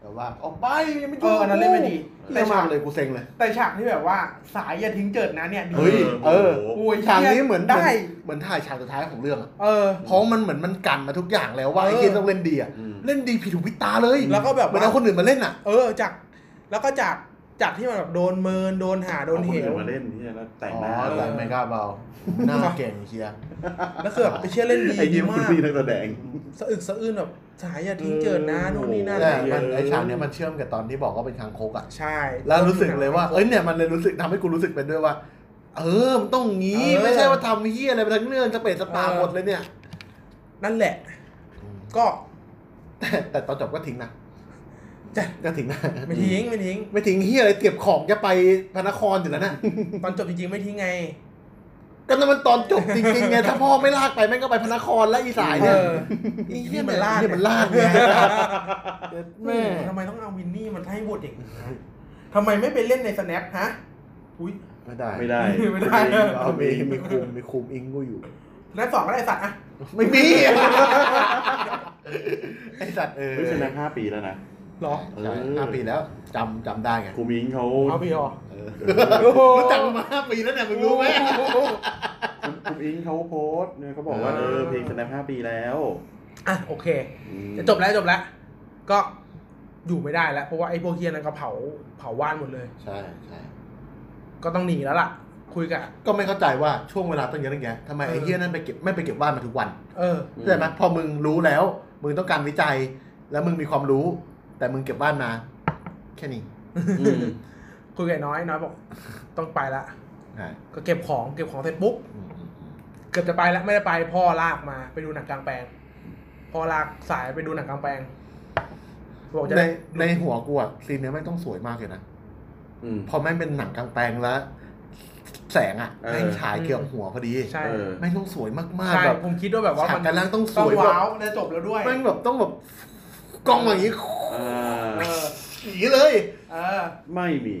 แต่ว่าออกไปยังไม่ เอ ยุ่ง ออันนั้นเล่นไม่ดี แต่ แต่ ฉา ฉาก ก เลยกูเซ็งเลย แต่ฉากที่แบบว่า สายอย่าทิ้งเจิดนะเนี่ยดี เฮ้ย เออ โโห โอ้ย ฉากนี้เหมือน ได้ เหมือนถ่ายฉากสุดท้ายของเรื่องอะ เออ เพราะมันเหมือนมันกันมาทุกอย่างแล้วว่า เออ ไอ้เกมต้องเล่นดีอะ อืม เล่นดีผิดหูผิดตาเลย แล้วก็แบบ เหมือนเอา ว่า คนอื่นมาเล่นอะ เออจาก แล้วก็จากจากที่มันแบบโดนเมินโดนหาโดน เอาค เห อื่ ว มาเล่นที่แล้วแต่งหอ๋อน้า แต่ เออ ไม่กล้าเบาหน้าเก่งเชียร์ แล้วคือแบบไปเชื่อเล่นดี ไอ้ ดี ยิ้มคุ มา ณ ก พี่นักแสดง สะอึกสะอื้นแบบสายอย่าทิ้งเจิดนะนู่นนี่นั่น เอ แต่ อ มันไอ้ฉากเนี้ยมันเชื่อมกับตอนที่บอกว่าเป็นคางคกอะ ใช่ แล้วรู้สึกเลยว่าเอ้ยเนี่ยมันเลยรู้สึกทำให้กูรู้สึกเป็นด้วยว่า เออมันต้องงี้ไม่ใช่ว่าทำเฮี้ยอะไรไปทั้งเรื่องจะเปรตสปาหมดเลยเนี่ย นั่นแหละ ก็ แต่แต่ตอนจบก็ทิ้งนะ จ้ะ ก็ทิ้งนะ ไม่ทิ้งไม่ทิ้ง ไม่ทิ้งเฮียอะไรเก็บของจะไปพระนครอยู่แล้วนะ ตอนจบจริงๆไม่ทิ้งไง ก็นั่นมันตอนจบจริงๆไงถ้าพ่อไม่ลากไปแม่งก็ไปพระนครและอีสาย เอ เนี่ย อ ไอ้ ไอ้ เฮี เหี้ ย ย มั มันน ลา ลาก ก เฮียมันลากไง แม่ แม่ ทำไมต้องเอาวินนี่มันให้บทเด็กอย่างนี้ทำไมไม่ไปเล่นใน snap ฮะ อุ้ย ไม่ได้ ไม่ได้ ไม่ได้ เอามีมีคุมมีคุมอิงกูอยู่ snap สองก็ได้ไอ้สัตว์อะ ไม่มี ไอสัตว์เออ เฮ้ยชนะห้าปีแล้วนะ หรอ ใช่ห้าปีแล้วจำจำได้ไง ครูมิงเขา เอาพี่หรอ เออ โอ้โห รู้จักมันมาห้าปีแล้วเนี่ยมึงรู้ไหม ครูมิงเขาโพสต์เนี่ยเขาบอกว่า เอ เอ อ อเพลงชนะห้าปีแล้ว อ่ะโอเค อืม จะจบแล้วจบแล้ว ก็อยู่ไม่ได้แล้ว เพราะว่าไอ้พวกเฮียนั้นก็เผาเผาว่านหมดเลย ใช่ใช่ ก็ต้องหนีแล้วล่ะ คุยกับ ก็ไม่เข้าใจว่าช่วงเวลาตั้งเยอะตั้งแยะทำไมไอ้ เออ เหี้ยนั่นไปเก็บไม่ไปเก็บบ้านมาทุกวัน เออ เข้าใจไหมพอมึงรู้แล้ว มึงต้องการวิจัย แล้วมึงมีความรู้ แต่มึงเก็บบ้านมา แค่นี้ อืม คุยกับไอ้น้อยน้อยบอก ต้องไปละ ใช่ ก็เก็บของเก็บของเสร็จปุ๊บ อืมอืมอืม เกือบจะไปแล้วไม่ได้ไปพ่อลากมาไปดูหนังกลางแปลงพ่อลากสายไปดูหนังกลางแปลงบอกจะ ใน ได้ ในหัวกูอะซีนเนี้ยไม่งต้องสวยมากเลยนะ อืม พอแม่งเป็นหนังกลางแปลงแล้ว แสงอะ เออ แม่งฉายเกี่ยวหัวพอดี ใช่ เออ แม่งต้องสวยมาก ใช่ ๆแบบ ผมคิดว่าแบบว่า ฉาก มัน การล่างต้องสวย ต้องแบว้า บ วและจบแล้วด้วย แม่งแบบต้องแบบกล้องมาอย่างนี้ อ่า เออ อย่างนี้เลย เออ ไม่มี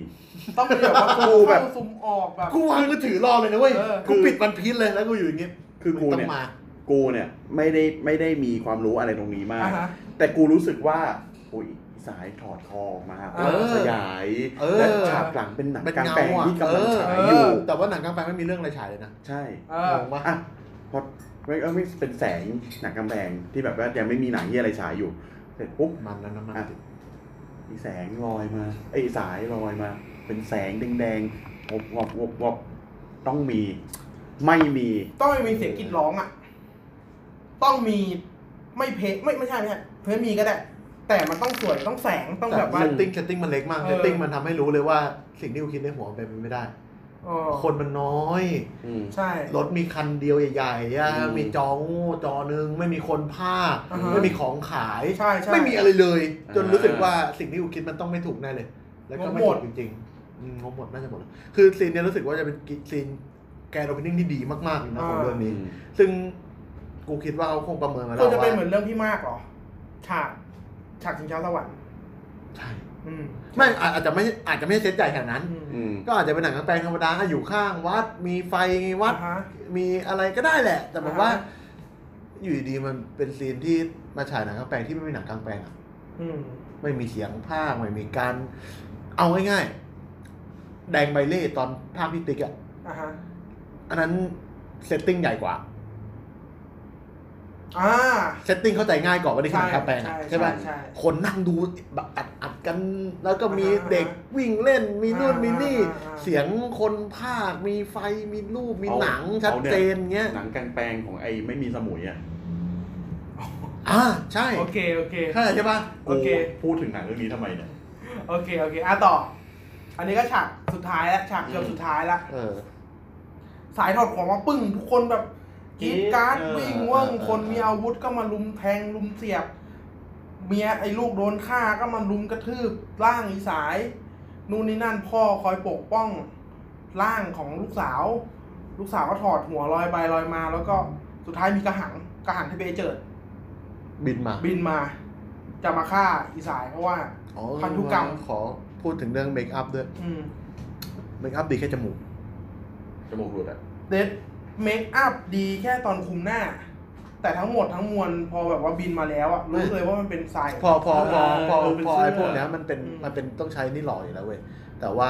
ต้องมีแบบว่า กู กู แบ แบบ บซุมออกแบบ กูวางมือถือรอเลยนะเว้ย เออ กูปิดวันพีชเลยแล้วกูอยู่อย่างงี้ คือกูเนี่ย ไม่ต้องมา กูเนี่ยไม่ได้ไม่ได้มีความรู้อะไรตรงนี้มาก อ่าฮะ แต่กูรู้สึกว่าโอ้ยสายถอดคอออกมา เออ ขยาย เออ และฉากหลังเป็นหนัง เป็น กลาง เงา แปลง อ่ะ ที่กำลังฉาย เ อยู่ แต่ว่าหนังกลางแปลงไม่มีเรื่องอะไรฉายเลยนะ ใช่ เอง อง ปะ อ่ะพอไม่เออไม่เป็นแสงหนังกำแพงที่แบบว่ายังไม่มีหนังที่อะไรฉายอยู่เสร็จปุ๊บ มันนั้นนะมัน อ่ะ มีแสงลอยมาไอ้ยสายลอยมา เป็นแสงแดงๆงบงบงบงบต้องมี ไม่มี ต้องมีเสียงกรีดร้องอ่ะ ต้องมีไม่เพลไม่ไม่ใช่ไม่ใช่เพลมีก็ได้ แต่มันต้องสวยต้องแสงต้องแบบว่า เซตติ้งเซตติ้งมันเล็กมาก เออ เซตติ้งมันทำให้รู้เลยว่าสิ่งที่กูคิดในหัวเป็นไปไม่ได้ อ๋อ คนมันน้อย อืม ใช่ รถมีคันเดียวใหญ่ๆอะ อืม มีจองูจอหนึ่งไม่มีคนภาค อ่าฮะ ไม่มีของขาย ใช่ใช่ ไม่มีอะไรเลย จนรู้สึกว่าสิ่งที่กูคิดมันต้องไม่ถูกแน่เลย แล้วก็ไม่ งบหม ถู ด กจริงๆอืมงบหมดน่าจะหมดแล้วคือซีนเนี้ยรู้สึกว่าจะเป็นซีนแกนโอเพนนิ่งที่ดีมากๆเลยนะของเรื่องนี้ ซึ่งกูคิดว่าเขาคงประเมินมาแล้ คว วรจะเป็นเหมือ ว่าน เรื่องพี่มากเหรอฉากฉากชิงช้าสวรรค์ ใช่ อืม ไม่อาอาจจะไม่อาจจะไม่ได้เซ็ตใหญ่ขนาดนั้น อืม อืม ก็อาจจะเป็นหนังกลางแปลงธรรมดาอยู่ข้างวัด มีไฟวัด อ่าฮะ มีอะไรก็ได้แหละ แต่แบบว่า อ่า อยู่ดีๆมันเป็นซีนที่มาฉายหนังกลางแปลงที่ไม่มีหนังกลางแปลงอะ อืม ไม่มีเสียงภาคไม่มีการ เอาง่ายๆแดงใบเล่ตอนภาคพิติกอะ อ่าฮะ อันนั้นเซตติ้งใหญ่กว่า อ่า เซตติ้งเข้าใจง่ายกว่าว่านี่คือหนังกลางแปลงอะ ใช่ ใช่ไหม ใช่ใช่ คนนั่งดูแบบอัดอัดๆกัน แล้วก็มี อ่าฮะ เด็กวิ่งเล่นมีนู่นมีนี่ อ่าฮะอ่าฮะ เสียงคนภาคมีไฟมีรูปมี เอา หนังชัด เอาเนี่ย เจนเงี้ย หนังกลางแปลงของไอ้ไม่มีสมุยอ่ะ อ่าใช่ โอเคโอเค เข้าใจใช่ปะ กู โอเค พูดถึงหนังเรื่องนี้ทำไมเนี่ย โอเคโอเคอ่ะต่อ อันนี้ก็ฉากสุดท้ายแล้วฉากเกือบสุดท้ายแล้ว เออ สายถอดของมาปึ้งทุกคนแบบกรีดกรารด เออ วิ่งเว่ง เออเออ คนมีอาวุธก็มาลุมแทงลุมเสียบ เมียไอ้ลูกโดนฆ่าก็มาลุมกระทืบร่างอีสาย นู่นนี่นั่นพ่อคอยปกป้องร่างของลูกสาว ลูกสาวก็ถอดหัวลอยไปลอยมา แล้วก็สุดท้ายมีกระหังกระหังที่เบเจิด บินมา บินมาจะมาฆ่าอีสายเพราะว่า อ๋อ พันธุกรรม ขอพูดถึงเรื่องเมคอัพด้วย อืม เมคอัพดีแค่จมูก จมูกหลุดอ่ะ เดทเมคอัพดีแค่ตอนคุมหน้า แต่ทั้งหมดทั้งมวลพอแบบว่าบินมาแล้วอะรู้เลยว่ามันเป็นทราย พอพอพอพอ เออเป็น พอ เสื้อ ไอ้พวกเนี้ยมันเป็น อืม มันเป็นต้องใช้นี่หล่ออยู่แล้วเว้ย แต่ว่า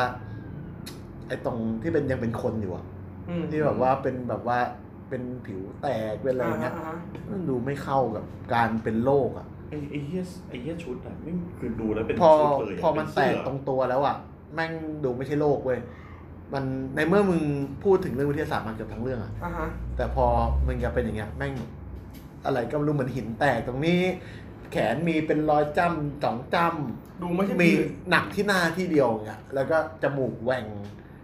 ไอ้ตรงที่เป็นยังเป็นคนอยู่อะ อืม ที่แบบว่าเป็นแบบว่าเป็นผิวแตกเป็นอะไรอย่างเงี้ย าฮะ มันดูไม่เข้ากับการเป็นโรคอะ ไอ้ไอ้เฮียไอ้เฮียชุดอ่ะไม่คือดูแล้วเป็น พอ ชุดเลยะ พอมันแต เป็ ก เสื้ ตรงตัวแล้วอะแม่งดูไม่ใช่โรคเว้ย มันในเมื่อมึงพูดถึงเรื่องวิทยาศาสตร์มาเกือบทั้งเรื่องอะ อ่าฮะ แต่พอมึงจะเป็นอย่างเงี้ยแม่งอะไรก็ไม่รู้เหมือนหินแตกตรงนี้ แขนมีเป็นรอยจ้ำสองจ้ ดูไม่ใช่ ำมีหนักที่หน้าที่เดียวอย่างเงี้ยแล้วก็จมูกแหว่ง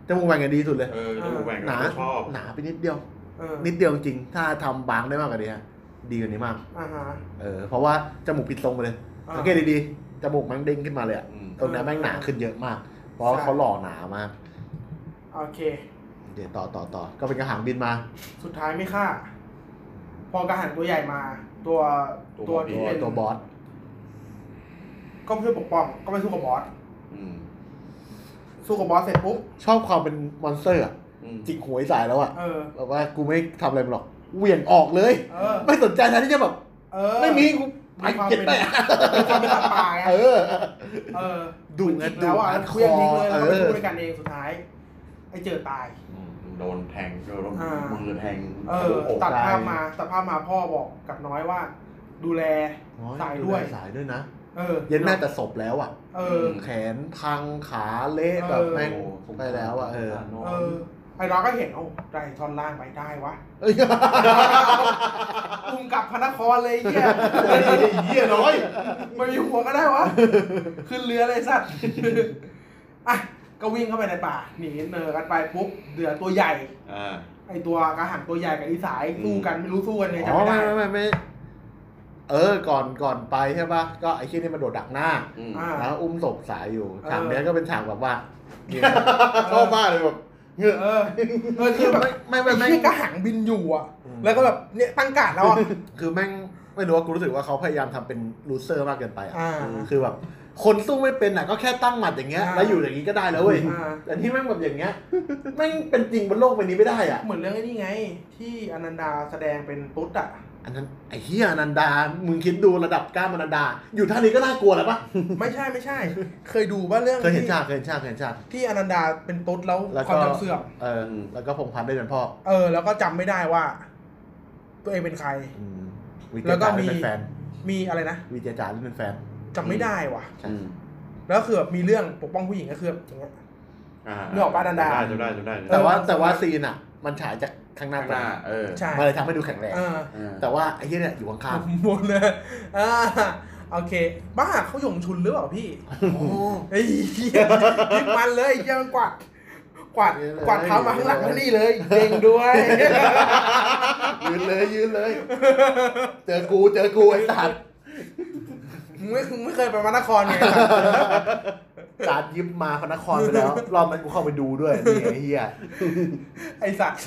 จมูกแหว่งอย่างดีสุดเลย เออจมูกแหว่ง หนา ก็ชอบ หนาไปนิดเดียว เออ นิดเดียวจริงถ้าทำบางได้มากกว่านี้อะดีกว่านี้มาก อ่าฮะ เออเพราะว่าจมูกผิดทรงไปเลย อ่า สังเกตดีๆจมูกมันเด้งขึ้นมาเลยอะ อืม ตรงนั้นแม่งหนาขึ้นเยอะมาก เพราะว่า ใช่ เขาหล่อหนามาก โอเค เดี๋ยวต่อต่อต่อก็เป็นกระหังบินมา สุดท้ายไม่ฆ่า พอกระหันตัวใหญ่มา ตัวตัวที่ ตัว เป็น ตัวบอส ก็เพื่อปกป้องก็ไปสู้กับบอส อืม สู้กับบอสเสร็จปุ๊บ ชอบความเป็นมอนสเตอร์อะ อืม จิกหวยสายแล้วอะ เออ แบบว่ากูไม่ทำอะไรมันหรอกเหวี่ยงออกเลย เออ ไม่สนใจนะที่จะแบบ เออ ไม่มีกูไป มีความ เก็ เป็ บ น ได้ มีความเป็นสัตว์ป่าไง เออ เออ ดุจไงริงแล้วอ่ะ ดุ เครื่องทิ้งเลยแล้วก็ไป เออ ดูด้วยกันเองสุดท้าย ไอ้เจอตาย อืมโดนแทงโดน อ่า มือแทง เอ ทะลุ อ อก ตัดภาพมาตัดภาพมาพ่อบอกกับน้อยว่า ดูแล สายด้วย สายด้วยนะ เออ เย็นแม่แต่ศพแล้วอะ เออ แขนพังขาเละ เออ แบบแม่ง โอ้สงสาร ไปแล้วอะเออ สงสารน้ง เออไอ้เราก็เห็นโอ้ได้ท่อนล่างไปได้วะ เอ้ย อุ้มกลับพระนครเลยไอ้เฮีย เหี้ยน้อย มันมีหัวก็ได้วะ ขึ้นเรือเลยสัตว์ อ่ะ ก็วิ่งเข้าไปในป่าหนีเนอกันไปปุ๊บเดือตัวใหญ่ อ่า ไอตัวกระหังตัวใหญ่กับอีสาย อืม สู้กันไม่รู้สู้กันไง อ๋ จำ อ ไม่ ไม่ ได้ ไม่ไม่ไม่เออ ก่อนก่อนไปใช่ปะก็ไอ้เหี้ยนี่มันโดดดักหน้า อืม อ่า แล้วอุ้มศพสายอยู่ เออ ฉากเนี้ยก็เป็นฉากแบบว่าชอบมากเลยแบบเหงื่อ เออเออคือแบบ ไม่ ไอ้ ไม่ไม่ เชี่ยกระหังบินอยู่อ่ะ แล้วก็แบบเนี่ยตั้งการดแล้วอ่ะ คือแม่งไม่รู้ว่ากูรู้สึกว่าเขาพยายามทำเป็นลูเซอร์มากเกินไปอ่ะ อ่า คือแบบ คนสู้ไม่เป็นอ่ะก็แค่ตั้งหมัดอย่างเงี้ย อ่า แล้วอยู่อย่างนี้ก็ได้แล้วเว้ย อ่า แต่นี่แม่งแบบอย่างเงี้ยแม่งเป็นจริงบนโลกใบนี้ไม่ได้อ่ะ เหมือนเรื่องไอ้นี่ไง ที่อนันดาแสดงเป็นตุ๊ดอะ อันนั้นไอ้เฮียอนันดา มึงคิดดูระดับกล้ามอนันดา อยู่ท่านี้ก็น่ากลัวแล้วปะ ไม่ใช่ไม่ใช่ เคยดูว่าเรื่อง เคยเห็น ที่ ฉากเคยเห็นฉากเคยเห็นฉาก ที่อนันดาเป็นตุ๊ดแล้ว แล้ว ค ก็ วามจำเสื่อม เออแล้วก็พงษ์พันธ์ได้เป็นพ่อ เออ แล้วก็จำไม่ได้ว่า ตัวเองเป็นใคร อืมวิเจ แล้วก็ จา มี เป็นแฟน มีอะไรนะ วิเจจาเป็นแฟน จำไม่ได้ว่ะ อืม แล้วคือแบบมีเรื่องปกป้องผู้หญิงก็คือแบบอย่างเงี้ย า นึกออกปะดันดา จำได้จำได้จำได้ แต่ว่าแต่ว่าซีนอ่ะ มันฉายจากข้างหน้า ข้าง ไป หน้าเออ ใช่ มันเลยทำให้ดูแข็งแรง เออ อ่า แต่ว่าไอ้เฮียเนี่ยอยู่ข้าง หมดเลยอ่าโอเค บ้าเขาหยงชุนหรือเปล่าพี่ ๆโอ้ ไอ้ยเหี้ยยิงมันเลยเหี้ยมันกวาดกวาดกวาดเท้ามาข้างหลังแล้วนี่เลยเด้งด้วย ยืนเลยยืนเลย เจอกูเจอกูไอ้สัตว์ มึงไม่มึงไม่เคยไปมานครไง จัดยิบมาพระนครไป แล้ว รอบนั้นกูเข้าไปดูด้วยนี่ไอ้เฮีย ไอสัตว์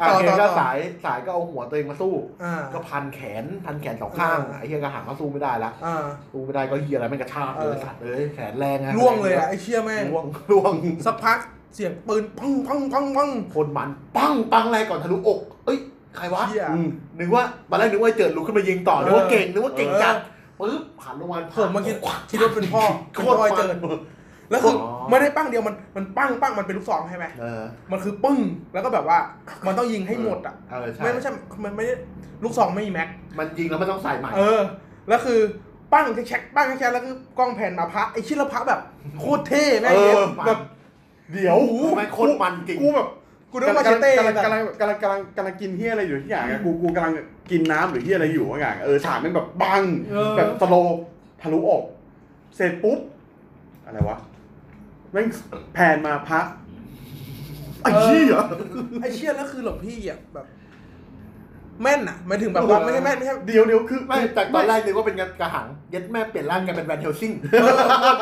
อ่ะ ต่อ โอเค ต่อ ก็ ต่อ สายสายก็เอาหัวตัวเองมาสู้ อ่า ก็พันแขนพันแขนสองข้าง อ่า ไอ้เฮียก็หักมาสู้ไม่ได้ละ อ่า สู้ไม่ได้ก็เฮียอะไรไม่งกระชากเล เอย อ สัตว์เลยแขนแรงอะ ล่วงเลยอ่ะไอเชี่ยแม่ง ล่วงล่วง สักพักเสียงปืนพังพังพังพัง คนมันปังปังอะไรก่อนทะลุอก เอ้ยใครวะ เหี้ย อืมนึกว่าตอนแรกนึกว่าเจิดลุกขึ้นมายิงต่อนึกว่า เออ เก่งนึกว่าเก่งจัดปึ๊บหันลงมา ผมมาคิดคิดว่าเป็นพ่อ โค เป็นพ่อไอตรมัน เจินแล้วคือ โตร ไม่ได้ปั้งเดียวมันมันปั้งปั้งมันเป็นลูกซองใช่ไหม เออ มันคือปึ้งแล้วก็แบบว่ามันต้องยิงให้หมดอ่ะ เออใช่ ไม่ไม่ใช่มันไม่ได้ลูกซองไม่มีแม็ก มันยิงแล้วมันต้องใส่ใหม่ เออ แล้วคือปั้งแช็คปั้งแช็คแล้วคือกล้องแผ่นมาพระไอชิ้นละพระแบบโคตรเท่แม่ง เอ เย็ อบ แบบ เดี๋ยว โอ้โห แม่งโคตรมันจริง กูแบบกูนึกว่าเชเต้ กำลังกำลังกำลังกำลังกำลังกินเฮียอะไรอยู่ที่อย่างอะกูกูกำลังกินน้ำหรือเฮียอะไรอยู่อะอย่างเออฉากมันแบบบัง เออ แบบสโลว์ทะลุออก เสร็จปุ๊บ อะไรวะแม่งแผ่นมาพักไอ้เหี้ย ไอเชี่ยแล้วคือหลวงพี่อ่ะแบบ แม่นอ่ะหมายถึงแบบว่าไม่ใช่แม่นไม่ใช่ เดี๋ยวเดี๋ยวคือ ไม่แต่ตอนแรกนึกว่าเป็นกระหัง เย็ดแม่เปลี่ยนร่างกันเป็นแวนเฮลซิง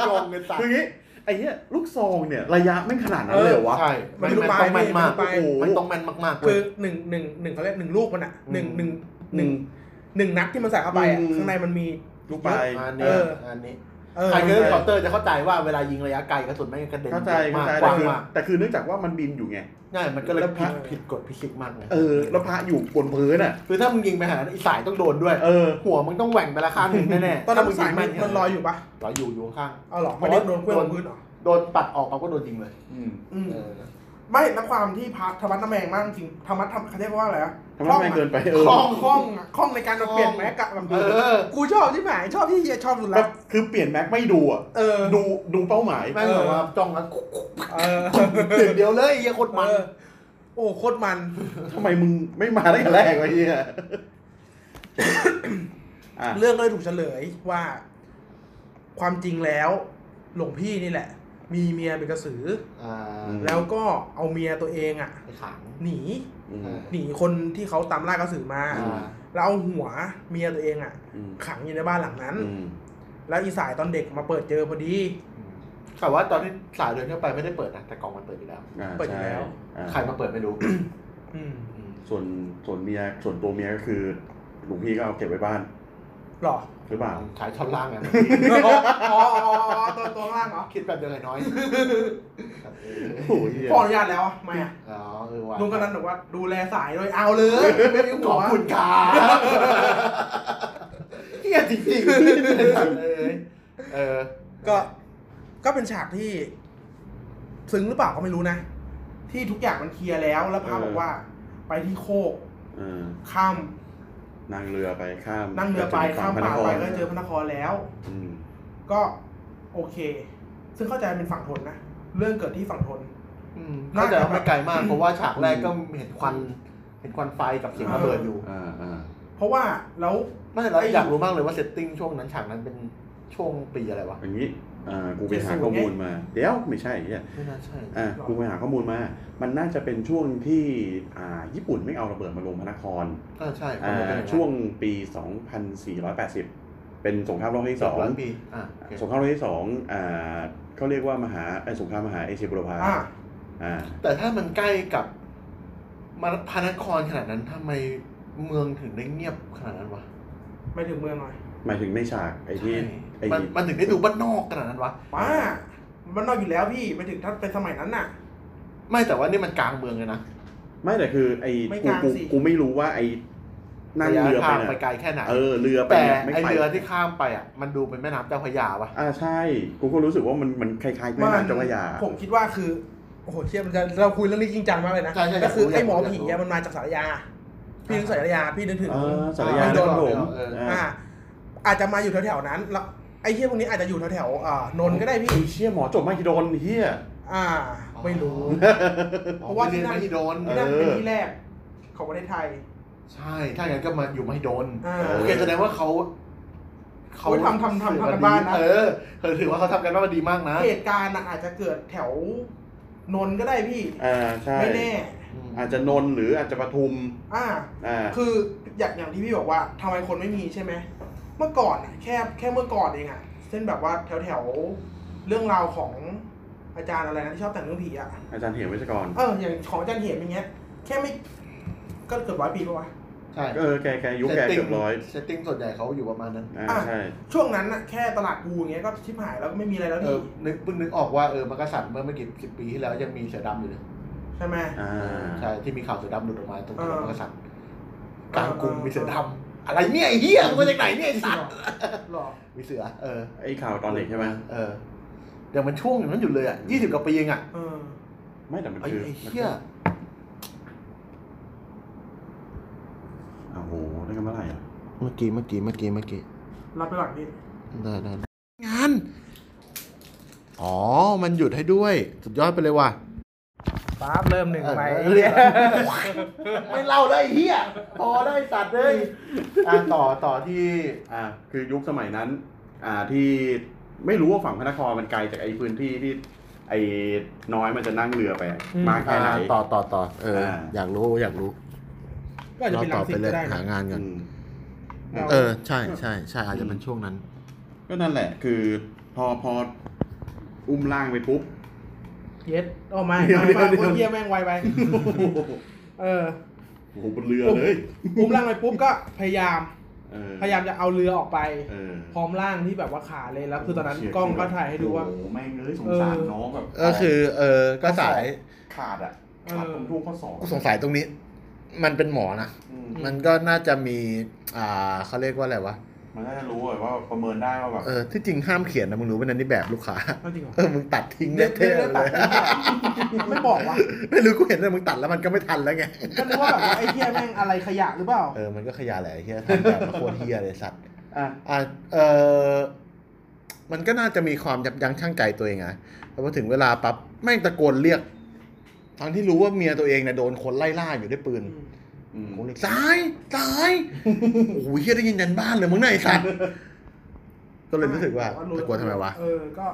โกงเลยสัต คือ ว์ อย่างงี้ไอ้เหี้ยลูกซองเนี่ย ระยะแม่งขนาดนั้นเลยเหรอวะ ใช่มัน มัน ต้องแม่นมาก มันต้องแม่นมาก โอ้โหมันต้องแม่นมากๆเล คือย หนึ่งหนึ่งหนึ่งเขาเรียกหนึ่งลูกมันอ่ะหนึ่งหนึ่งห ห นึ่ นึ่ ง ง หนึ่งนัดที่มันใส่เข้าไปอะ อืม ข้างในมันมี ลูกไป อัน เอ นี้ อ อันนี้ เออ ใครเคยเล่ นเคาน์เตอร์จะเข้าใจว่าเวลายิงระยะไกลกระสุนไม่งกระเด็น เข้าใจ มาก เข้าใจ ก แต่ ว้าง คือ มาก แต่คือเนื่องจากว่ามันบินอยู่ไง ง่ายมันก็เลย แล้วพ ผิ ระ ดผิดกฎฟิสิกส์มากไง เออ แล้วพระอยู่บนพื้นอ่ะ คือถ้ามึงยิงไปหาอีสายต้องโดนด้วย เออ หัวมึงต้องแหว่งไปละข้างหนึ่งแน่ๆ ตอนนั้น ถ้ สายมันมันลอยอยู่ปะ ลอยอยู่อยู่ข้าง เอาหรอ เพ ไม่ ราะ ได้ ว่า โดนเครื่องลงพื้นเหรอ โดนปัดออกปั๊บก็โดนยิงเลย อืม อืม เออ ไม่นักความที่พักธรรมะน้ำแมงมากจริงธรรมะทำเขาเรียกว่าอะไรอะ ทำไมแม่งเกินไปเออ คล่องคล่องอะคล่องในการเปลี่ยนแม็กอะแบบ เออ กูชอบที่ไหนชอบที่เฮียชอบสุด แบ ละ บคือเปลี่ยนแม็กไม่ดูอ่ะ เออ ดูดูเป้าหมาย แม่งแบบว่าจ้องแล้ว เออ ตื่นเดียวเลยไอ้เหี้ยโคตรมัน เออโอ้โคตรมัน ทำไมมึงไม่มาได้งแต่แรกวะเฮียอ่ะ เรื่องก็เลยถูกเฉลยว่า ความจริงแล้ว หลวงพี่นี่แหละ มีเมียเป็นกระสือ อ่า อแล้วก็เอาเมียตัวเองอ่ะ ไปขาง หนี อืม หนีคนที่เขาตามล่ากระสือมา อ่า แล้วเอาหัวเมียตัวเองอ่ะ อืม ขังอยู่ในบ้านหลังนั้น อืม แล้วอีสายตอนเด็กมาเปิดเจอพอดี แต่ว่าตอนที่สายเดินเข้าไปไม่ได้เปิดนะแต่กล่องมันเปิดอยู่แล้ว อ่า เปิดอยู่แล้ว ใช่อ่า ใครมาเปิดไม่รู้ อืม ส่วนส่วนเมียส่วนตัวเมียก็คือหลวงพี่ก็เอาเก็บไว้บ้าน หรอ หรือเปล่า ขายท่อนล่างอะ อ๋ออ๋ออ๋ออ๋อตัวตัวข้างล่างเหรอ คิดแบบเดินน้อย โอ้ยเหี้ย พ่ออนุญาตแล้วอ่ะไม่อ่ะ ๆอ๋อเออว่ะ ลุงกำนันบอกว่าดูแลสายด้วยเอาเลยไม่มี ข หั อบ ว คุณครับเฮียจริงๆเออเออ ก็ ก็เป็นฉากที่ ซึ้งหรือเปล่าก็ไม่รู้นะ ที่ทุกอย่างมันเคลียร์แล้ว แล้วพระบอกว่า ไปที่โคก เออ ข้าม นั่งเรือไปข้าม นั่งเรือไปข้ามป่าไปก็เจอพระนครแล้ว ม ก็โอเค ซึ่งเข้าใจเป็นฝั่งทนนะ เรื่องเกิดที่ฝั่งทน อืมน่าจะไม่ไกลมากเพราะว่าฉากแรกก็เห็นควันเห็นควันไฟกับเสียงระเบิดอยู่ อ่าอ่า เพราะว่าแล้ว ไม่แต่เราอยากรู้มากเลยว่าเซตติ้งช่วงนั้นฉากนั้นเป็นช่วงปีอะไรวะ อย่างนี้อ่ากูไปหาข้อมูลมา เดี๋ยวไม่ใช่เฮีย ไม่น่าใช่ อ่ะกูไปหาข้อมูลมา มันน่าจะเป็นช่วงที่อ่าญี่ปุ่นไม่เอาระเบิดมาลงพระนคร ก็ใช่ อ่าช่วงปี 2480 เป็นสงครามโลกครั้งที่สอง ร้อยปีอ่า สงครามโลกครั้งที่สองอ่าเขาเรียกว่ามหาเอ้ยสงครามมหาเอเชียบุรพา อ่า อ่า แต่ถ้ามันใกล้กับมาพระนครขนาดนั้นทำไมเมืองถึงได้เงียบขนาดนั้นวะ ไม่ถึงเมืองหน่อย หมายถึงในฉากไอ้ที่ไอ้ มันมันถึงได้ดูบ้านนอกขนาดนั้นวะ ป้ามันนอกอยู่แล้วพี่ไปถึงถ้าเป็นสมัยนั้นน่ะ ไม่แต่ว่านี่มันกลางเมืองเลยนะ ไม่แต่คือไอ้ ไม่กกูลาง กู สิ กูไม่รู้ว่าไอ้นั่ง ระยะ เรือไป ทาง เนี่ย ไปไกลแค่ไหน เออเรือไป แต่ เนี่ยไม่ ไอ ไป เรือที่ข้ามไปอ่ะ มันดูเป็นแม่น้ำเจ้าพระยาปะ อ่าใช่ กูก็รู้สึกว่ามันมันคล้ายๆแม่น้ำเจ้าพระยา ผมคิดว่าคือโอ้โหเชี่ยมันจะเราคุยเรื่องนี้จริงจังมากเลยนะ ใช่ใช่ ก็คือ รู้ ไอ้หมอ รู้ ผี รู้ อะมันมาจากสารยา พี่นึกสารยาพี่นึกถึง เออสารยา ไม่ น โดน ครผม เออ อ่า อ่า อาจจะมาอยู่แถวๆนั้นแล้วไอ้เชี่ยพวกนี้อาจจะอยู่แถวๆอ่านนท์ก็ได้พี่ ไอ้เชี่ยหมอจบมาฮิโดนเฮี ย อ่า ไม่รู้เพอ๋อราะว่าที่นั่น ไม่ได้โดน ที่ เอ นั่น อ เป็นที่แรกของประเทศไทย ใช่ถ้าอย่างนั้นก็มาอยู่ไม่โดน อ่า โอเคแสดงว่าเขาเขา โอ้ยทำทำทำทำกันบ้านนะ เออเออถือว่าเขาทำกันบ้านมาดีมากนะ เหตุการณ์น่ะอาจจะเกิดแถวนนท์ก็ได้พี่ อ่าใช่ ไม่แน่ อืม อาจจะนนท์หรืออาจจะปทุม อ่า อ่า คืออย่างอย่างที่พี่บอกว่าทำไมคนไม่มีใช่ไหม เมื่อก่อนน่ะแค่แค่เมื่อก่อนเองอะเช่นแบบว่าแถวแถวๆเรื่องราวของอาจารย์อะไรนะที่ชอบแต่งเรื่องผีอะ อาจารย์เหมเวชกร เอออย่างของอาจารย์เหมอย่างเงี้ย แค่ไม่ก็เกือบร้อยปีปะวะ ใช่ เออแกแกยุคแกเกือบร้อย เซตติ้งส่วนใหญ่เขาอยู่ประมาณนั้น อ่า อ่ะ ใช่ ช่วงนั้นอะแค่ตลาดกูอย่างเงี้ยก็ชิบหายแล้วก็ไม่มีอะไรแล้ว เอ พี่ อนึกเพิ่งนึกออกว่าเออมันกษัตริย์เมื่อไม่กี่สิบปีที่แล้วยังมีเสือดำอยู่เลย ใช่ไหม อ่า ใช่ที่มีข่าวเสือดำหลุดออกมาตรงถนน เออ มักษัตริย์กลางกรุงมีเสือดำอะไรเนี่ยไอ้เหี้ยมาจากไหนเนี่ยไอ้สัตว์ หรอ มีเสือ เออ ไอ้ข่าวตอนเด็กใช่ไหม เออเดี๋ยวมันช่วงอย่างนั้นอยู่เลยอ่ะยี่สิบกว่าปีเองอ่ะ เออ ไม่แต่มัน ไอ้ คือ ไอ้เหี้ย โอ้โหได้กันเมื่อไหร่อ่ะ เมื่อกี้เมื่อกี้เมื่อกี้เมื่อกี้ รับไปก่อนพี่ ได้ได้งานอ๋อมันหยุดให้ด้วย สุดยอดไปเลยว่ะ ป๊าบเริ่มหนึ่งไป เออเรียก ไม่เล่าได้เฮียพอได้สัตว์เลยอ่ะต่อต่อที่ อ่าคือยุคสมัยนั้น อ่าที่ไม่รู้ว่าฝั่งพระนครมันไกลจากไอ้พื้นที่ที่ไอ้น้อยมันจะนั่งเรือไปมากแค่ไหน อ่าต่อต่อต่อเออ อ่า อยากรู้อยากรู้ ก็อาจจะ เรา เป็นรัสิต่อง ไปต เลย ก็ได้ หา นะ งานกัน อืม เออใช่ใช่ใช่อาจจะเป็นช่วงนั้น ก็นั่นแหละ คือพอพออุ้มล่างไปปุ๊บ เย็ดโอ้ไม่ เดี๋ยว ไม่ไม่ เดี๋ยว โอ้ยเยี่ยแม่งไว ไป เออ โอ้โหบนเรือเลย อุ้มร่างไปปุ๊บก็พยายาม เออ พยายามจะเอาเรือออกไป เออ พร้อมร่างที่แบบว่าขาเลยแล้ว คือตอนนั้น เชี่ย กล้องก็ถ่ายให้ดูว่า โอ้โหแม่งเอ้ยสงสาร เออ น้องแบบ ก็คือเออก็สาย ขาดอ่ะขาดตรงทุกข้อสอง สงสัยตรงนี้ มันเป็นหมอนะ อืม มันก็น่าจะมี อ่าเขาเรียกว่าอะไรวะ มันน่าจะรู้เลยว่าประเมินได้ว่าแบบ เออที่จริงห้ามเขียนนะมึงรู้ไหมนันนี่แบบลูกค้า เอาจริงเหรอ เออมึงตัดทิ้ง เล่นเละเล่นเทะเล่น เล ตัด ย ไม่บอกว่ะ ไม่รู้กูเห็นแต่มึงตัดแล้วมันก็ไม่ทันแล้วไง ก็นึกว่าแบบว่าไอ้เหี้ยแม่งอะไรขยะหรือเปล่า เออมันก็ขยะแหละไอ้เฮียทำแบบมาโคตรเฮียเลยสัตว์ อ่ะ อ่ะเออมันก็น่าจะมีความยับยั้งชั่งใจตัวเองอะแต่พอถึงเวลาปั๊บแม่งตะโกนเรียก ทั้งที่รู้ว่าเมียตัวเองเนี่ยโดนคนไล่ล่าอยู่ด้วยปืน อืม ผมเลยซ้ายซ้ายโอ้โหเฮียได้ยินยันบ้านเลยมึงไหนะไอ้สัตว์ก็เลยรู้สึกว่าตะโกนทำไมวะ เออ ก็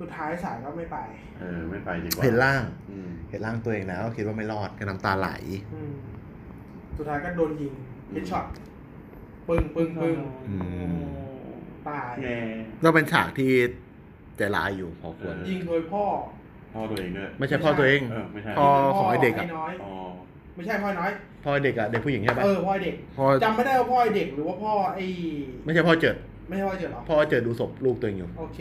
สุดท้ายสายก็ไม่ไป เออไม่ไปดีกว่า เห็นร่าง อืม เห็นร่างตัวเองแล้วก็คิดว่าไม่รอดก็น้ำตาไหล อืมสุดท้ายก็โดนยิงเฮดช็อตปึ้งปึ้งปึ้ง อืม ตาย แง่ ก็เป็นฉากที่ใจร้ายอยู่พอควร ยิงโดยพ่อ พ่อตัวเองด้วย ไม่ใช่พ่อตัวเอง เออไม่ใช่ พ่อ ของไเด็กอะ พ่น้อย อ๋อ ไม่ใช่พ่อน้อย พ่อเด็กอะเด็กผู้หญิงใช่ปะ เออพ่อไอ้เด็ก พ่อ จำไม่ได้ว่าพ่อไอ้เด็กหรือว่าพ่อไอ้ ไม่ใช่พ่อเจิด ไม่ใช่พ่อเจอเหรอ พ่อเจิดดูศพลูกตัวเองอยู่ โอเค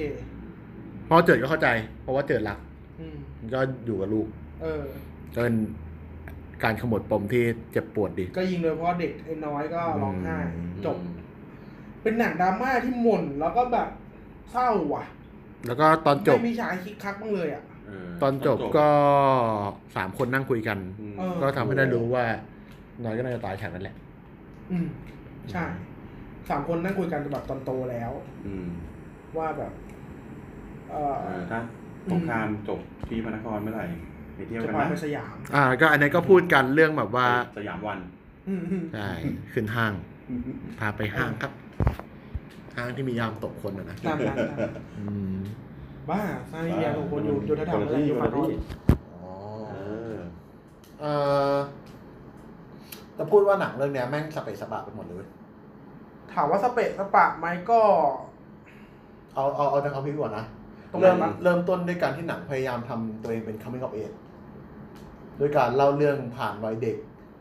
พ่อเจิดก็เข้าใจ เพราะว่าเจิดรัก อืม ก็อยู่กับลูก เออ ก็เป็นการขมวดปมที่เจ็บปวดดี ก็ยิงโดยพ่อเด็กไอ้น้อยก็ร้องไห้ อืม จบ เป็นหนังดราม่าที่หม่นแล้วก็แบบเศร้าว่ะ แล้วก็ตอนจบ ไม่มีฉากให้คิกคักบ้างเลยอ่ะ เอ ตอนจบก็สามคนนั่งคุยกัน อืม เออ ก็ทำให้ได้รู้ว่า น้อยก็น่าจะตายฉากนั้นแหละ อืม ใช่สามคนนั่งคุยกันแบบตอนโตแล้ว อืม ว่าแบบ เออ เออถ้าสงครามจบที่พระนครเมื่อไหร่ไปเที่ยว จะ กัน พา นะ ไปสยาม อ่า ก็อันนี้ก็พูดกันเรื่องแบบว่า สยามวัน อืมอืม ใช่ขึ้นห้าง พาไปห้างครับ ห้างที่มียามตกคนนะนะ ตามนั้นนะ อืม บ้าสร้างเรียนของคนอยู่อยู่แถวๆนั้นอยู่ฝั่งโน้น อ๋อ เออ เออจะพูดว่าหนังเรื่องเนี้ยแม่งสเปะสปะไปหมดเลยเว้ย ถามว่าสเปะสปะไหมก็ เอาเอาเอาจากคำพิวก่อนนะ ตรงไหน เริ่ม บ้าง เริ่มต้นด้วยการที่หนังพยายามทำตัวเองเป็น coming of age ด้วยการเล่าเรื่องผ่านวัยเด็ก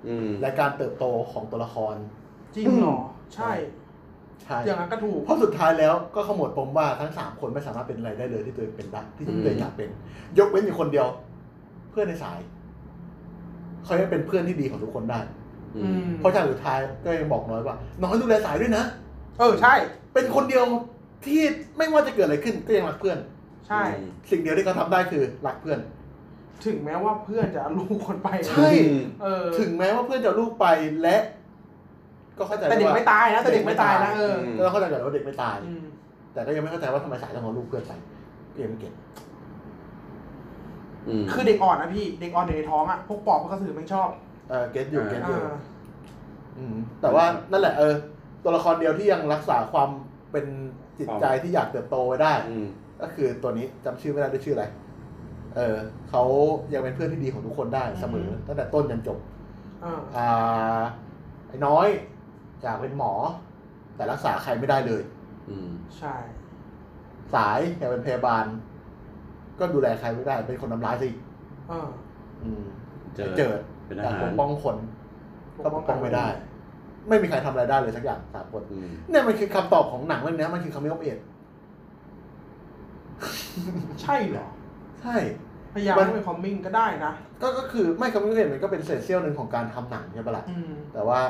อืม และการเติบโตของตัวละคร จริงเหรอ ใช่ ใช่ อย่างนั้นก็ถูก เพราะสุดท้ายแล้วก็ขมวดปมว่าทั้งสามคนไม่สามารถเป็นอะไรได้เลยที่ตัวเองเป็นได้ที่ตัวเองอยากเป็น ยกเว้นอยู่คนเดียว เพื่อนในสายเขายังเป็นเพื่อนที่ดีของทุกคนได้ อื อื ม ม เพราะฉากสุดท้ายก็ยังบอกน้อยว่าน้อยดูแลสายด้วยนะ เออใช่ เป็นคนเดียวที่ไม่ว่าจะเกิดอะไรขึ้นก็ยังรักเพื่อน ใช่ สิ่งเดียวที่เขาทำได้คือรักเพื่อน ถึงแม้ว่าเพื่อนจะเอาลูกคนไป ใช่ เออ ถึงแม้ว่าเพื่อนจะเอาลูกไปและ ก็เข้าใจ แต่เด็ก ว่า ไม่ตายนะแต่เด็กไม่ตายนะเออ ม ก็ต้องเข้าใจก่อนว่าเด็กไม่ตาย อืม แต่ก็ยังไม่เข้าใจว่าทำไมสายต้องเอาลูกเพื่อนไปก็ยังไม่เก็ต อืม คือเด็กอ่อนนะพี่เด็กอ่อนอยู่ในท้องอ่ะพวกปอบพวกกระสือมันชอบ เออเก็ตอยู่ อ่า เก็ตอ เอยู่อ อืมแต่ว่านั่นแหละเออตัวละครเดียวที่ยังรักษาความเป็นจิตใจที่อยากเติบโตไว้ได้ อืม ก็คือตัวนี้จำชื่อไม่ได้ด้วยชื่ออะไร เออเขายังเป็นเพื่อนที่ดีของทุกคนได้เสมอตั้งแต่ต้นจนจบ เออ อ่าไอ้น้อยอยากเป็นหมอ แต่รักษาใครไม่ได้เลย อืม ใช่ สายอยากเป็นพยาบาล ก็ดูแลใครไม่ได้เป็นคนทำร้ายสิ เออ อืม เจอ เจิด เป็น อ อา ย่าก หา ป ร กป้องคนก็ปกป้องไม่ได้ ไม่มีใครทำอะไรได้เลยสักอย่างสามคน อืม เนี่ยมันคือคำตอบของหนังเรื่องเนี้ยมันคือคำไม่ยอมเอ็ด ใช่เหรอ ใช่ พยายาม มัน ให้เป็นคอมมิ่งก็ได้นะ ก็ก็คือไม่คำไม่ยอมเอ็ดมันก็เป็นเศษเสี้ยวหนึ่งของการทำหนังใช่ปะล่ะ อืม แต่ว่า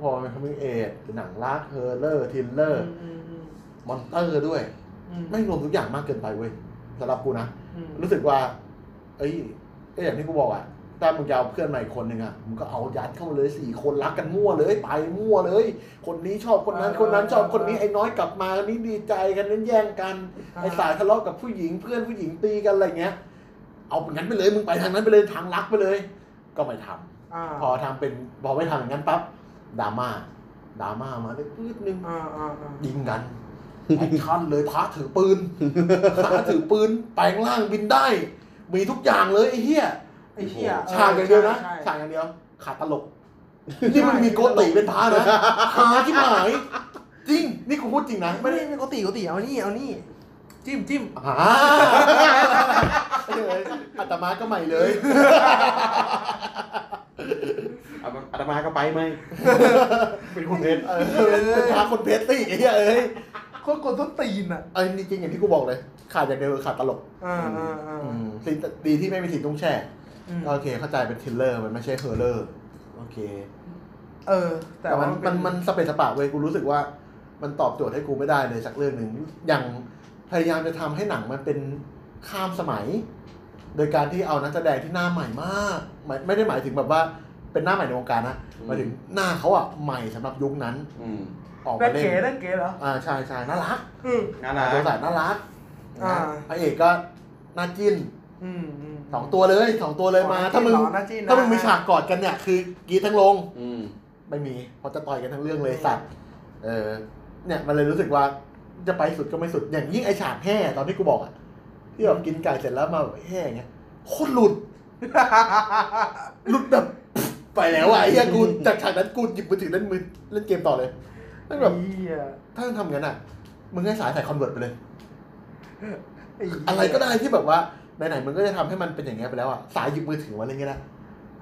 พอมันเป็นคำไม่ยอมเอ็ดหนังลากเฮอร์เลอร์ทิลเลอร์ อืมอืม มอนเตอร์ด้วย อืม ไม่รวมทุกอย่างมากเกินไปเว้ยสำหรับกูนะ อืม รู้สึกว่า เอ้ยก็อย่างที่กูบอกอะถ้ามึงจะเอาเพื่อนมาอีกคนหนึ่งอะมึงก็เอายัดเข้ามาเลยสี่คนรักกันมั่วเลยไปมั่วเลย คนนี้ชอบคนนั้น คนนั้นชอบคนนี้ไอ้น้อยกลับมาคนนี้ดีใจกันนั้นแย่งกัน ไอ้สายทะเลาะกับผู้หญิงเพื่อนผู้หญิงตีกันอะไรเงี้ย เอาอย่างนั้นไปเลยมึงไปทางนั้นไปเลยทางรักไปเลย ก็ไม่ทำ า พอทำเป็นพอไม่ทำอย่างนั้นปั๊บดราม่าดราม่ามาได้ปื๊ดนึง อ่าอ่าอ่า ยิงกันแอคชั่นเลยพระถือปืน พระถือปืน แปลงร่างบินได้ มีทุกอย่างเลยไอ้เหี้ย ไอ้เชี่ย ฉากอย่างเดียวนะ ใช่ ฉา ใช่ กอย่างเดียว ขาดตลก ใช่ นี่มันมีโกติเป็นพระนะหาที่หาย จริง นี่กูพูดจริงนะ ไม่ ไม่ ได้ ได้ ไม่กติกติเอานี่เอานี่ จิ้มจิ้ม หาอัตมาก็ใหม่ เลย อาตมาอาตมาก็ไป ไหม เป็นคนเล่น เออเป็นพระคนเพชรสิไอ้เหี้ยเอ้ย โคตรกดต้นตีนอ่ะ เอ้ยจริงๆอย่างที่กูบอกเลย ขาดอย่างเดียวคือขาดตลก อ่าอ่าอ่า อืมสิ่งดีที่ไม่มีสิ่งต้องแช่ อืม โอเค เข้าใจเป็นทริลเลอร์มันไม่ใช่เฮอร์เลอร์โอเค เออ แต่ แต่ ว่า มัน เป็ มันมันสเปซสปะเว้ยกูรู้สึกว่า มันตอบโจทย์ให้กูไม่ได้เลยสักเรื่องหนึ่งอย่างพยายามจะทำให้หนังมันเป็นข้ามสมัย โดยการที่เอานักแสดงที่หน้าใหม่มากหมายไม่ได้หมายถึงแบบว่าเป็นหน้าใหม่ในวงการนะหมายถึงหน้าเขาอะใหม่สำหรับยุคนั้น อืม ออก เล่ มาน เล่น เก๋เล่นเก๋เหรอ อ่าใช่ใช่น่ารัก อืม น่ารัก ตัวสายน่ารัก อ่า นะพระเอกก็น่าจิ้น อืมม สองตัวเลยสองตัวเลยมา ถ้ามึง หล่อนะจิ้นนะ ถ้ามึงมีฉากกอดกันเนี่ย คือกรีดทั้งลง อืม ไม่มีเพราะจะต่อยกันทั้งเรื่องเลย สัตว์เออ เนี่ยมันเลยรู้สึกว่าจะไปสุดก็ไม่สุดอย่างยิ่งไอฉากแห่ตอนที่กูบอกอะที่แบบกินไก่เสร็จแล้วมาแบบแห่อย่างเงี้ยโคตรหลุดหลุดแบบ ไปแล้วอะไอ้เหี้ยกูจากฉากนั้นกูหยิบมือถือเล่นมือเล่นเกมต่อเลยนั่นแบบ เหี้ย ถ้ามึงทำงั้นอะมึงให้สายใส่คอนเวิร์ตไปเลย ไเหี้ย อะไรก็ได้ที่แบบว่าไหนๆมึงก็จะทำให้มันเป็นอย่างเงี้ยไปแล้วอะสายหยิบมือถือมาเล่นก็ได้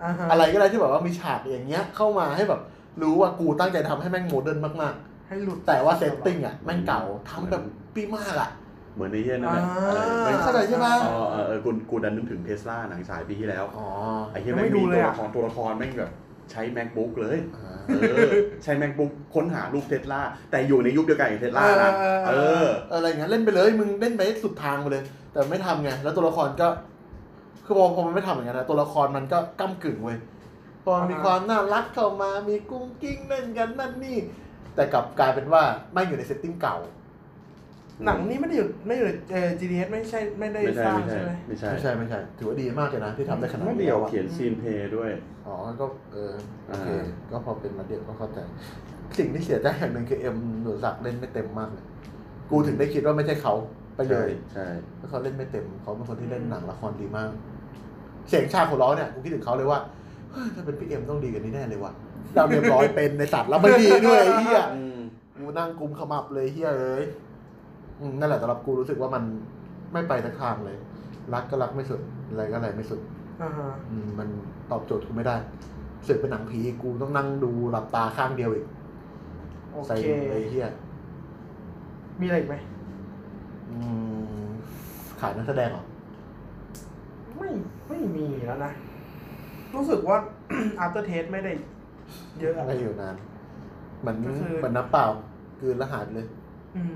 าฮ อะไรก็ได้ที่แบบว่ามีฉากอย่างเงี้ย เข้ามาให้แบบรู้ว่ากูตั้งใจทำให้แม่งโมเดิร์นมาก ให้หลุด ๆ แต่ว่าเซตติ้งอ่ะแม่งเก่าทำแบบปีมากอ่ะ เหมือนในเยี่ยนั่น อ่า แหละอะไรไม่ เข้าใจใช่ปะ อ๋อเออเออกูกูดันนึกถึงเทสลาหนังสายปีที่แล้ว อ๋อ ไอ้เหี้ยแม่งมีตัวละครตัวละครแม่งแบบใช้ macbook เลย เออ ใช้ macbook ค้นหารูปเทสลาแต่อยู่ในยุคเดียวกันกับเทสลานะเออ อะไรอย่างเงี้ยเล่นไปเลย มึงเล่นไปให้สุดทางไปเลย แต่ไม่ทำไงแล้วตัวละครก็ คือพอพอมันไม่ทำอย่างนั้นนะตัวละครมันก็ก้ากึ่งเว้ยพอมีความน่ารักเข้ามามีกุ้งกิ้งเล่นกันนั่นนี่ แต่กลับกลายเป็นว่าไม่งอยู่ในเซตติ้งเก่า หนังนี้ไม่ได้อยู่ไม่อยู่ในเออ GDS ไม่ใช่ไม่ได้ ไม่ ส ใช่ ร้าง ไม่ใช่ใช่ไหม ไม่ใช่ ไม่ใช่ไม่ใช่ ถือว่าดีมากเลยนะที่ทำได้ขนาด ไม่ นี้ เดียว แล้วอะ เขียนซีนเพลย์ด้วย อ๋อ ก็เออโอเค อ่า ก็พอเป็นมาเดียวก็เข้าใจ สิ่งที่เสียใจอย่างหนึ่งคือเอ็มหนูสักดิ์เล่นไม่เต็มมากเลย กูถึงได้คิดว่าไม่ใช่เขาไปเล ใช่ ย ใช่ เพราะเขาเล่นไม่เต็ม เขาเป็นคนที่เล่นหนังละครดีมาก เสียงชาของร้องเนี่ย กูคิดถึงเขาเลยว่าเฮ้ยถ้าเป็นพี่เอ็มต้องดีกว่านี้แน่เลยว่ะเราเรียบร้อยเป็นในสัตว์แล้วไม่ดีด้วยไอ้เฮีย อืม กูนั่งกุมขมับเลยเฮียเอ้ยอืมนั่นแหละสำหรับกูรู้สึกว่ามันไม่ไปทักทางเลย รักก็รักไม่สุด อะไรก็อะไรไม่สุด อ่าฮะ อืมมันตอบโจทย์กูไม่ได้เสือกเป็นหนังผีกูต้องนั่งดูหลับตาข้างเดียวอีก โอ ใส่ เค ไอ้เหี้ย มีอะไรอีกไหม อืมขายนักแสดงเหรอ ไม่ไม่มีแล้วนะ รู้สึกว่า after taste ไม่ได้เยอะอะ อะไรอยู่นานเหมือน ก็คือ เหมือนน้ำเปล่าคืนละหายไปเลย อืม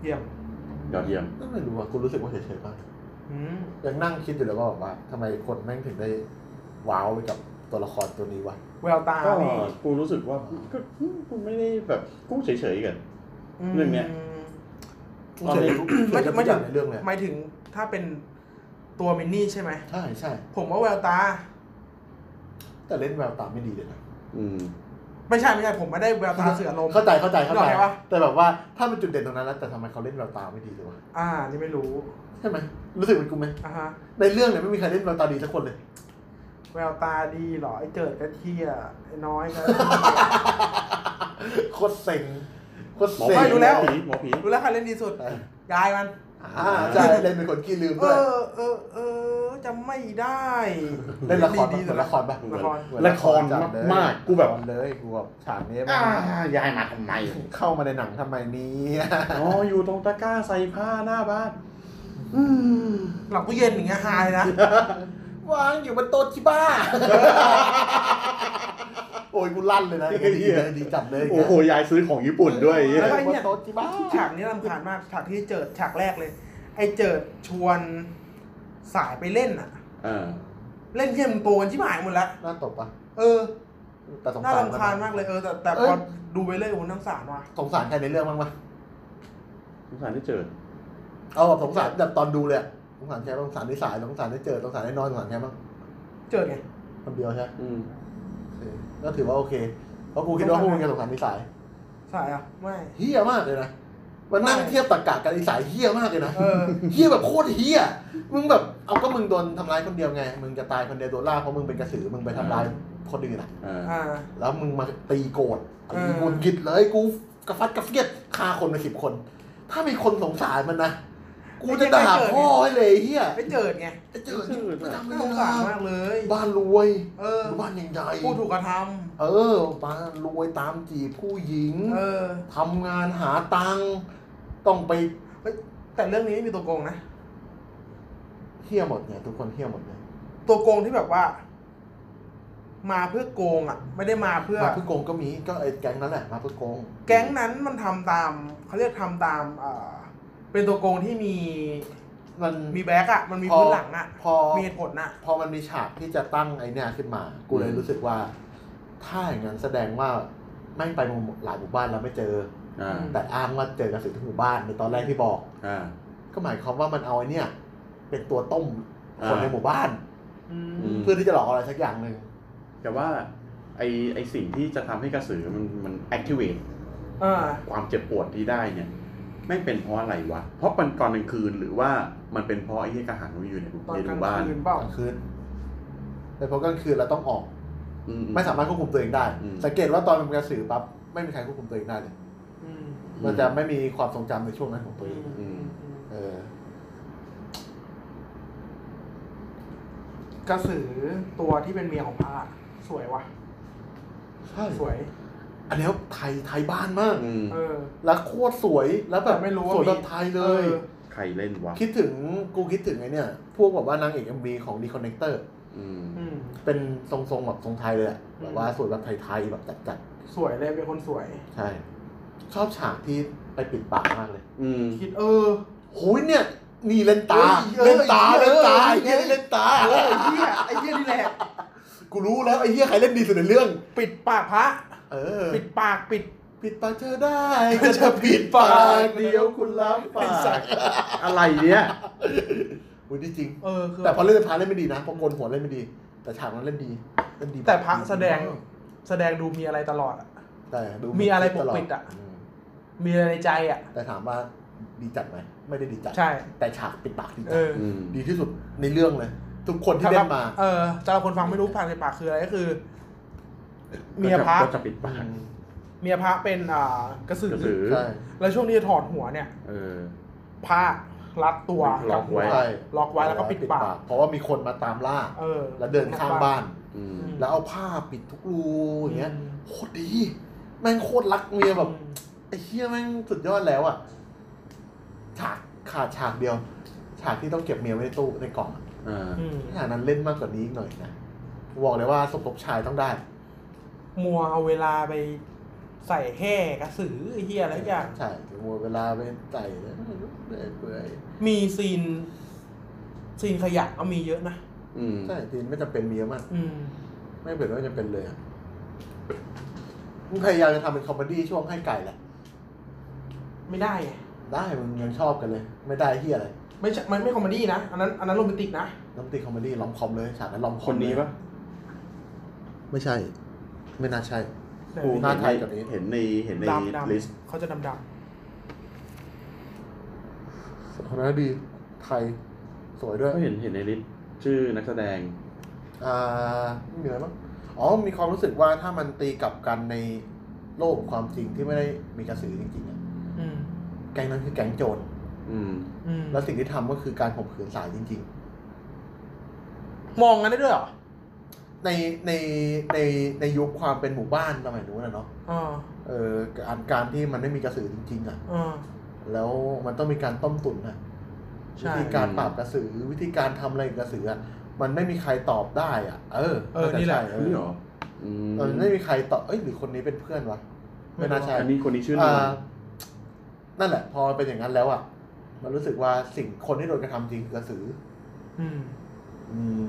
เยี่ยม ยอดเยี่ยม ไม่รู้อ่ะกูรู้สึกว่าเฉยๆมาก อืม ยังนั่งคิดอยู่เลยว่าแบบว่าทำไมคนแม่งถึงได้ว้าวไปกับตัวละครตัวนี้วะ แววตา ก็ พี่ กูรู้สึกว่าก็กูไม่ได้แบบกูเฉยๆกัน อืม เรื่องเนี้ย กูเฉยทุกเฉยกับ ไม่ ทุก ถึง อย่างในเรื่องเลย ห อะ มายถึงถ้าเป็นตัวมินนี่ใช่ไหม ใช่ใช่ ผมว่าแววตา แต่เล่นแววตาไม่ดีเลยนะ อืม ไม่ใช่ไม่ใช่ผมไม่ได้แววตาเสือลมณ์ เข้าใจเข้าใจเข้าใจ เข้าใจปะ แต่แบบว่าถ้าเป็นจุดเด่นตรงนั้นแล้วแต่ทำไมเขาเล่นแววตาไม่ดีเลยวะ อ่า นี่ไม่รู้ ใช่ไหมรู้สึกเป็นกูไหม อ่ะฮะ ในเรื่องเนี่ยไม่มีใครเล่นแววตาดีสักคนเลย แววตาดีเหรอ ไอ้เจิดก็เที่ยไอ้น้อยก็ โคตรเซ็งโคตร หมอ เซ็ง ไม่ ผี รู้แล้ว หมอผีหมอผี รู้แล้วใครเล่นดีสุด อ่ะ ยายมัน อ่าใช่เล่นเป็นคนขี้ลืม เอ ด้วย อเออเออจำไม่ได้ เล่นละคร ดี ปะเหมือน ๆ ละครปะ ละคร ละครมากๆกูแบบ เลยกูแบบฉากนี้ อ่า แมัน ยายมาทำไม เข้ามาในหนังทำไมเนี้ อ๋ออยู่ตรงตะกร้าใส่ผ้าหน้าบ้าน อืม หลับก็เย็นอย่างเงี้ยหายนะ วางอยู่บนโต๊ะที่บ้านโอ้ยกูลั่นเลยนะดีเลยดีจัดเลย โอ้โหยายซื้อของญี่ปุ่นด้วย อ เหี้ยู่ยแล้วก็ บ เนี่ย นโต๊ะที่บ้าน ฉากนี้ลำคาญมาก ฉากที่เจิดฉากแรกเลย ไอ้เจิดชวนสายไปเล่นอ่ะ อ่า เล่นเที่ยมนโกนชิบหายหมดละ น่าตบปะ เออ แต่สง น่า สาร รำคาญมากเลยเออแต่แต่พอดูไปเรื่อยโอ้โหน่าสงสารว่ะ สงสารใครในเรื่องบ้างปะ สงสารที่เจอ เอาแบบสงสารแบบตอนดูเลยอะสงสารใครบ้างสงสารนิสัยสงสารได้เจอสงสารได้นอนสงสารใครบ้าง เจิดไง คนเดียวใช่ไหม อืม เออก็ถือว่าโอเคเพราะกูคิดว่าพวกมึงจะสงสารนิสัย สายอ่ะ ไม่ เฮี้ยมากเลยนะมันนั่งเทียบตรรกะกันอีสายเฮี้ยมากเลยนะ เออ เฮี้ยแบบโคตรเฮี้ย มึงแบบ เอาก็มึงโดนทำร้ายคนเดียวไง มึงจะตายคนเดียวโดนล่าเพราะมึงเป็นกระสือ มึงไปทำร้ายคนอื่นอ่ะ อ่า อ่า แล้วมึงมาตีโกรธ เออ มึงกิดเลยกูกระฟัดกระเฟียดฆ่าคนไปสิบคน ถ้ามีคนสงสารมันนะ กูจะด่าพ่อให้เลยเฮี้ย ไม่เจิดไง ไอ้เจอไม่ทำไม่ น่าสง ได้ สารมากเลย บ้านรวย เออ บ้านใหญ่ ผู้ถูกกระท ๆเออบ้านรวยตามจีบผู้หญิง ำเออ ทำงานหาตังค์ต้องไป แต่เรื่องนี้ไม่มีตัวโกงนะ เที่ยวหมดเนี่ยทุกคนเที่ยวหมดเลย ตัวโกงที่แบบว่า มาเพื่อโกงอ่ะ ไม่ได้มาเพื่อ มาเพื่อโกงก็มีก็ไอ้แก๊งนั้นแหละมาเพื่อโกง แก๊งนั้นมันทำตามเขาเรียกทำตามเอ่อเป็นตัวโกงที่มี มัน มีแบ็กอ่ะ มันมีพื้นหลังอ่ะ พอ มีเหตุผลอ่ะ พอมันมีฉากที่จะตั้งไอเนี่ยขึ้นมา กูเลยรู้สึกว่า ถ้าอย่างนั้นแสดงว่าแม่งไปหลายหมู่บ้านแล้วไม่เจอ อ่า แต่อ้างว่าเจอกระสือทุกหมู่บ้านในตอนแรกที่บอก อ่า ก็หมายความว่ามันเอาไอเนี่ยเป็นตัวต้มคน อ่า ในหมู่บ้าน อืม อืม เพื่อที่จะหลอกอะไรสักอย่างหนึ่ง แต่ว่าไอไอสิ่งที่จะทำให้กระสือมันมัน activate อ่า ความเจ็บปวดที่ได้เนี่ยไม่งเป็นเพราะอะไรวะ เพราะมันตอนกลางคืนหรือว่ามันเป็นเพราะไอ้ที่กระหังมันอยู่ใน ตอนกในห ลาง มู่บ้าน คืนเปล่า กลางคืนเป็นเพราะกลางคืนเราต้องออก อือื ไม่สามารถควบคุมตัวเองได้ อืม สังเกตว่าตอนเป็นกระสือปั๊บไม่มีใครควบคุมตัวเองได้เลย อืม มันจะไม่มีความทรงจำในช่วงนั้นของตัว อื เอง มอืมอืม เออก ระสือตัวที่เป็นเมียของพระอะสวยว่ะ ใช่ สวย อันนี้ไทยไทยบ้านมาก อืม เออ แล้วโคตรสวยแล้วแบบ แต่ไม่รู้ว่า สวย มี แบบไทยเลย ออ ใครเล่นวะ คิดถึงกูคิดถึงไอเนี่ยพวกแบบว่านางเอกเอ็มบีของดีคอนเนคเตอร์ อืม อืม เป็นทรงๆแบบทรงไทยเลยอะ อืม แบบว่าสวยแบบไทยๆแบบจัด สวยเลยเป็นคนสวย ๆใช่ ชอบฉากที่ไปปิดปากมากเลย อืม คิดเออ โอ้ยเนี่ยนี่เล่นตา เฮ้ย เล่นตา เฮ้ย เล่นตา เฮ้ย ไอ้เออไอ้เหี้ยนี่เล่นตาเหี้ยไอ้เหี้ยนี่แหละ กูรู้แล้วไอ้เหี้ยใครเล่นดีสุดในเรื่อง ปิดปากพระ เออ ปิดปากปิด ปิดปากเธอ ได้ก็จะปิดปากเดียวคุณล้ำปา ไอ้สั ก ตว์อะไรเนี่ย อุ้ยนี่จริง เออคือ แต่พอเล่นพาเล่นไม่ดีนะพอโกนหัวเล่นไม่ดี แต่ฉากนั้นเล่นดีเล่นดี แต่พระแสดง แสดงดูมีอะไรตลอดอะ แต่ดู มีอะไรปกปิดอะ ม มีอะไรในใจอ่ะ แต่ถามว่าดีจัดไหมไม่ได้ดีจัด ใช่ แต่ฉากปิดปากดี เอ จัด อ อืม ดีที่สุดในเรื่องเลย ทุกคนที่เล่นมา เออสำหรับคนฟังไม่รู้ผ่านในปากคืออะไรก็คือ เมียพระ ก็จะปิดปาก อืม เมียพระเป็นอ่ากระสื ก อ ระสือ ใช่ แล้วช่วงที่จะถอดหัวเนี่ย เออ ผ้ารัดตัว ล็อกไว้ บหัล็อกไว้แล้วก็ปิดปาก เพราะว่ามีคนมาตามล่า เออ แล้วเดินข้างบ้าน อืม แล้วเอาผ้าปิดทุกรูอย่างเงี้ย อืม โคตรดี แม่งโคตรรักเมียแบบ ไอ้เฮียแม่งสุดยอดแล้วอ่ะ ฉากขาดฉากเดียว ฉากที่ต้องเก็บเมียไว้ในตู้ในกล่องอะ อ่า อืม ฉากนั้นเล่นมากกว่านี้อีกหน่อยนะบอกเลยว่าสมทบชายต้องได้ มัวเอาเวลาไปใส่แห่กระสือไอ้เฮียอะไรอย่าง ใช่ถึงหมดเวลาไปใส่เลยเปื่อยเปื่อย มีซีน ซีนขยะก็มีเยอะนะ อืม ใช่ทีนไม่จำเป็นเมียมัน อืม ไม่เป็นว่าจะเป็นเลยอะมึงพยายามจะทำเป็นคอมเมดี้ช่วงให้ไก่แหละ ไม่ได้ไง ได้มึงยังชอบกันเลย ไม่ได้เฮียอะไร ไม่ใช่มันไม่คอมเมดี้นะ อันนั้น อันนั้นโรแมนติกนะ น้ำตีคอมเมดี้ลอมคอมเลยฉากนั้นลอมค ค อม น เลย นี้ปะ ไม่ใช่ ไม่น่าใช่ กู หน้า เห็น ไท ใน ยกับนี้ เห็นในเห็นใน ดำด ลิสต์ ำเขาจะดำด สถานะดีไทยสวยด้วย ก็เห็นเห็นในลิสต์ชื่อนักแสดง อ่าไม่มีอะไรบ้างอ๋อ มีความรู้สึกว่าถ้ามันตีกลับกันในโลกของความจริงที่ไม่ได้มีกระสือจริงๆอะ ำอืม แก๊งนั้นคือแก๊งโจร อืม อืม แล้วสิ่งที่ทำก็คือการข่มขืนสายจริง มองกันได้ด้วยเหรอ ๆ ในในในในยุคความเป็นหมู่บ้านสมัยนู้นนะเนาะ อ่า เออการการที่มันไม่มีกระสือจริง ๆ อ่ะ อ่า แล้วมันต้องมีการต้มตุ๋นนะ ใช่ วิธีการปราบกระสือวิธีการทำอะไรกับกระสืออะมันไม่มีใครตอบได้อ่ะ เออ เออนี่แหละ าจใช่เอ นี่ อ เหรออืม เออไม่มีใครตอบเอ้ยหรือคนนี้เป็นเพื่อนวะไม่น่าใช่ อันนี้คนนี้ชื่อนวลอ่านั่นแหละ พอเป็นอย่างนั้นแล้วอ่ะ มันรู้สึกว่าสิ่งคนที่โดนกระทำจริงคือกระสือ อืม อืม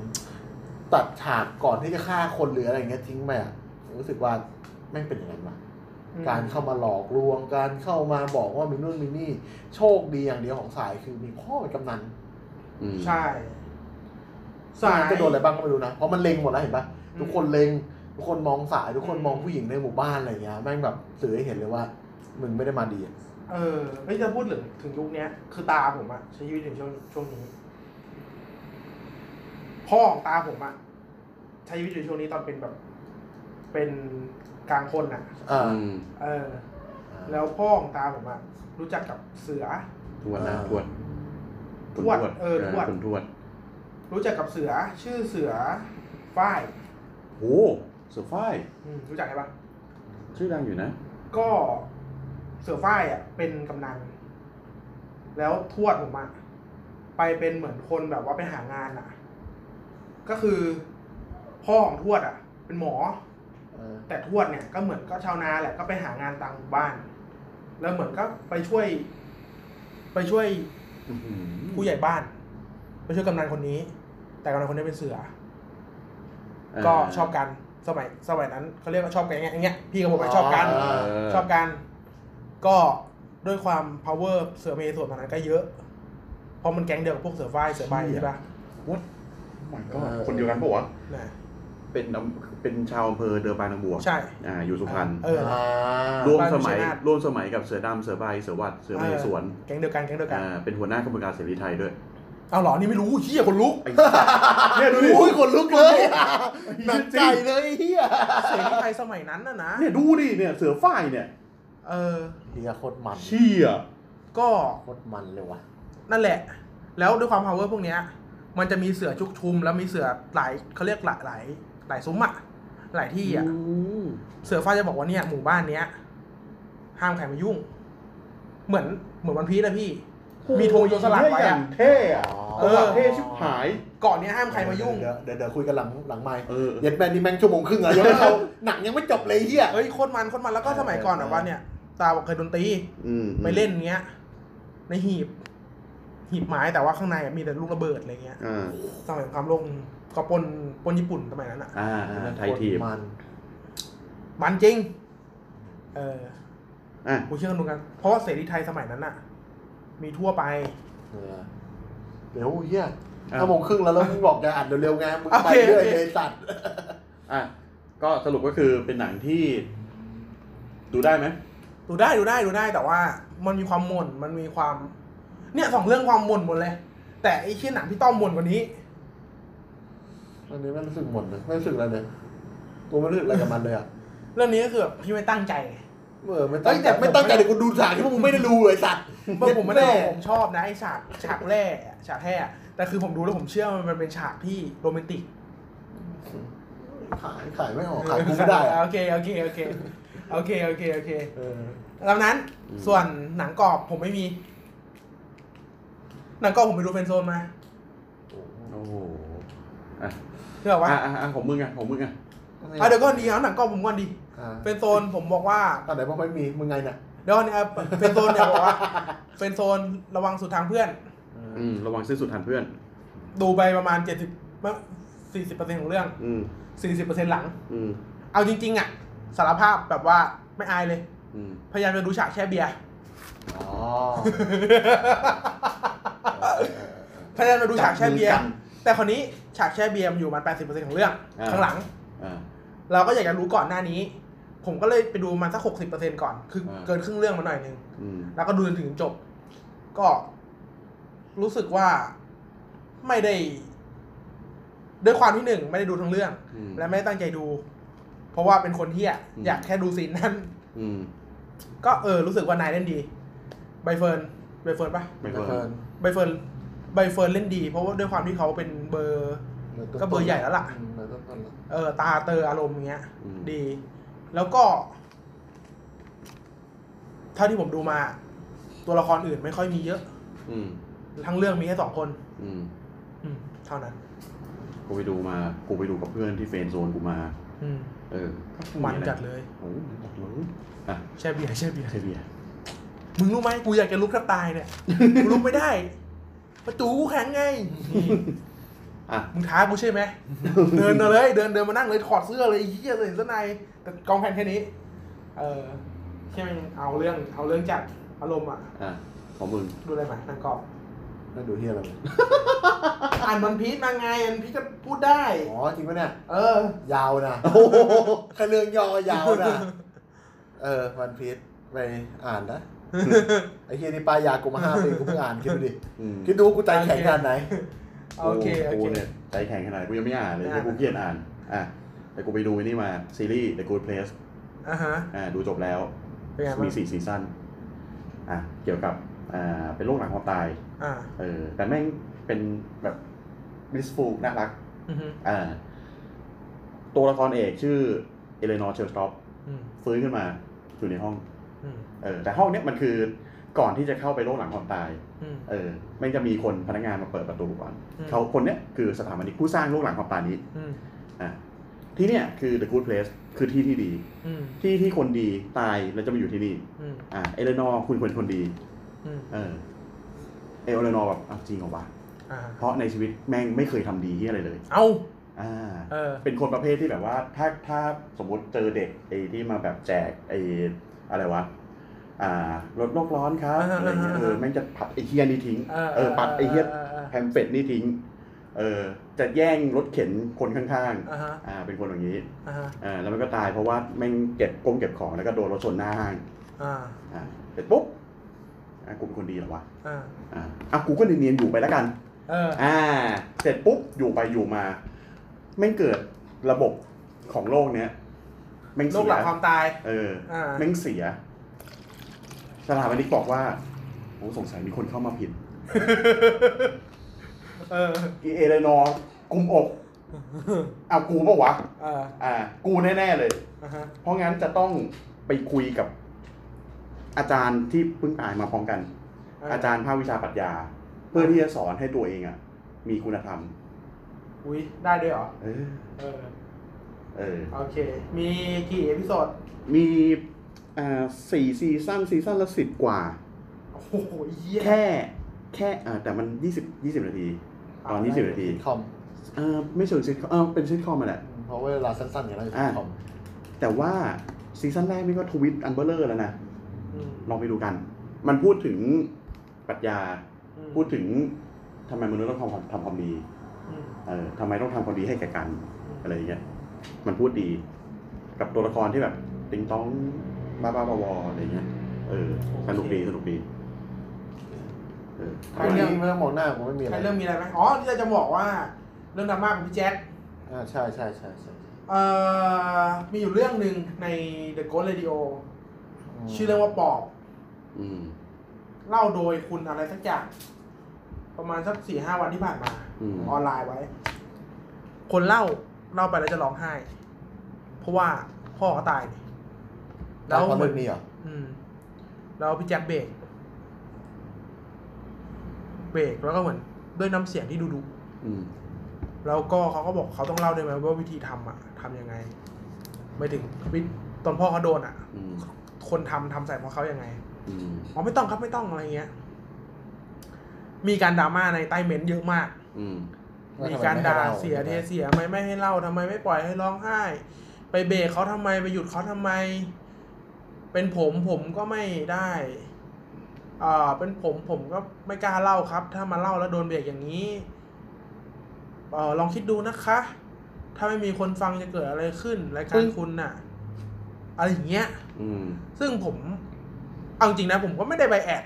ตัดฉากก่อนที่จะฆ่าคนหรืออะไรอย่างเงี้ยทิ้งไปอ่ะรู้สึกว่าไม่งเป็นอย่างนั้นว่ะ อืม การเข้ามาหลอกลวง การเข้ามาบอกว่ามีนู่นมีนี่ โชคดีอย่างเดียวของสายคือมีพ่อเป็นกำนัน อืม ใช่สาย จะโดนอะไรบ้างก็ไม่รู้นะ เพราะมันเล็งหมดแล้วเห็นปะ อืม ทุกคนเล็ง ทุกคนมองสาย ทุกคนมองผู้หญิงในหมู่บ้านอะไรอย่างเงี้ยแม่งแบบสื่อให้เห็นเลยว่า มึงไม่ได้มาดีอะ เออไม่จะพูดถึงถึงยุคเนี้ย คือตาผมอะใช้ชีวิตถึงช่วงช่วงนี้ พ่อของตาผมอะใช้ชีวิตอยู่ช่วงนี้ตอนเป็นแบบ เป็นกลางคนอะ อ่า อืม เออ อ่า แล้วพ่อของตาผมอะรู้จักกับเสือ ทวดนะ อ่า ทวด ทวดเออทวด คุณทวด รู้จักกับเสือ ชื่อเสือฝ้าย โอ้เสือฝ้าย อืมรู้จักไหมปะ ชื่อดังอยู่นะ ก็เสือฝ้ายอะเป็นกำนันแล้วทวดผมอะไปเป็นเหมือนคนแบบว่าไปหางานอะก็คือ พ่อของทวดอะเป็นหมอ เออ แต่ทวดเนี่ยก็เหมือนก็ชาวนาแหละก็ไปหางานตามหมู่บ้าน แล้วเหมือนก็ไปช่วย ไปช่วย อื้อหือ ผู้ใหญ่บ้าน ไปช่วยกำนันคนนี้ แต่กำนันคนนี้เป็นเสือ า ก็ชอบกันสมัยสมัยนั้นเขาเรียกว่าชอบกันอย่างเงี้ยอย่างเงี้ยพี่กับผมก็ชอบกัน อ๋ เ ชอบกัน ก็ด้วยความ power เสือเมย์ส่วนตอนนั้นก็เยอะ เพราะมันแก๊งเดียวกับพวกเสือฝ้ายเสือใบ เชี่ย ใช่ปะ วัดมันก็คนเดียวกันปะวะ นะ เป็นอำเป็นชาวอำเภอเดิมบางนางบวก ใช่ อ่า อยู่สุพรรณ เออ อ่า ร่วมสมัย บ้านชัยนาท ร่วมสมัยกับเสือดำเสือใบเสือวัดเสือเมสวน แก๊งเดียวกันแก๊งเดียวกัน อ่าเป็นหัวหน้าขบวนการเสรีไทยด้วย เอาเหรอนี่ไม่รู้เฮียคนลุก ไอ้เหี้ยเนี่ยดูดิ อุ้ยขนลุกเลยหนักใจเลยไอ้เฮีย เสือที่ไทยสมัยนั้นนะนะ เนี่ยดูดิเนี่ยเสือฝ้ายเนี่ย เออ เฮียโคตรมัน เชี่ย ก็ โคตรมันเลยว่ะ นั่นแหละ แล้วด้วยความ power พวกเนี้ย มันจะมีเสือชุกชุม แล้วมีเสือหลายเขาเรียกหลายหลายหลายซุ้มอะหลายที่อะ เสือฟ้าจะบอกว่าเนี่ยหมู่บ้านเนี้ย ห้ามใครมายุ่ง เหมือนเหมือนวันพีซนะพี่ มีธงโยนสลักไว้ เท่อย่า อะ งเท่อะ เออ สลักเท่ชิบหาย เกาะเนี้ยห้ามใครมายุ่ง เดี๋วเดี๋ยวเดี๋ยวคุยกันหลังหลังไมค์ เออ เย็ดแมนนี่แม่งชั่วโมงครึ่งอะยังไม่เข้าหนังยังไม่จบเลยไอ้เฮีย เฮ้ยโคตรมันโคตรมันแล้วก็สมัยก่อนแบบว่าเนี่ย ตาบอกเคยโดนตี อืม ไปเล่นเงี้ย ในหีบ หีบไม้แต่ว่าข้างในอะมีแต่ลูกระเบิดอะไรเงี้ย อ่า สมัยสงครามโลกก็ปนปนญี่ปุ่นสมัยนั้นอ่ะ อ่าอ่าไทยทีม มัน มันจริง เออ อ่ะ กูเชื่อกันดูกัน เพราะว่าเสรีไทยสมัยนั้นอ่ะ มีทั่วไป เออเดี๋ยวเฮีย อ่ะ ห้าโมงครึ่งแล้วแล้วมึงบอกจะอัดเร็วๆไงมึงโอไปเค เรื่อย โอเค เลยสัตว์ อ่ะก็สรุปก็คือเป็นหนังที่ ดูได้ไหม ดูได้ดูได้ดูได้แต่ว่ามันมีความหม่นมันมีความ เนี่ยสองเรื่องความหม่นหมดเลย แต่ไอ้เชี่ยหนังพี่ต้อมหม่นกว่านี้ อันนี้ไม่รู้สึกหมดเลยไม่รู้สึกอะไรเลยกูไม่รู้สึกอะไรกับมันเลยอ่ะ เรื่องนี้ก็คือแบบพี่ไม่ตั้งใจไง เออไม่ตั้งใจไม่ตั้งใจเดี๋ยวกูดูฉากที่พวกมึงไม่ได้ดูเลยสัตว์ เพราะผมไม่ได้บอกผมชอบนะไอ้ฉากฉากแร่ฉากแท้แต่คือผมดูแล้วผมเชื่อมันเป็นฉากที่โรแมนติก ขายขายไม่ออกขายกูไม่ได้ เออ อะ โอเคโอเคโอเค โอเคโอเคโอเค เออ ตามนั้น อืม ส่วนหนังกรอบผมไม่มี หนังกรอบผมไปดูเฟรนด์โซนมา โอ้โหอ่ะ คือแบบว่า อ่ะอ่ะอ่ะของมึงอ่ะของมึงอ่ะ เอาเดี๋ยวก่อนดีเอาหนังกรอบผมก่อนดี อ่า เฟรนด์โซนผมบอกว่า ตอนไหนบอกไม่มีมึงไงเนี่ย เดี๋ยวก่อนนะครับเฟรนด์โซนเนี่ยบอกว่าเฟรนด์โซนระวังสุดทางเพื่อน อืมระวังเส้นสุดทันเพื่อน ดูไปประมาณเจ็ดสิบสี่สิบเปอร์เซ็นต์ของเรื่อง อืม สี่สิบเปอร์เซ็นต์หลัง อืม เอาจริง ๆ อ่ะ สารภาพแบบว่าไม่อายเลย อืม พยายามจะดูฉากแช่เบียร์ อ๋อ พยายามจะดูฉากแช่เบียร์แต่คนนี้ฉากแช่เบียร์มันอยู่ประมาณแปดสิบเปอร์เซ็นต์ของเรื่อง า ข้างหลัง อ่า เราก็อยากจะรู้ก่อนหน้านี้ ผมก็เลยไปดูมันสักหกสิบเปอร์เซ็นต์ก่อน คือ อ่า เกินครึ่งเรื่องมาหน่อยนึง อืม แล้วก็ดูจนถึงจบ ก็รู้สึกว่าไม่ได้ ด้วยความที่หนึ่งไม่ได้ดูทั้งเรื่อง อืม และไม่ได้ตั้งใจดู เพราะว่าเป็นคนเที่ย อืม อยากแค่ดูซีนนั้น อืม ก็เออรู้สึกว่านายเล่นดี ใบเฟิร์นใบเฟิร์นปะ ใบเฟิร์น ใบเฟิร์นใบเฟิร์นเล่นดี เพราะว่าด้วยความที่เขาเป็นเบอร์ ก็เบอร์ใหญ่แล้วล่ะ เบอร์ต้นๆแล้ว เออตาเตออารมณ์อย่างเงี้ย อืม ดี แล้วก็ เท่าที่ผมดูมา ตัวละครอื่นไม่ค่อยมีเยอะ อืม ทั้งเรื่องมีแค่สองคน อืม อืม เท่านั้น กูไปดูมา กูไปดูกับเพื่อนที่เฟรนด์โซนกูมา อืม เออ มันจัดเลย โอ้โหมันจัดเลยอ่ะ แช่เบียร์แช่เบียร์ เทเบียร์ มึงรู้ไหมกูอยากจะลุกแทบตาย เนี่ยกูลุกไม่ได้ ประตูกูแข็งไงนี่ อ่ะ มึงท้ากูใช่ไหม เดินมาเลย เดินเดินมานั่งเลยถอดเสื้อเลยไอ้เหี้ยเลยเสื้อในแต่กองแพนแค่นี้ เออใช่ไหมงเอาเรื่องเอาเรื่องจัดอารมณ์อ่ะ อ่ะ ของมึง ดูอะไรมานั่งกรอบ นั่นดูเฮียอะไรวะ อ่านมันพีชมาไงมันพีชจะพูดได้ อ๋อจริงปะเนี่ย เออ ยาวนะแค่เรื่องย่อยาวนะ เออวันพีชไปอ่านนะ ไอ้เฮียนี่ปลายยากูมาห้าปีกูเพิ่งอ่านคิดดูดิ อืม คิดดูกูใจแข็งขนาดไหน โอเค โอ กู เค เนี่ยใจแข็งขนาดกูยังไม่อ่านเลย อ่ะ กูเกลียดอ่าน อ่ะ แต่กูไปดูไอ้นี่มา ซีรีส์ The Good Place อ่ะฮะ อ่า ดูจบแล้ว เป็นไง มี บ้าง สี่ซีซั่น อ่ะ เกี่ยวกับ อ่า เป็นโรคหลังความตาย อ่า เออ แต่แม่งเป็นแบบมิสฟูน่ารัก อือฮึ อ่า ตัวละครเอกชื่อเอเลนอร์เชลสต็อป อืม ฟื้นขึ้นมาอยู่ในห้อง อืม เออ แต่ห้องเนี้ยมันคือก่อนที่จะเข้าไปโรคหลังความตาย อืม เออแม่งจะมีคนพนักงานมาเปิดประตูก่อน อืม เขาคนเนี้ยคือสถาปนิกผู้สร้างโลกหลังความตายนี้ อืม อ่ะที่เนี้ยคือ the good place คือที่ที่ดี อืม ที่ที่คนดีตายแล้วจะมาอยู่ที่นี่ อืม อ่ะเอเลนอร์คุณควรคนดี อืม เออเอเลนอร์แบบอ้าวจริงเหรอวะ อ่า เพราะในชีวิตแม่งไม่เคยทำดีที่อะไรเลย เอา อ่า เออ เป็นคนประเภทที่แบบว่า ถ้าถ้าสมมติเจอเด็กไอ้ที่มาแบบแจกไอ้อะไรวะอ่ารถโลกร้อนครับ อ่า อะไรเงี้ยเออ อ่า แม่งจะปัดไอ้เฮียนี่ทิ้ง เอ เออปัดไอ้เฮีย ออ แฮมเฟดนี่ทิ้ง เออ จะแย่งรถเข็นคนข้าง อ่าฮะ ๆ อ่า เป็นคนอย่างนี้ อ่าฮะ อ่า แล้วมันก็ตายเพราะว่าแม่งเก็บก้มเก็บของแล้วก็โดนรถชนหน้าห้าง อ่า อ่า เสร็จปุ๊บ อ่า กูเป็นคนดีเหรอวะ อ่า อ่า อ่ะ กูก็เนียนๆอยู่ไปแล้วกัน เออ อ่า เสร็จปุ๊บ อยู่ไปอยู่มา แม่งเกิดระบบของโลกเนี้ย แม่ง โร เสี ค ย หลังความตาย เออ อ่า แม่งเสีย สถาปนิกบอกว่าโอ้สงสัยมีคนเข้ามาผิด เออ อีเอเลนอร์กุมอกอ่ะกูปะวะ เออ อ่า กูแน่ ๆ เลย อ่าฮะ เพราะงั้นจะต้องไปคุยกับอาจารย์ที่เพิ่งตายมาพร้อมกัน เ อาจารย์ภาควิชาปรัชญา เพื่อที่จะสอนให้ตัวเองอ่ะ มีคุณธรรม อุ้ยได้ด้วยเหรอ เออ เออ เออ โอเค มีกี่เอพิโซด มีอ่าสี่ซีซั่นซีซั่นละสิบกว่า โอ้โหเหี้ย แค่แค่อ่าแต่มันยี่สิบยี่สิบนาที ตอนยี่สิบนาที คอม เออไม่เชิงซิทคอมเออเป็นซิทคอมมาแหละ เพราะว่าเวลาสั้นๆอย่างไร อ่า คอม แต่ว่าซีซั่นแรกนี่ก็ทวิตอันเบอร์เลอร์แล้วนะ อืม ลองไปดูกัน มันพูดถึงปรัชญา อืม พูดถึงทำไมมนุษย์ต้องทำความทำความดี อืม เออทำไมต้องทำความดีให้แก่กัน อืม อะไรอย่างเงี้ย มันพูดดี กับตัวละครที่แบบ ติงต้องบ้าบ้าๆบอๆอะไรอย่างเงี้ย เออ สนุกดี สนุกดี เออ ใครเรื่องไม่ต้องมองหน้ากูไม่มีอะ ใค ไร รเรื่องมีอะไรไหมอ๋อที่เราจะบอกว่า เรื่องดราม่าของพี่แจ็ค อ่าใช่ใช่ใช่ใช่ เอ่อมีอยู่เรื่องหนึ่งใน The Ghost Radio ชื่อเรื่องว่าปอบ อืม เล่าโดยคุณอะไรสักอย่าง ประมาณสักสี่ห้าวันที่ผ่านมา อืม ออนไลน์ไว้ คนเล่าเล่าไปแล้วจะร้องไห้ เพราะว่าพ่อเขาตาย แล้วความมืดนี่เหรอ อืมแล้วพี่แจ็คเบรกเบรกแล้วก็เหมือนด้วยน้ำเสียงที่ดุดุ อืม แล้วก็เขาก็บอกเขาต้องเล่าด้วยไหมว่าวิธีทำอ่ะทำยังไง ไม่ถึงวิตอนพ่อเขาโดนอ่ะ อืม คนทำทำใส่พ่อเขายังไง อืม อ๋อไม่ต้องครับไม่ต้องอะไรเงี้ย มีการดราม่าในใต้เม้นต์เยอะมาก อืม ว่ทำไ มีการ ไให้ ด่า ล่ เสียเทเสียไม่ไม่ให้เล่าทำไมไม่ปล่อยให้ร้องไห้ ไปเบรกเขาทำไมไปหยุดเขาทำไม เป็นผมผมก็ไม่ได้อ่าเป็นผมผมก็ไม่กล้าเล่าครับ ถ้ามาเล่าแล้วโดนเบรกอย่างนี้เออลองคิดดูนะคะ ถ้าไม่มีคนฟังจะเกิดอะไรขึ้นรายการคุณน่ะ อะไรอย่างเงี้ย อืม ซึ่งผมเอาจริงนะผมก็ไม่ได้ไปแอด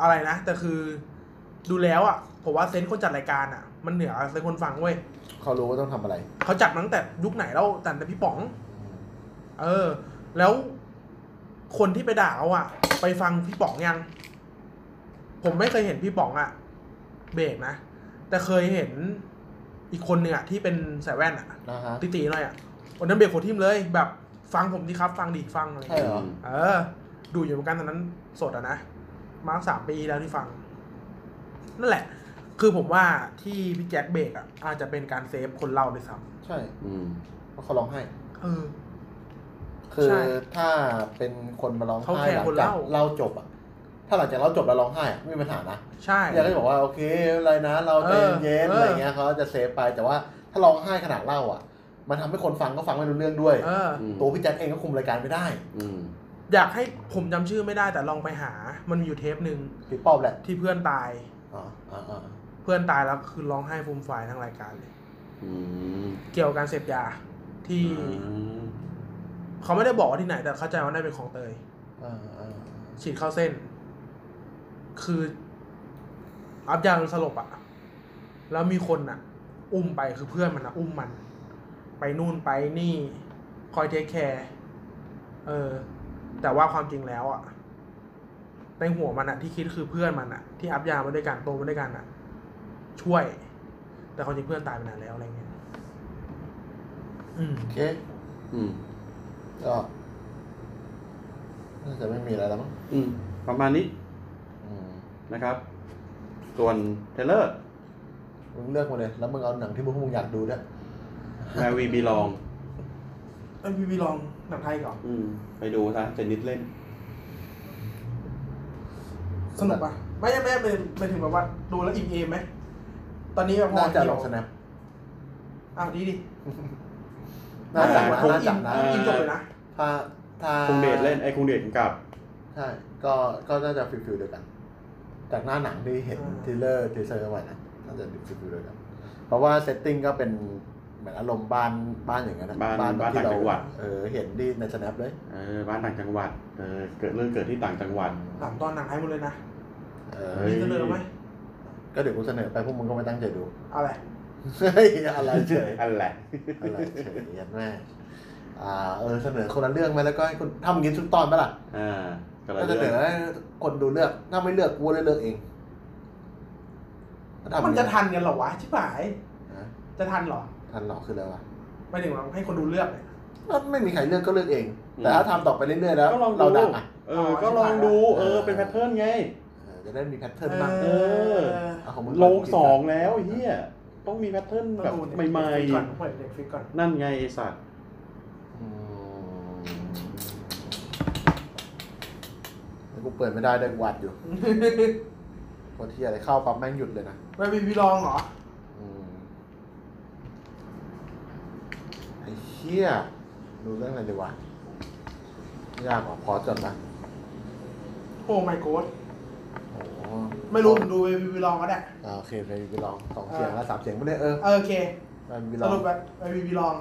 อะไรนะ แต่คือดูแล้วอะ่ะ ผมว่าเซนส์คนจัดรายการอะ่ะ มันเหนือเซนส์คนฟังเว้ย เขารู้ว่าต้องทำอะไร เขาจัดมาตั้งแต่ยุคไหนแล้วแต่แต่พี่ป๋อง เออ แล้วคนที่ไปด่าเขาอะ่ะ ไปฟังพี่ป๋องยัง ผมไม่เคยเห็นพี่ป๋องอะ่ะ เบรกนะ แต่เคยเห็นอีกคนหนึ่งอะ่ะที่เป็นสายแว่นอะ่ะ นะฮะ ตีๆหน่อยอะ่ะวันนั้นเบรกโคทิมเลย แบบฟังผมดีครับ ฟังดีฟังอะไรอย่าง ใช่ เงี้ย เหรอ เออ ดูอยู่เหมือนกันตอนนั้นสดอะนะ มาสามปีแล้วที่ฟัง นั่นแหละ คือผมว่าที่พี่แจ็คเบรกอะอาจจะเป็นการเซฟคนเล่าด้วยซ้ ใช่ อืม เพราะเขาร้องไห้ ำเออ คือ ใช่ ถ้าเป็นคนมาร้องไห้ เขาแคร์ หลัง คน จาก เล่า เล่าจบอ่ะ ถ้าหลังจากเล่าจบแล้วร้องไห้อะไม่มีปัญหานะ ใช่ อยากจะบอกว่าโอเคไม่เป็นไรนะ เราใจเย็นๆ เออ อะไรเงี้ยเขาจะเซฟไปแต่ว่าถ้าร้องไห้ขนาดเล่าอ่ะ มันทำให้คนฟังก็ฟังไม่รู้เรื่องด้วย เออ อืม ตัวพี่แจ็คเองก็คุมรายการไม่ได้ อืม อยากให้ผมจำชื่อไม่ได้แต่ลองไปหา มันมีอยู่เทปหนึ่ง พี่ป้อมแหละ ที่เพื่อนตาย อ๋ออ๋ออ๋อ เพื่อนตายแล้วคือร้องไห้ฟูมฟายทั้งรายการเลย อืม เกี่ยวกับการเสพยาที่ อืม เขาไม่ได้บอกว่าที่ไหน แต่เข้าใจว่าน่าเป็นของเตย อ๋ออ๋อ ฉีดเข้าเส้น คือ อัพยาจนสลบอะแล้วมีคนอะอุ้มไปคือเพื่อนมันอะอุ้มมัน ไปนู่นไปนี่ คอยเทคแคร์เออ แต่ว่าความจริงแล้วอะในหัวมันอะที่คิดคือเพื่อนมันอะที่อัพยามาด้วยกันโตมาด้วยกันอะช่วย แต่ความจริงเพื่อนตายไปนานแล้วอะไรเงี้ยอืม โอเค อืม ก็น่าจะไม่มีอะไรแล้วมั้ง อืมประมาณนี้ อืม นะครับ ส่วนเทรลเลอร์ มึงเลือกมาเลย แล้วมึงเอาหนังที่มึงพวกมึงอยากดูด้วย Where We Belong เอ้ยพี่พี่ลองหนังไทยก่อน อืมไปดูซะเจนิดเล่น สนุกปะไม่ไม่ไม่ไม่ถึงแบบว่า ดูแล้วอิ่มเอมไหมตอนนี้แบบพอ น่าจะลงสแนป อ้าวดีดิ น่าจะ ผม นะ ผม น่า อิ จะ น นะ ผมอินจบเลยนะ ถ้าถ้า คงเดชเล่นไอ้คงเดชกำกับ ใช่ ก็ก็น่าจะฟิลฟิลเดียวกัน จากหน้าหนังที่เห็น อ่า ทีเลอร์ทีเซอร์ไว้นะน่าจะฟิลฟิลเดียวกัน เพราะว่าเซตติ้งก็เป็นเหมือนอารมณ์บ้านบ้านอย่างนั้นนะ บ้าน แบบ บ้าน ที่ ต่างจังหวัด เออเห็นที่ในสแนปเลย เออบ้านต่างจังหวัดเออเกิดเรื่องเกิดที่ต่างจังหวัด หลังตอนหนังไทยหมดเลยนะ เอ ฮ้ อย มีเสนอไหม ก็เดี๋ยวกูเสนอไปพวกมึงก็ไม่ตั้งใจดู อะไร เฮ้ยอะไรเฉย อันแหละ อะไรเฉยยันแม่อ่าเออเสนอคนละเรื่องไหมแล้วก็ให้คนทำอย่างนี้ทุกตอนไหมล่ะ อ่าก็เลย ก็เสนองเรื่อให้คนดูเลือก ถ้าไม่เลือกกูเลยเลือกเองก็ทำอย่าง มันจะทันกันเหรอวะ ชิบหาย ฮะ จะทันเหรอ ทันหรอกคืออะไรวะ ไม่ถึงเราให้คนดูเลือกเนี่ย ก็ไม่มีใครเลือกก็เลือกเอง แต่ถ้าทำต่อไปเรื่อยๆแล้ว ก็ลอง เรา ดู ดังอ่ะ เออ ก็ลองดู เออ เป็นแพทเทิร์นไง เออจะได้มีแพทเทิร์นบ้าง เออ เอาของมึก่น โลงสองแล้วไอ้เฮียต้องมีแพทเทิร์นแบบใหม่ ๆก่อนเปิดเด็กฟิกก่อน ๆ นั่นไงไอสัตว์ อืมแล้วกูเปิดไม่ได้ด้วยกูวัดอยู่พอที่อะไรเข้าปั๊บแม่งหยุดเลยนะ ไม่มีพี่ลองเหรอ อืมไอ้เชี่ยดูเรื่องอะไรดีวะยากกว่าพอจนนะ โอ้ my god โอ้โห ไม่รู้ผมดูไปพี่ลองก็ได้ อ่าโอเคไปไปลองสองเสียงแล้วสามเสียงไม่ได้เออ เออโอเค ไปไปล ส อง รุปแบบไปพี่ลอง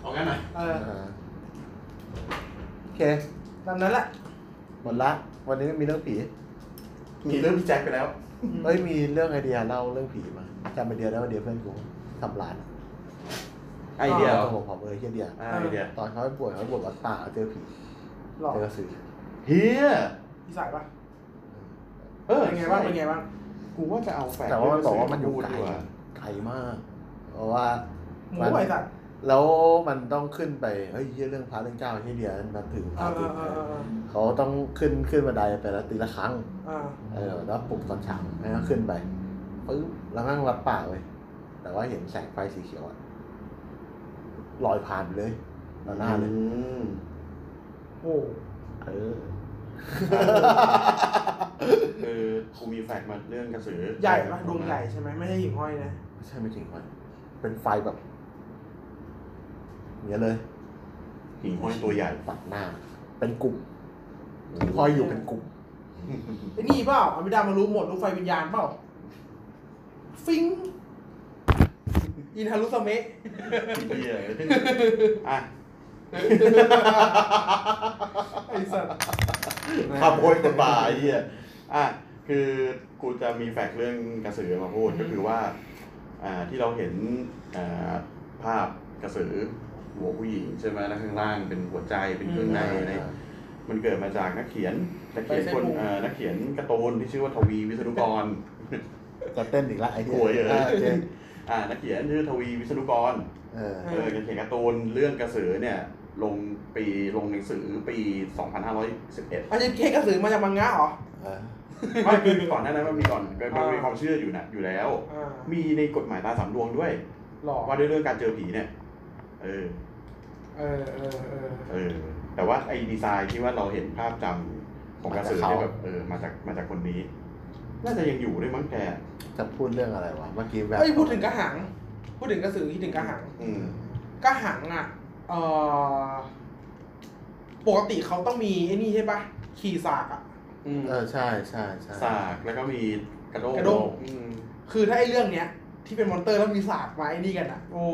เอางั้นไหน เออ อ่าโอเค ตามนั้นแหละ หมดละวันนี้ไม่มีเรื่องผี มีเรื่องพี่แจ็คไปแล้ว อืม เอ้ยมีเรื่องไอเดียเล่าเรื่องผีมาจำไอเดียได้ว่าเดียเพื่อนกูทำร้าน ไอเดียเหรอ ผมผมเออเฮียเดีย อ่าไอเดีย ตอนเขาไปบวชเขาไปบวชวัดป่าเจอผี หลอก เจอกระสือ เฮีย พี่สายปะ เออ เป็นไงบ้างเป็นไงบ้าง กูว่าจะเอาแฟลช แต่ว่ามันบอกว่ามันอยู่ พูด ไกล ดีไกลว่ามาก เพราะว่า หมูไอ้สัตว์ ม แล้วมันต้องขึ้นไปเฮ้ยเหี้ยเรื่องพระเรื่องเจ้าที่เดียมันถึงพระ อ่า จริ อ่าง อ่าอ่า เขาต้องขึ้นขึ้นบันไดไปแล้วตีละครั้ง อ่า เออแล้วปลุกตอนเช้าแล้วก็ขึ้นไปปึ๊บแล้วนั่งวัดป่าเลยแต่ว่าเห็นแสงไฟสีเขียวอะลอยผ่านไปเลยต่อหน้าเลย โอ้ เออ คือครูมีแฟกต์มาเรื่องกระสือ ใหญ่ปะดวงใหญ่ใช่ไหมไม่ใช่หิ่งห้อยนะ ไม่ใช่ไม่จริงวะเป็นไฟแบบเนี้ยเลย หิ่งห้อยตัวใหญ่ ปัดหน้า เป็นกลุ่มห้อยอยู่เป็นกลุ่ม ไอ้นี่เปล่าอมิดามารู้หมดรู้ไฟวิญญาณเปล่าฟิงอินฮารุสเมะ เหี้ยอ่ ะ ไอ้สัตว์ ขับโพยกฎบ่ายเหี้ยอ่ะคือกูจะมีแฟกต์เรื่องกระสือมาพูดก็คือว่า อ่าที่เราเห็นอ่าภาพกระสือหัวผู้หญิงใช่ไหมแล้วข้างล่างเป็นหัวใจเป็นเครื่องในอะไร มันเกิดมาจากนักเขียนนักเขียนคนเอ่อนักเขียนการ์ตูนที่ชื่อว่าทวีวิศนุกร จะเต้นอีกละไอ้ โอ้ยเออ ออเจ๊ อ่านักเขียนชื่อทวีวิศนุกร เออ เออการเขียนการ์ตูนเรื่องกระสือเนี่ยลงปีลงหนังสือปี 2511 อันนี้เคกกระสือมาจากมังงะเหรอ เออ ไม่คือก่อนหน้านั้นมันมีก่อนมัน อ่ามี มีความเชื่ออยู่นะอยู่แล้ว อ่า มีในกฎหมายตาสามดวงด้วย หล่อ ว่าด้วยเรื่องการเจอผีเนี่ยเออ เออเออเออ เออแต่ว่าไอ้ดีไซน์ที่ว่าเราเห็นภาพจำของกระสือเนี่ยแบบเออมาจากมาจากคนนี้ น่าจะยังอยู่ด้วยมั้งแก จะพูดเรื่องอะไรวะเมื่อกี้แบบ เอ้ยพูดถึงกระหัง พูดถึงกระสือคิดถึงกระหัง อืม กระหังอ่ะเอ่อปกติเขาต้องมีไอ้นี่ใช่ปะขี่สากอ่ะ อืม เออใช่ใช่ใช่ สากแล้วก็มีกระโดง กระด้ง อืม คือถ้าไอ้เรื่องเนี้ย ที่เป็นมอนเตอร์แล้วมีสากมาไอ้นี่กันอ่ะ โอ้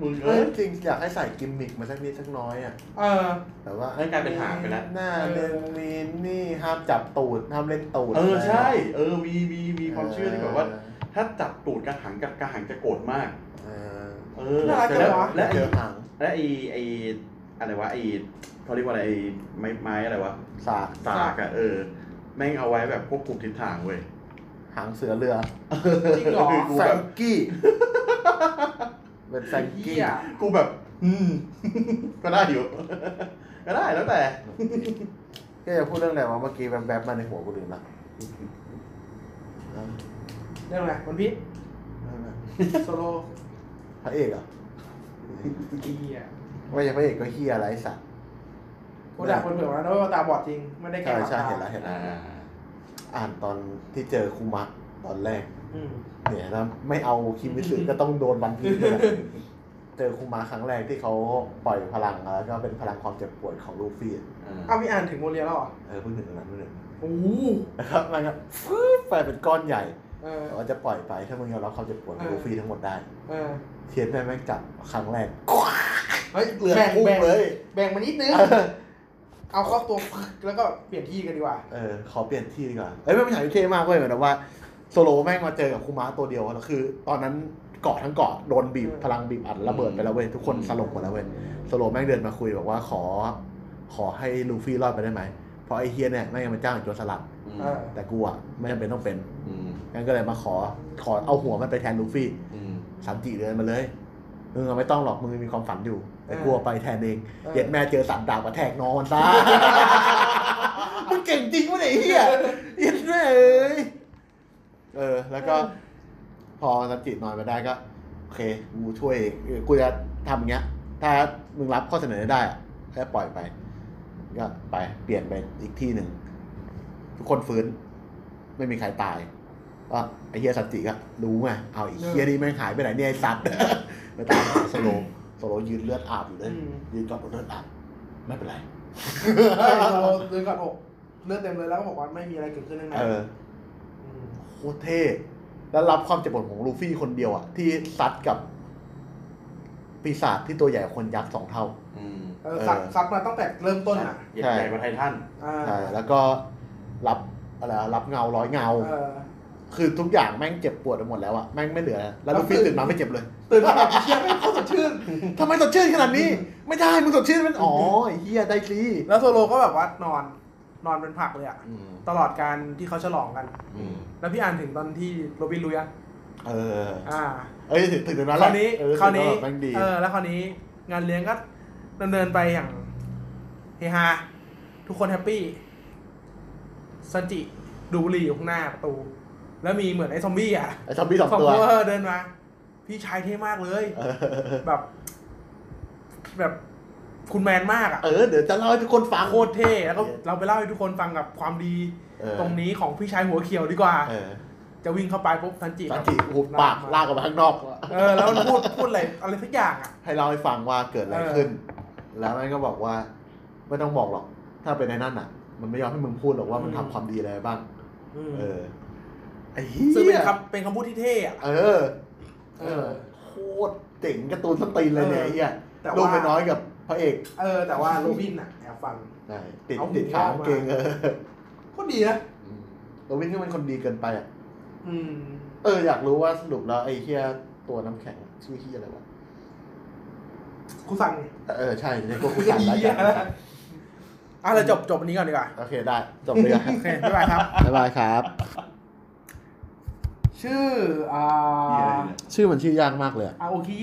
มึง เอ เอ้ อย จริงอยากให้ใส่กิมมิคมาสักนิดสักน้อยอ่ะ เออ แต่ว่า เฮ้ยกลายเป็นหางไปแล้ว หน้าเล่นนี่นี่ห้ามจับตูดห้ามเล่นตูด เออใช่ เออมีมีมีความเชื่อที่แบบว่า ถ้าจับตูดกระหังกับกระหังจะโกรธมาก เออ เออ น่ารักจัง แล้ว วะ และ เจ ไอ้ อหาง และไอ้ไอ้อะไรวะไอ้เขาเรียกว่าอะไรไอ้ไม้ไม้อะไรวะ สาก สากอะเออ แม่งเอาไว้แบบควบคุมทิศทางเว้ย หางเสือเรือ จริงเหรอ แฟรงกี้เป็นแฟรงกี้ เหี้ย กูแบบ อืม ก็ได้อยู่ ก็ได้แล้วแต่ ก็จะพูดเรื่องอะไรวะเมื่อกี้แบบแบบๆมาในหัวกูลืมละ เรื่องอะไรคนพิษโซโล พระเอกเหรอ เหีย ไม่ใช่พระเอกก็เฮียอะไรไอ้สัตว์ กูด่าคนเผื่อมาแล้วว่าตาบอดจริง ไม่ได้แก ใช่ ล้งหลับตาใช่เห็นแล้วเห็นแล้ว อ่า อ่านตอนที่เจอครูมักตอนแรก อืม เนี่ยนะไม่เอาคิมิสึก็ต้องโดนวันพีชเลยแหละเจอคูมาครั้งแรกที่เขาปล่อยพลังแล้วก็เป็นพลังความเจ็บปวดของลูฟี่อะ เอ้าวพี่อ่านถึงโมเรียแล้วเหรอ เออเพิ่งถึงตรงนั้นเพิ่งถึง โอ้โห นะครับมันก็ฟืบไปเป็นก้อนใหญ่ เออ แต่ว่าจะปล่อยไปถ้ามึงยอมรับความเจ็บปวดของ เออ ลูฟี่ทั้งหมดได้ เออ เทียน แม่งแม่งจับครั้งแรก เฮ้ย เลือด แบ่ง พุ่ง แบ่ง เลย แบ่งมานิด นึง เอาเข้าตัวปึ๊กแล้วก็เปลี่ยนที่กันดีกว่า เออขอเปลี่ยนที่ดีกว่าเอ้ยไม่เป็นหางที่เท่มากเว้ยเหมือนแบบว่าโซโลแม่งมาเจอกับคูมาตัวเดียวแล้วคือ ตอนนั้นเกาะทั้งเกาะโดนบีบพลังบีบอัดระเบิดไปแล้วเว้ยทุกคนสลบหมดแล้วเว้ย สโลว์แม่งเดินมาคุยบอกว่าขอ ขอให้ลูฟี่รอดไปได้ไหม เพราะไอ้เฮียเนี่ยแม่งเป็นเจ้าแห่งโจรสลัด อืม เออ แต่กูอ่ะไม่จำเป็นต้องเป็น อืม งั้นก็เลยมาขอขอเอาหัวมันไปแทนลูฟี่ อืม สามจีเดินมาเลยมึงอะไม่ต้องหรอกมึงมีความฝันอยู่ แต่กูอะไปแทนเอง เออ เย็ดแม่เจอสันดาบกระแทกนอนซะ มึงเก่งจริงวะเนี่ยไอ้เฮียเย็ดแม่เอ้ยเออ แล้วก็ พอสันจินอนมาได้ก็โอเคกูช่วยเองเออกูจะทำอย่างเงี้ย ถ้ามึงรับข้อเสนอได้อะแค่ปล่อยไป ก็ไปเปลี่ยนไปอีกที่หนึ่ง ทุกคนฟื้น ไม่มีใครตายก็ไอเฮียสันติก็รู้ไงเอาไอเฮียนี่แม่งหายไปไหนเนี่ยไอสัตว์ ไปตามหาสโลว์สโลว์ยืนเลือดอาบอยู่เลย อืม ยืนกอดเลือดอาบไม่เป็นไร เออโซโลเดินกอดอกเลือดเต็มเลยแล้วก็บอกว่าไม่มีอะไรเกิดขึ้นข้างใน เออ ม โคตรเท่ แล้วรับความเจ็บปวดของลูฟี่คนเดียวอะที่ซัดกับ ปีศาจที่ตัวใหญ่กว่าคนยักษ์สองเท่า อืม เออซัด เออ ซัดมาตั้งแต่เริ่มต้นอ่ะ ใหญ่ใหญ่กว่าไททัน อ่า ใช่แล้วก็รับอะไรอะรับเงาร้อยเงา เออ คือทุกอย่างแม่งเจ็บปวดไปหมดแล้วอะแม่งไม่เหลือ แล้ว แล้ว ลูฟี่ คือ ตื่นมาไม่เจ็บเลย ตื่นมาแบบเชียร์ไม่เขาสดชื่น ทำไมสดชื่นขนาดนี้ ไม่ได้มึงสดชื่นมันอ๋อไอ้เฮียได้สิ แล้วโซโลก็แบบว่านอนนอนเป็นผักเลยอ่ะ อืม ตลอดการที่เขาฉลองกัน อืม แล้วพี่อ่านถึงตอนที่โรบินลุยอ่ะ เออ อ่า เอ เอ้ยถึงถึงตรงนั้น ค แห รา ละ วนี้ เออ คราวนี้ ถึงตงแม่งดี เออแล้วคราวนี้งานเลี้ยงก็ดำเนินไปอย่างเฮฮาทุกคนแฮปปี้ซันจิดูบุหรี่อยู่ข้างหน้าประตู แล้วมีเหมือนไอ้ซอมบี้อ่ะ ไอ้ซอมบี้สอง สอง ตัว ตัวเออเดินมา พี่ชายเท่มากเลย เออ แบบ แบบคุณแมนมากอ่ะ เออ เดี๋ยวจะเล่าให้ทุกคนฟัง โคตรเท่ แล้วก็เราไปเล่าให้ทุกคนฟังกับความดี เออ ตรงนี้ของพี่ชายหัวเขียวดีกว่า เออ จะวิ่งเข้าไปปุ๊บซันจิ สันติหุบปากลากออกไปข้างนอก เออแล้วมันพูดพูดอะไรอะไรสักอย่างอ่ะ ให้เล่าให้ฟังว่าเกิดอะไรขึ้น แล้วมันก็บอกว่า ไม่ต้องบอกหรอก ถ้าเป็นในนั่นอ่ะ มันไม่ยอมให้มึงพูดหรอกว่ามัน อืม ทำความดีอะไรบ้าง เออ ไอ้เหี้ ซึ่งเป็น ย คำเป็นคำพูดที่เท่อะ เออ เออ โคตรเจ๋งการ์ตูนสตีนเลยเนี่เออยไอ้เหี้ย แต่ว่า ลงไปน้อยกับพระเอก เออ แต่ว่าโรบินอ่ะแอบฟัง ใช่ติด เอาหู ติดขา ออกมา เก่งเออ ก็ดีนะ โรบินที่มันคนดีเกินไปอ่ะ อืม เออ อยากรู้ว่าสรุปแล้วไอ้เหี้ยตัวน้ำแข็งชื่อเหี้ยอะไรวะ กูสั่ง เออ ใช่ในพวกคุณสั่งราย เหี้ย กา แล้ว ร อ่ะเราจบจบอันนี้ก่อนดีกว่า โอเคได้จบเลยครับ โอเคบ๊ายบายครับ บ๊ายบายครับ ชื่อ อ่า เหี้ยอะไรเนี่ย ชื่อมันชื่อยากมากเลยอะ อาโอคิ